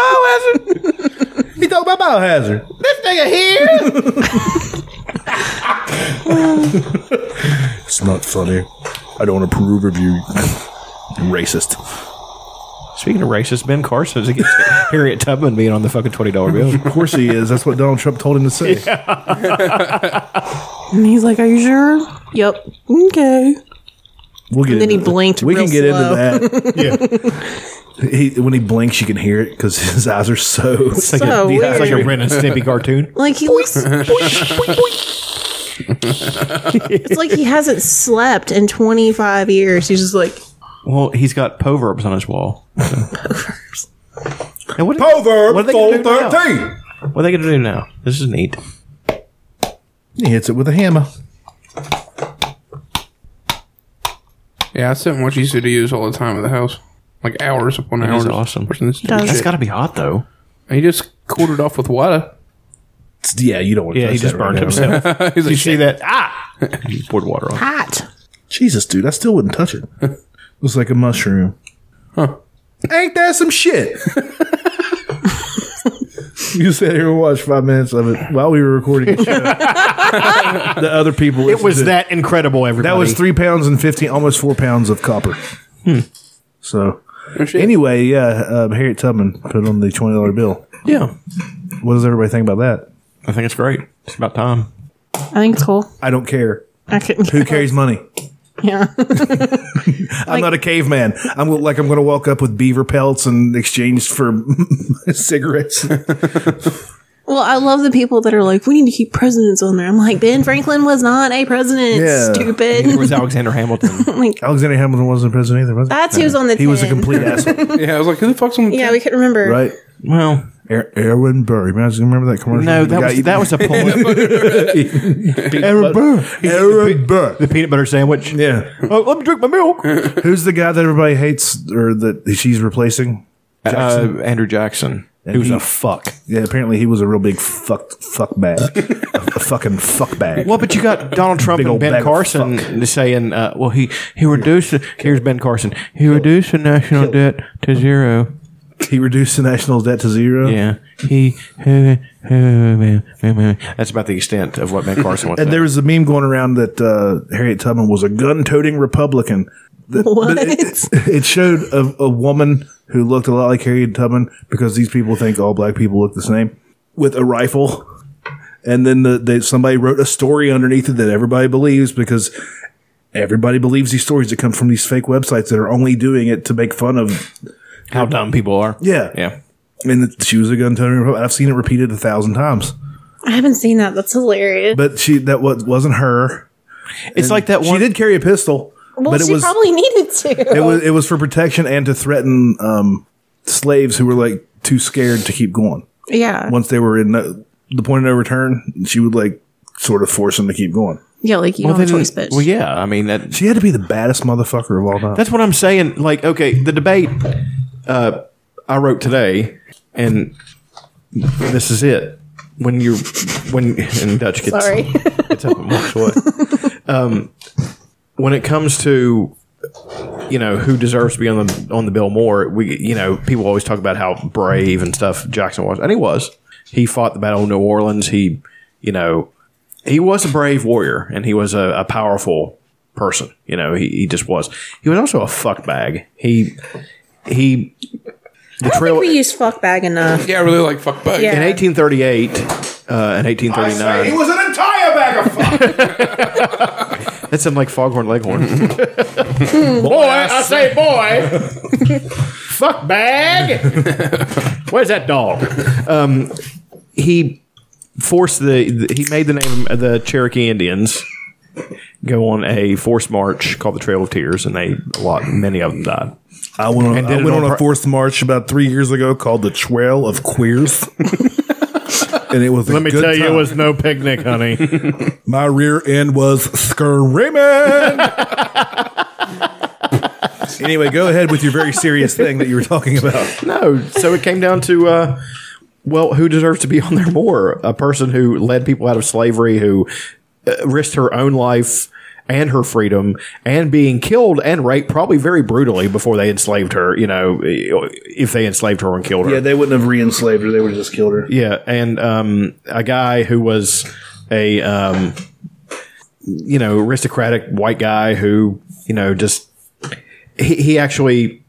[SPEAKER 6] Biohazard.
[SPEAKER 2] He talking about biohazard.
[SPEAKER 11] This nigga
[SPEAKER 3] *laughs*
[SPEAKER 11] here.
[SPEAKER 2] It's not funny. I don't approve of you. you racist.
[SPEAKER 6] Speaking of racist, Ben Carson's against *laughs* Harriet Tubman being on the fucking twenty dollar bill.
[SPEAKER 2] Of course he is. That's what Donald Trump told him to say.
[SPEAKER 3] And he's like, Are you sure? Yep. Okay.
[SPEAKER 2] We'll get
[SPEAKER 3] And then he
[SPEAKER 2] into that.
[SPEAKER 3] blinked
[SPEAKER 2] We
[SPEAKER 3] real
[SPEAKER 2] can get
[SPEAKER 3] slow.
[SPEAKER 2] into that.
[SPEAKER 6] *laughs*
[SPEAKER 2] *laughs* He, when he blinks, you can hear it because his eyes are so.
[SPEAKER 6] It's like a,
[SPEAKER 3] weird.
[SPEAKER 6] it's like a Ren and Stimpy cartoon.
[SPEAKER 3] Like he
[SPEAKER 2] *laughs*
[SPEAKER 3] looks. it's like he hasn't slept in 25 years. He's just like,
[SPEAKER 6] Well, he's got proverbs on his wall. Proverbs. What,
[SPEAKER 2] Proverbs
[SPEAKER 6] what are they gonna do now? What are they going to do now? This is neat.
[SPEAKER 2] He hits it with a hammer.
[SPEAKER 5] Yeah, I sit and watch these videos all the time at the house. Like hours upon
[SPEAKER 6] That
[SPEAKER 5] hours.
[SPEAKER 6] is awesome.
[SPEAKER 5] That's
[SPEAKER 6] That's got to be hot though.
[SPEAKER 5] He just cooled it off with water.
[SPEAKER 2] Yeah, you don't want to
[SPEAKER 6] Yeah,
[SPEAKER 2] touch
[SPEAKER 6] he just
[SPEAKER 2] that right
[SPEAKER 6] burned
[SPEAKER 2] now.
[SPEAKER 6] himself.
[SPEAKER 5] He's like,
[SPEAKER 6] you see that? Ah! He poured water on. it.
[SPEAKER 3] Hot.
[SPEAKER 2] *laughs* Jesus, dude, I still wouldn't
[SPEAKER 6] *laughs*
[SPEAKER 2] touch it. Looks like a mushroom.
[SPEAKER 5] Huh.
[SPEAKER 2] Ain't that some shit?
[SPEAKER 6] *laughs*
[SPEAKER 2] you sat here and watched five minutes of it while we were recording the
[SPEAKER 6] *laughs*
[SPEAKER 2] show. the other people.
[SPEAKER 6] It was
[SPEAKER 2] listened to
[SPEAKER 6] that incredible. Everybody.
[SPEAKER 2] That was three pounds and fifteen, almost four pounds of copper.
[SPEAKER 3] Hmm.
[SPEAKER 2] So, anyway, yeah, uh, Harriet Tubman put on the twenty dollar bill.
[SPEAKER 6] Yeah,
[SPEAKER 2] What does everybody think about that?
[SPEAKER 6] I think it's great. It's about time.
[SPEAKER 3] I think it's cool.
[SPEAKER 2] I don't care.
[SPEAKER 3] I couldn't.
[SPEAKER 2] Who carries money?
[SPEAKER 3] *laughs* Yeah.
[SPEAKER 2] I'm not a caveman. I'm go- like I'm going to walk up with beaver pelts and exchange for *laughs*
[SPEAKER 3] *laughs*
[SPEAKER 2] cigarettes.
[SPEAKER 3] Well, I love the people that are like, we need to keep presidents on there. I'm like, Ben Franklin was not a president.
[SPEAKER 2] Yeah.
[SPEAKER 3] Stupid.
[SPEAKER 6] It was Alexander Hamilton.
[SPEAKER 3] like,
[SPEAKER 2] Alexander Hamilton wasn't president either, was he?
[SPEAKER 3] that's who's on the
[SPEAKER 2] He was a
[SPEAKER 3] 10. *laughs*
[SPEAKER 2] complete asshole,
[SPEAKER 5] yeah, I was like, who the fuck's on
[SPEAKER 3] *laughs*
[SPEAKER 5] the
[SPEAKER 3] Yeah, we couldn't remember.
[SPEAKER 2] right?
[SPEAKER 6] Well,
[SPEAKER 2] Er- Erwin Burr. You guys remember that commercial?
[SPEAKER 6] no,
[SPEAKER 2] The
[SPEAKER 6] that
[SPEAKER 2] guy
[SPEAKER 6] was
[SPEAKER 2] eating-
[SPEAKER 6] that *laughs* was a Poland.
[SPEAKER 2] Erwin Burr. Erwin Burr.
[SPEAKER 6] the peanut butter sandwich.
[SPEAKER 2] Yeah.
[SPEAKER 6] Oh, let me drink my milk.
[SPEAKER 2] Who's the guy that everybody hates or that she's replacing? Jackson.
[SPEAKER 6] Uh, Andrew Jackson.
[SPEAKER 2] And
[SPEAKER 6] he was
[SPEAKER 2] he-
[SPEAKER 6] a fuck.
[SPEAKER 2] yeah, apparently he was a real big fuck fuck bag,
[SPEAKER 6] *laughs*
[SPEAKER 2] a, a fucking fuck bag.
[SPEAKER 6] Well, but you *laughs* got Donald Trump
[SPEAKER 2] Big
[SPEAKER 6] and
[SPEAKER 2] old bag
[SPEAKER 6] Ben
[SPEAKER 2] of
[SPEAKER 6] Carson saying, uh, "Well, he he reduced the, here's Ben Carson. He reduced the national debt to zero.
[SPEAKER 2] He reduced the national debt to zero.
[SPEAKER 6] Yeah, he. That's about the extent of what Ben Carson *laughs* wants.
[SPEAKER 2] And there was a meme going around that uh, Harriet Tubman was a gun-toting Republican. That-
[SPEAKER 3] *laughs* What?
[SPEAKER 2] but It, *laughs* it showed a, a woman who looked a lot like Harriet Tubman because these people think all black people look the same with a rifle. And then the, they, somebody wrote a story underneath it that everybody believes because everybody believes these stories that come from these fake websites that are only doing it to make fun of.
[SPEAKER 6] how dumb people are.
[SPEAKER 2] Yeah.
[SPEAKER 6] yeah.
[SPEAKER 2] And that she was a gun-toting Republican. I've seen it repeated a thousand times.
[SPEAKER 3] I haven't seen that. That's hilarious.
[SPEAKER 2] But she that was, wasn't her.
[SPEAKER 6] It's like that
[SPEAKER 2] She
[SPEAKER 6] one.
[SPEAKER 2] did carry a pistol.
[SPEAKER 3] well,
[SPEAKER 2] but it
[SPEAKER 3] she
[SPEAKER 2] was,
[SPEAKER 3] probably needed to.
[SPEAKER 2] It
[SPEAKER 4] Oh.
[SPEAKER 2] was it was for protection and to threaten um, slaves who were like too scared to keep going.
[SPEAKER 3] *laughs* yeah.
[SPEAKER 2] Once they were in the, the point of no return, she would like sort of force them to keep going.
[SPEAKER 3] yeah, like, you don't
[SPEAKER 6] they
[SPEAKER 3] have a choice,
[SPEAKER 6] didn't-
[SPEAKER 3] bitch.
[SPEAKER 6] well, yeah. I mean, that,
[SPEAKER 2] She had to be the baddest motherfucker of all
[SPEAKER 4] *laughs*
[SPEAKER 2] time.
[SPEAKER 6] That's what I'm saying. Like, okay, the debate uh, I wrote today, and this is it. When you're when in Dutch
[SPEAKER 3] *laughs*
[SPEAKER 6] gets
[SPEAKER 2] *laughs*
[SPEAKER 3] Sorry.
[SPEAKER 6] gets up and walks away. Um, when it comes to you know who deserves to be on the on the bill more, we you know people always talk about how brave and stuff Jackson was, and he was. He fought the Battle of New Orleans. He, you know, he was a brave warrior, and he was a, a powerful person. You know, he, he just was. He was also a fuckbag. He he. The trail
[SPEAKER 3] we use fuck bag enough.
[SPEAKER 5] Yeah, I really like fuck bug.
[SPEAKER 3] Yeah.
[SPEAKER 6] in 1838 uh, and 1839.
[SPEAKER 2] was an entire bag of
[SPEAKER 8] *laughs*
[SPEAKER 2] fuck.
[SPEAKER 6] That sounded like
[SPEAKER 2] *laughs*
[SPEAKER 6] Foghorn Leghorn. *laughs*
[SPEAKER 4] Boy, I say boy.
[SPEAKER 2] *laughs*
[SPEAKER 4] Fuck bag. Where's that dog?
[SPEAKER 6] Um, he forced the, the he made the name of the Cherokee Indians go on a forced march called the Trail of Tears, and they a lot many of them died.
[SPEAKER 2] I went on,
[SPEAKER 6] And
[SPEAKER 2] I
[SPEAKER 6] did it
[SPEAKER 2] went
[SPEAKER 6] on
[SPEAKER 2] on,
[SPEAKER 6] pur-
[SPEAKER 2] a forced march about three years ago called the Trail of
[SPEAKER 4] *laughs*
[SPEAKER 2] Queers. and it was a
[SPEAKER 4] Let me
[SPEAKER 2] good
[SPEAKER 4] tell you, it
[SPEAKER 2] time.
[SPEAKER 4] was no picnic, honey.
[SPEAKER 2] my rear end was
[SPEAKER 4] *laughs*
[SPEAKER 2] screaming. anyway, go ahead with your very serious thing that you were talking about.
[SPEAKER 6] No, so it came down to uh, well, who deserves to be on there more? A person who led people out of slavery, who uh, risked her own life and her freedom and being killed and raped probably very brutally before they enslaved her, you know, if they enslaved her and killed her.
[SPEAKER 2] Yeah, they wouldn't have re-enslaved her. They would have just killed her.
[SPEAKER 6] Yeah, and um, a guy who was a um, you know aristocratic white guy who you know just he, he actually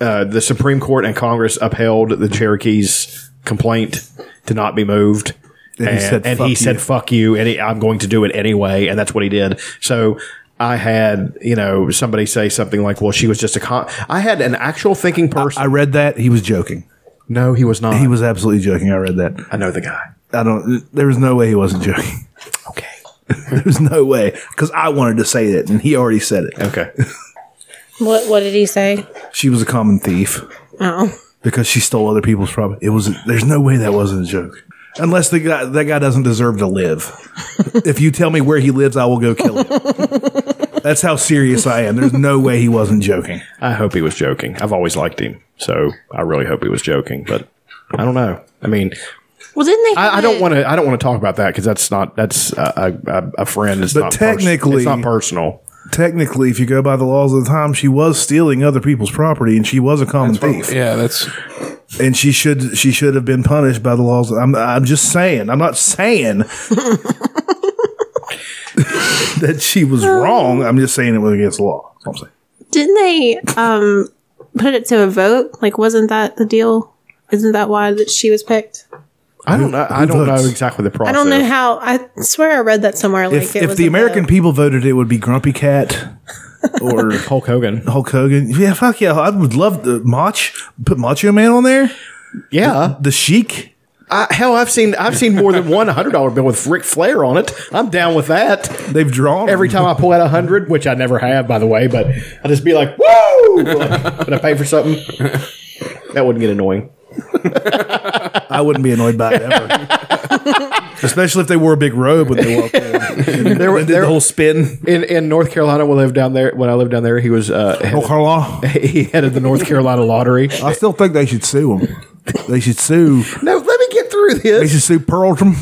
[SPEAKER 6] uh, the Supreme Court and Congress upheld the Cherokee's complaint to not be moved.
[SPEAKER 2] And
[SPEAKER 6] And,
[SPEAKER 2] he said,
[SPEAKER 6] and
[SPEAKER 2] "Fuck
[SPEAKER 6] he
[SPEAKER 2] you."
[SPEAKER 6] said, fuck you, and he, I'm going to do it anyway. And that's what he did. So I had, you know, somebody say something like, well, she was just a con. I had an actual thinking person.
[SPEAKER 2] I read that he was joking.
[SPEAKER 6] No, he was not.
[SPEAKER 2] He was absolutely joking. I read that.
[SPEAKER 6] I know the guy.
[SPEAKER 2] I don't. There was no way he wasn't joking. *laughs* Okay. there was no way because I wanted to say it and he already said it.
[SPEAKER 6] Okay.
[SPEAKER 3] What What did he say?
[SPEAKER 2] she was a common thief
[SPEAKER 3] Oh,
[SPEAKER 2] because she stole other people's property. It was. There's no way that wasn't a joke. Unless the guy that guy doesn't deserve to *laughs* live. if you tell me where he lives, I will go kill him. That's how serious I am. There's no way he wasn't joking.
[SPEAKER 6] I hope he was joking. I've always liked him. So I really hope he was joking, but I don't know. I mean,
[SPEAKER 3] well, didn't they?
[SPEAKER 6] I, I don't want to. I don't want to talk about that because that's not. That's a, a, a friend. It's
[SPEAKER 2] But
[SPEAKER 6] not pers-
[SPEAKER 2] technically-
[SPEAKER 6] it's not personal.
[SPEAKER 2] Technically, if you go by the laws of the time, she was stealing other people's property, and she was a common thief.
[SPEAKER 5] Yeah, that's
[SPEAKER 2] and she should she should have been punished by the laws. I'm I'm just saying. I'm not
[SPEAKER 3] *laughs*
[SPEAKER 2] saying that she was wrong. I'm just saying it was against the law. That's what I'm saying.
[SPEAKER 3] Didn't they um put it to a vote? Like, wasn't that the deal? Isn't that why that she was picked?
[SPEAKER 6] I don't know. I
[SPEAKER 2] who
[SPEAKER 6] don't know
[SPEAKER 2] votes?
[SPEAKER 6] exactly the
[SPEAKER 3] I
[SPEAKER 6] process.
[SPEAKER 3] don't know how. I swear I read that somewhere. Like,
[SPEAKER 2] If,
[SPEAKER 3] it
[SPEAKER 2] if
[SPEAKER 3] was
[SPEAKER 2] the
[SPEAKER 3] a
[SPEAKER 2] American
[SPEAKER 3] vote.
[SPEAKER 2] people voted, it would be Grumpy Cat or
[SPEAKER 6] Hulk Hogan.
[SPEAKER 2] *laughs* Hulk Hogan. Yeah, fuck yeah. I would love the Mach. Put Macho Man on there.
[SPEAKER 6] Yeah,
[SPEAKER 2] the, the Sheik.
[SPEAKER 6] I, hell, I've seen I've seen more than one hundred dollar bill with Ric Flair on it. I'm down with that.
[SPEAKER 2] They've drawn
[SPEAKER 6] every time I pull out a hundred, which I never have, by the way. But I just be like, "Woo!" *laughs* Like, when I pay for something, that wouldn't get annoying.
[SPEAKER 2] I wouldn't be annoyed by it
[SPEAKER 6] *laughs*
[SPEAKER 2] ever. Especially if they wore a big robe when they walked in.
[SPEAKER 6] There were
[SPEAKER 2] the whole spin
[SPEAKER 6] *laughs* in in North Carolina. When I lived down there, when I lived down there, he was uh, *laughs* head- he headed the North Carolina lottery.
[SPEAKER 2] Oh, I still think they should sue them. They should sue.
[SPEAKER 6] No, let me get through
[SPEAKER 2] They
[SPEAKER 6] this.
[SPEAKER 2] should sue Pearldrum.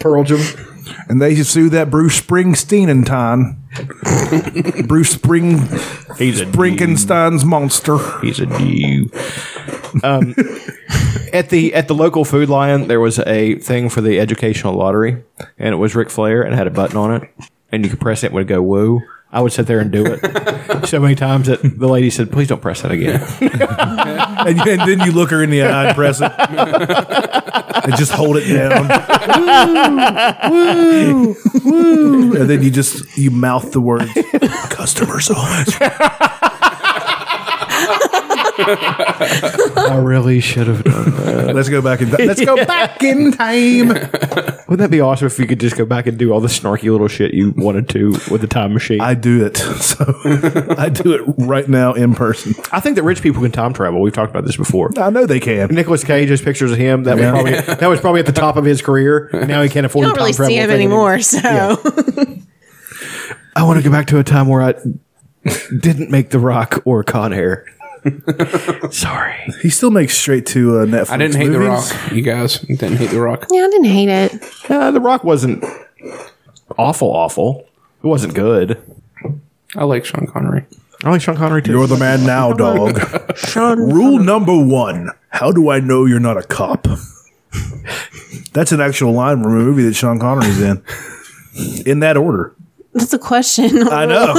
[SPEAKER 6] Pearldrum.
[SPEAKER 2] And they should sue that Bruce Springsteen and Time. Bruce Spring
[SPEAKER 6] He's a
[SPEAKER 2] Sprinkenstein's monster.
[SPEAKER 6] He's a Jew. Um, at the at the local Food Lion, there was a thing for the educational lottery, and it was Ric Flair, and it had a button on it, and you could press it, and it would go woo. I would sit there and do *laughs* it so many times that the lady said, "Please don't press that again."
[SPEAKER 2] And, and then you look her in the eye and press it. and just hold it down.
[SPEAKER 11] Woo! Woo!
[SPEAKER 2] And then you just you mouth the words customers always.
[SPEAKER 6] I really should have done that.
[SPEAKER 2] Let's go back and let's go back in time.
[SPEAKER 6] Wouldn't that be awesome if you could just go back and do all the snarky little shit you wanted to with the time machine?
[SPEAKER 2] I do it. So I do it right now in person.
[SPEAKER 6] I think that rich people can time travel. We've talked about this before.
[SPEAKER 2] I know they can.
[SPEAKER 6] Nicholas Cage's pictures of him that
[SPEAKER 2] Yeah.
[SPEAKER 6] was probably that was probably at the top of his career. Now he can't afford
[SPEAKER 3] You
[SPEAKER 6] to
[SPEAKER 3] don't really
[SPEAKER 6] time travel
[SPEAKER 3] see him
[SPEAKER 6] thing
[SPEAKER 3] anymore, so
[SPEAKER 6] I want to go back to a time where I didn't make The Rock or Con Air. *laughs* Sorry.
[SPEAKER 2] He still makes straight to uh, Netflix.
[SPEAKER 5] I didn't hate
[SPEAKER 2] movies.
[SPEAKER 5] the Rock. You guys didn't hate the Rock.
[SPEAKER 3] yeah, I didn't hate it.
[SPEAKER 6] Uh, the Rock wasn't awful, awful. It wasn't good.
[SPEAKER 5] I like Sean Connery.
[SPEAKER 6] I like Sean Connery too.
[SPEAKER 2] You're the man now, dog. Rule number one How do I know you're not a cop? That's an actual line from a movie that Sean Connery's in. In that order.
[SPEAKER 3] That's a
[SPEAKER 2] *laughs*
[SPEAKER 3] question.
[SPEAKER 2] I know.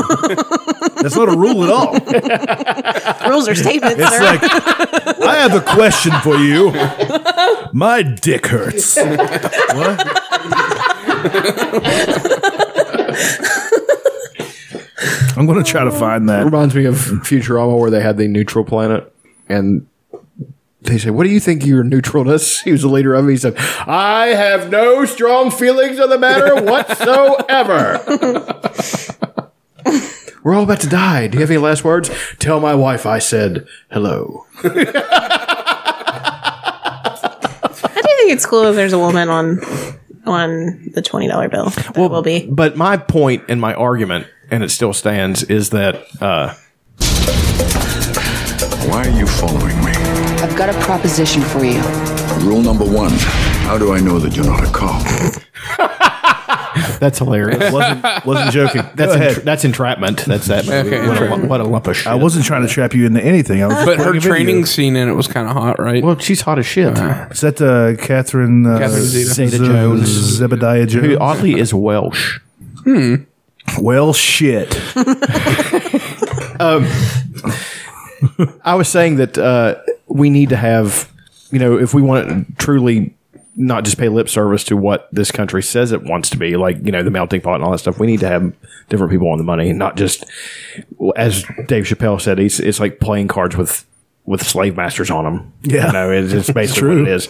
[SPEAKER 2] That's not a rule at all.
[SPEAKER 3] *laughs* Rules are statements,
[SPEAKER 2] It's
[SPEAKER 3] sir.
[SPEAKER 2] like, I have a question for you. My dick hurts. What? I'm going to try to find that.
[SPEAKER 6] Reminds me of Futurama where they had the neutral planet and they said, What do you think your neutralness? *laughs* He was the leader of it. He said, I have no strong feelings on the *laughs* matter whatsoever. We're all about to die. Do you have any last words? Tell my wife I said hello.
[SPEAKER 3] I do think it's cool if there's a woman on on the twenty dollar bill. That will be.
[SPEAKER 6] But my point and my argument, and it still stands, is that uh,
[SPEAKER 14] Why are you following me?
[SPEAKER 15] I've got a proposition for you.
[SPEAKER 14] Rule number one How do I know that you're not a cop?
[SPEAKER 6] That's hilarious. *laughs*
[SPEAKER 2] Wasn't- wasn't joking.
[SPEAKER 6] That's
[SPEAKER 2] Go ahead.
[SPEAKER 6] entra- that's entrapment. That's that movie.
[SPEAKER 5] Okay,
[SPEAKER 6] what, a,
[SPEAKER 5] entrapment.
[SPEAKER 6] what a lump of shit.
[SPEAKER 2] I wasn't trying to trap you into anything. I was just
[SPEAKER 5] But her
[SPEAKER 2] playing a video.
[SPEAKER 5] training scene in it was kind of hot, right?
[SPEAKER 6] Well, she's hot as shit.
[SPEAKER 2] Is that uh, Catherine, uh,
[SPEAKER 5] Catherine Zeta-
[SPEAKER 2] Ze-
[SPEAKER 6] Jones.
[SPEAKER 2] Zebediah Jones?
[SPEAKER 6] Who oddly is Welsh.
[SPEAKER 2] Hmm. Well, shit.
[SPEAKER 6] um, I was saying that uh, we need to have, you know, if we want to truly not just pay lip service to what this country says it wants to be, like, you know, the melting pot and all that stuff, we need to have different people on the money and not just, well, as Dave Chappelle said, it's, it's like playing cards with. With slave masters on them,
[SPEAKER 2] Yeah.
[SPEAKER 6] you know,
[SPEAKER 2] *laughs*
[SPEAKER 6] it's, it's basically
[SPEAKER 2] true.
[SPEAKER 6] what it is,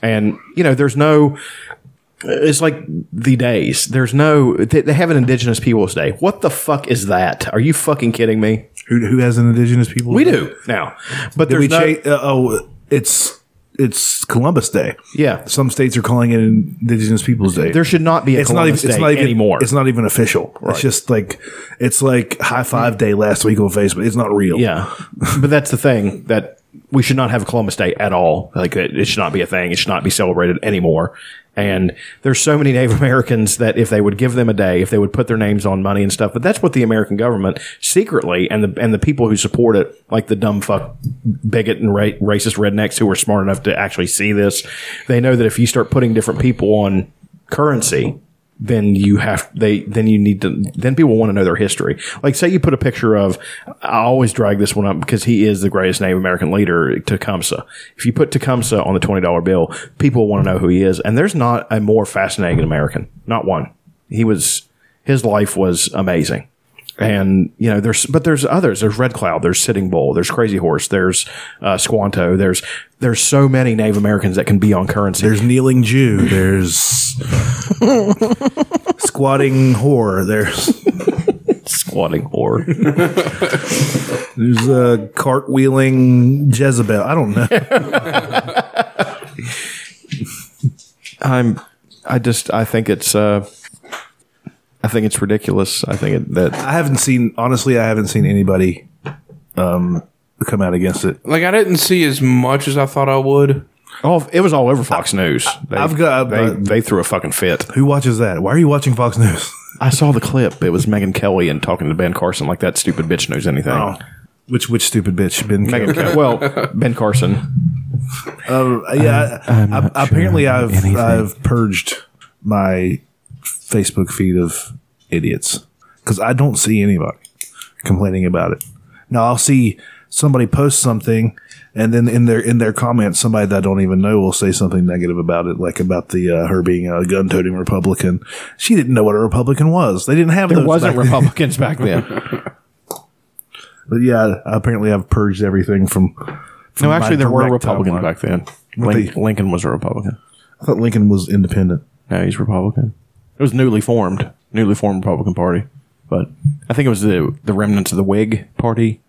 [SPEAKER 6] and you know, there's no, it's like the days. There's no. They, they have an Indigenous Peoples Day. What the fuck is that? Are you fucking kidding me?
[SPEAKER 2] Who, who has an indigenous people?
[SPEAKER 6] We do now, but
[SPEAKER 2] Did
[SPEAKER 6] there's
[SPEAKER 2] we
[SPEAKER 6] no.
[SPEAKER 2] cha- uh, oh, it's it's Columbus Day.
[SPEAKER 6] Yeah.
[SPEAKER 2] Some states are calling it Indigenous Peoples Day.
[SPEAKER 6] There should not be a Columbus Day
[SPEAKER 2] even,
[SPEAKER 6] anymore.
[SPEAKER 2] It's not even official. It's just like it's like High Five Day last week on Facebook. It's not real.
[SPEAKER 6] yeah, *laughs* but that's the thing that we should not have Columbus Day at all. Like it, it should not be a thing. It should not be celebrated anymore. And there's so many Native *laughs* Americans that if they would give them a day, if they would put their names on money and stuff, but that's what the American government secretly and the and the people who support it, like the dumb fuck bigot and ra- racist rednecks who are smart enough to actually see this, they know that if you start putting different people on currency, then you have they then you need to then people want to know their history. Like say you put a picture of I always drag this one up because he is the greatest Native American leader, Tecumseh. If you put Tecumseh on the twenty dollar bill, people want to know who he is. And there's not a more fascinating American. Not one. He was his life was amazing. And you know, there's but there's others. There's Red Cloud. There's Sitting Bull. There's Crazy Horse. There's uh, Squanto. There's there's so many Native Americans that can be on currency.
[SPEAKER 2] There's kneeling Jew. There's *laughs* squatting whore. There's
[SPEAKER 6] squatting whore.
[SPEAKER 2] There's uh, cartwheeling Jezebel. I don't know.
[SPEAKER 6] I'm. I just. I think it's. Uh, I think it's ridiculous. I think it, that
[SPEAKER 2] I haven't seen honestly. I haven't seen anybody um, come out against it.
[SPEAKER 5] Like I didn't see as much as I thought I would.
[SPEAKER 6] Oh, it was all over Fox News. They,
[SPEAKER 2] I've got-
[SPEAKER 6] They, they threw a fucking fit.
[SPEAKER 2] Who watches that? Why are you watching Fox News? *laughs*
[SPEAKER 6] I saw the clip. It was Megan Kelly and talking to Ben Carson like that stupid bitch knows anything.
[SPEAKER 2] Which which stupid bitch? Ben
[SPEAKER 6] Megan
[SPEAKER 2] Kelly.
[SPEAKER 6] Kelly. Well, Ben Carson.
[SPEAKER 2] Um, yeah, I, I- apparently I've I've purged my Facebook feed of idiots because I don't see anybody complaining about it. Now I'll see somebody post something, and then in their in their comments, somebody that I don't even know will say something negative about it, like about the uh, her being a gun toting Republican. She didn't know what a Republican was. They didn't have
[SPEAKER 6] There
[SPEAKER 2] those
[SPEAKER 6] wasn't
[SPEAKER 2] back then.
[SPEAKER 6] Republicans back then.
[SPEAKER 2] But yeah, apparently I've purged everything from. from
[SPEAKER 6] No,
[SPEAKER 2] my
[SPEAKER 6] actually, there were
[SPEAKER 2] direct
[SPEAKER 6] Republicans
[SPEAKER 2] timeline.
[SPEAKER 6] back then.
[SPEAKER 2] What
[SPEAKER 6] Lin- Lincoln was a Republican.
[SPEAKER 2] I thought Lincoln was independent.
[SPEAKER 6] No, he's Republican. It was newly formed, newly formed Republican Party, but I think it was the the remnants of the Whig Party.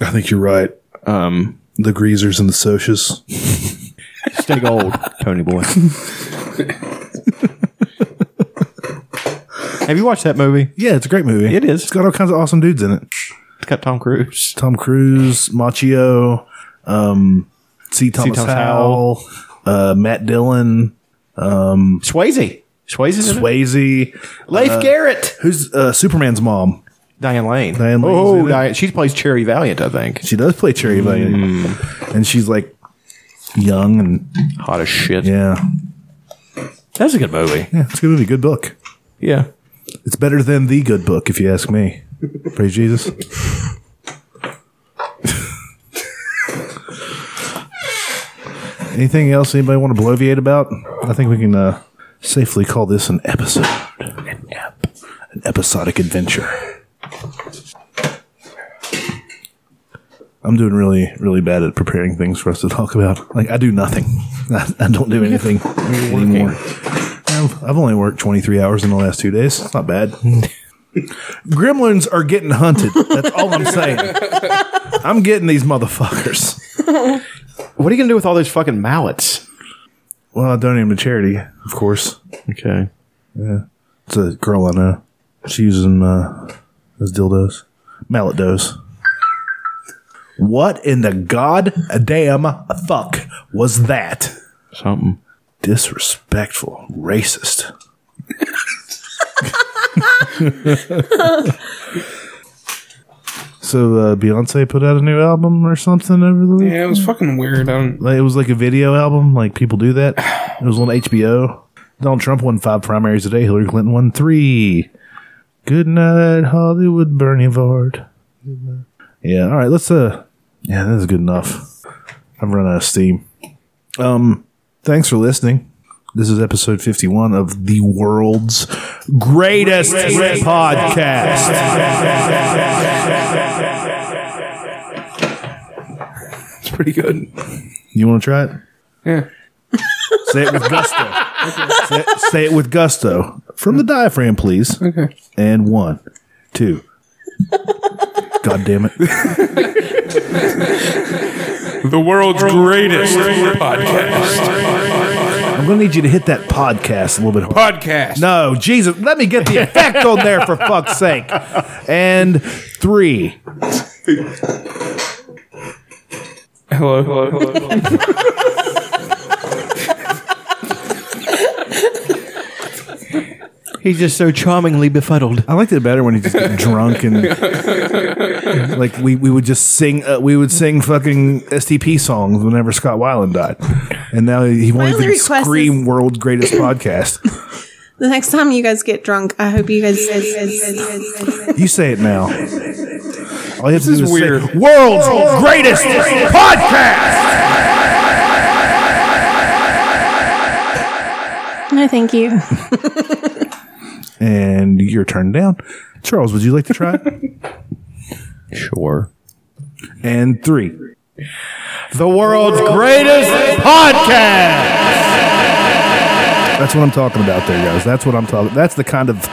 [SPEAKER 2] I think you're right.
[SPEAKER 6] Um,
[SPEAKER 2] the greasers and the socias.
[SPEAKER 6] Stay gold, Tony boy. Have you watched that movie?
[SPEAKER 2] Yeah, it's a great movie.
[SPEAKER 6] It is.
[SPEAKER 2] It's got all kinds of awesome dudes in it.
[SPEAKER 6] It's got Tom Cruise.
[SPEAKER 2] Tom Cruise, Machio, um, C. Thomas,
[SPEAKER 6] Thomas
[SPEAKER 2] Howell, uh, Matt Dillon, um,
[SPEAKER 6] Swayze, Swayze,
[SPEAKER 2] Swayze,
[SPEAKER 6] Leif
[SPEAKER 2] uh,
[SPEAKER 6] Garrett,
[SPEAKER 2] who's uh, Superman's mom,
[SPEAKER 6] Diane Lane.
[SPEAKER 2] Diane Lane's in
[SPEAKER 6] oh,
[SPEAKER 2] it.
[SPEAKER 6] Diane. She plays Cherry Valiant, I think.
[SPEAKER 2] She does play Cherry Valiant, and she's like young and
[SPEAKER 6] Hot as shit.
[SPEAKER 2] yeah,
[SPEAKER 6] That's a good movie.
[SPEAKER 2] yeah. It's a good movie, good book.
[SPEAKER 6] Yeah.
[SPEAKER 2] It's better than the good book, if you ask me. Praise Jesus. Anything else anybody want to bloviate about? I think we can uh, safely call this an episode. An ep. An episodic adventure. I'm doing really, really bad at preparing things for us to talk about. Like, I do nothing. *laughs* I, I don't do anything anymore. I've, I've only worked 23 hours in the last two days. It's not bad. Gremlins are getting hunted. That's all I'm saying. I'm getting these motherfuckers.
[SPEAKER 6] What are you gonna do with all those fucking mallets?
[SPEAKER 2] Well, I donate them to charity, of course.
[SPEAKER 6] Okay.
[SPEAKER 2] Yeah. It's a girl I know. She uses them uh, as dildos, mallet does. What in the goddamn fuck was that?
[SPEAKER 6] Something. *laughs*
[SPEAKER 2] Disrespectful, racist. So uh, Beyonce put out a new album or something over the week.
[SPEAKER 5] Yeah, it was fucking weird. I don't.
[SPEAKER 2] Like, it was like a video album. Like people do that. It was on HBO. Donald Trump won five primaries today. Hillary Clinton won three. Good night, Hollywood, Bernie Vard. Yeah. All right. Let's. Uh. Yeah, that is good enough. I've run out of steam. Um. Thanks for listening. This is episode fifty-one of the world's greatest, podcast.
[SPEAKER 5] It's pretty good.
[SPEAKER 2] You want to try it?
[SPEAKER 5] Yeah.
[SPEAKER 2] Say it with gusto. say, say it with gusto. From the diaphragm, please. Okay. And one, two. God damn it.
[SPEAKER 5] The world's greatest podcast.
[SPEAKER 2] I'm going to need you to hit that podcast a little bit harder.
[SPEAKER 5] Podcast.
[SPEAKER 2] No, Jesus. Let me get the effect on there for fuck's sake. And three.
[SPEAKER 5] Hello, hello, hello.
[SPEAKER 4] He's just so charmingly befuddled.
[SPEAKER 2] I liked it better when he just got drunk and like we, we would just sing uh, we would sing fucking STP songs whenever Scott Weiland died, and now he
[SPEAKER 3] My
[SPEAKER 2] won't
[SPEAKER 3] only
[SPEAKER 2] even
[SPEAKER 3] request
[SPEAKER 2] scream "World's Greatest Podcast."
[SPEAKER 3] The next time you guys get drunk, I hope you guys.
[SPEAKER 2] You say it now. All you have to do is
[SPEAKER 5] weird.
[SPEAKER 2] say "World's Greatest Podcast."
[SPEAKER 3] No, thank you.
[SPEAKER 2] And you're turned down. Charles, would you like to try? sure. And three. The world's greatest podcast. That's what I'm talking about there, guys. That's what I'm talking. That's the kind of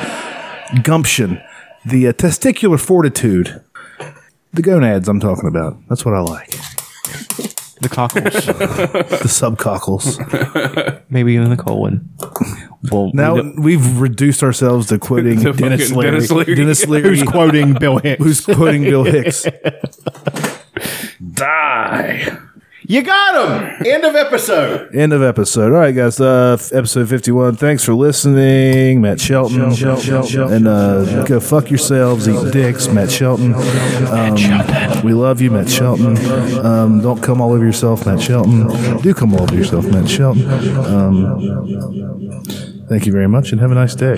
[SPEAKER 2] gumption, the uh, testicular fortitude, the gonads I'm talking about. That's what I like.
[SPEAKER 4] The
[SPEAKER 6] *laughs*
[SPEAKER 4] cockles.
[SPEAKER 2] The subcockles.
[SPEAKER 4] Maybe even the colon. Well,
[SPEAKER 2] Now
[SPEAKER 4] we don't-
[SPEAKER 2] we've reduced ourselves to
[SPEAKER 4] *laughs*
[SPEAKER 2] quoting
[SPEAKER 4] To
[SPEAKER 2] Dennis
[SPEAKER 4] fucking
[SPEAKER 2] Leary.
[SPEAKER 4] Dennis Leary.
[SPEAKER 2] Dennis Leary.
[SPEAKER 4] Who's quoting Bill Hicks.
[SPEAKER 2] Who's quoting Bill Hicks?
[SPEAKER 6] Die. You got him. End of episode.
[SPEAKER 2] End of episode. All right, guys. Uh, f- episode fifty-one. Thanks for listening, Matt Shelton.
[SPEAKER 6] Shelton, Shelton, Shelton.
[SPEAKER 2] and uh, go fuck yourselves, eat dicks, Matt Shelton. Um, we love you, Matt Shelton. Um, don't come all over yourself, Matt Shelton. Do come all over yourself, Matt Shelton. Um, thank you very much, and have a nice day.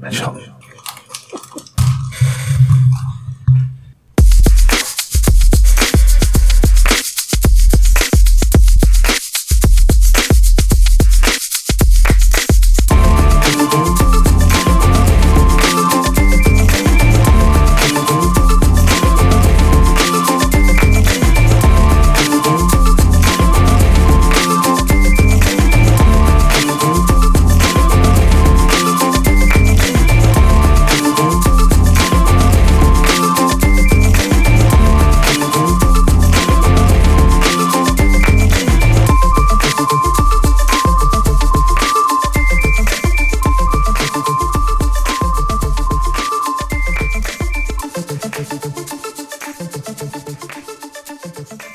[SPEAKER 2] Matt Shelton.
[SPEAKER 14] Thank you.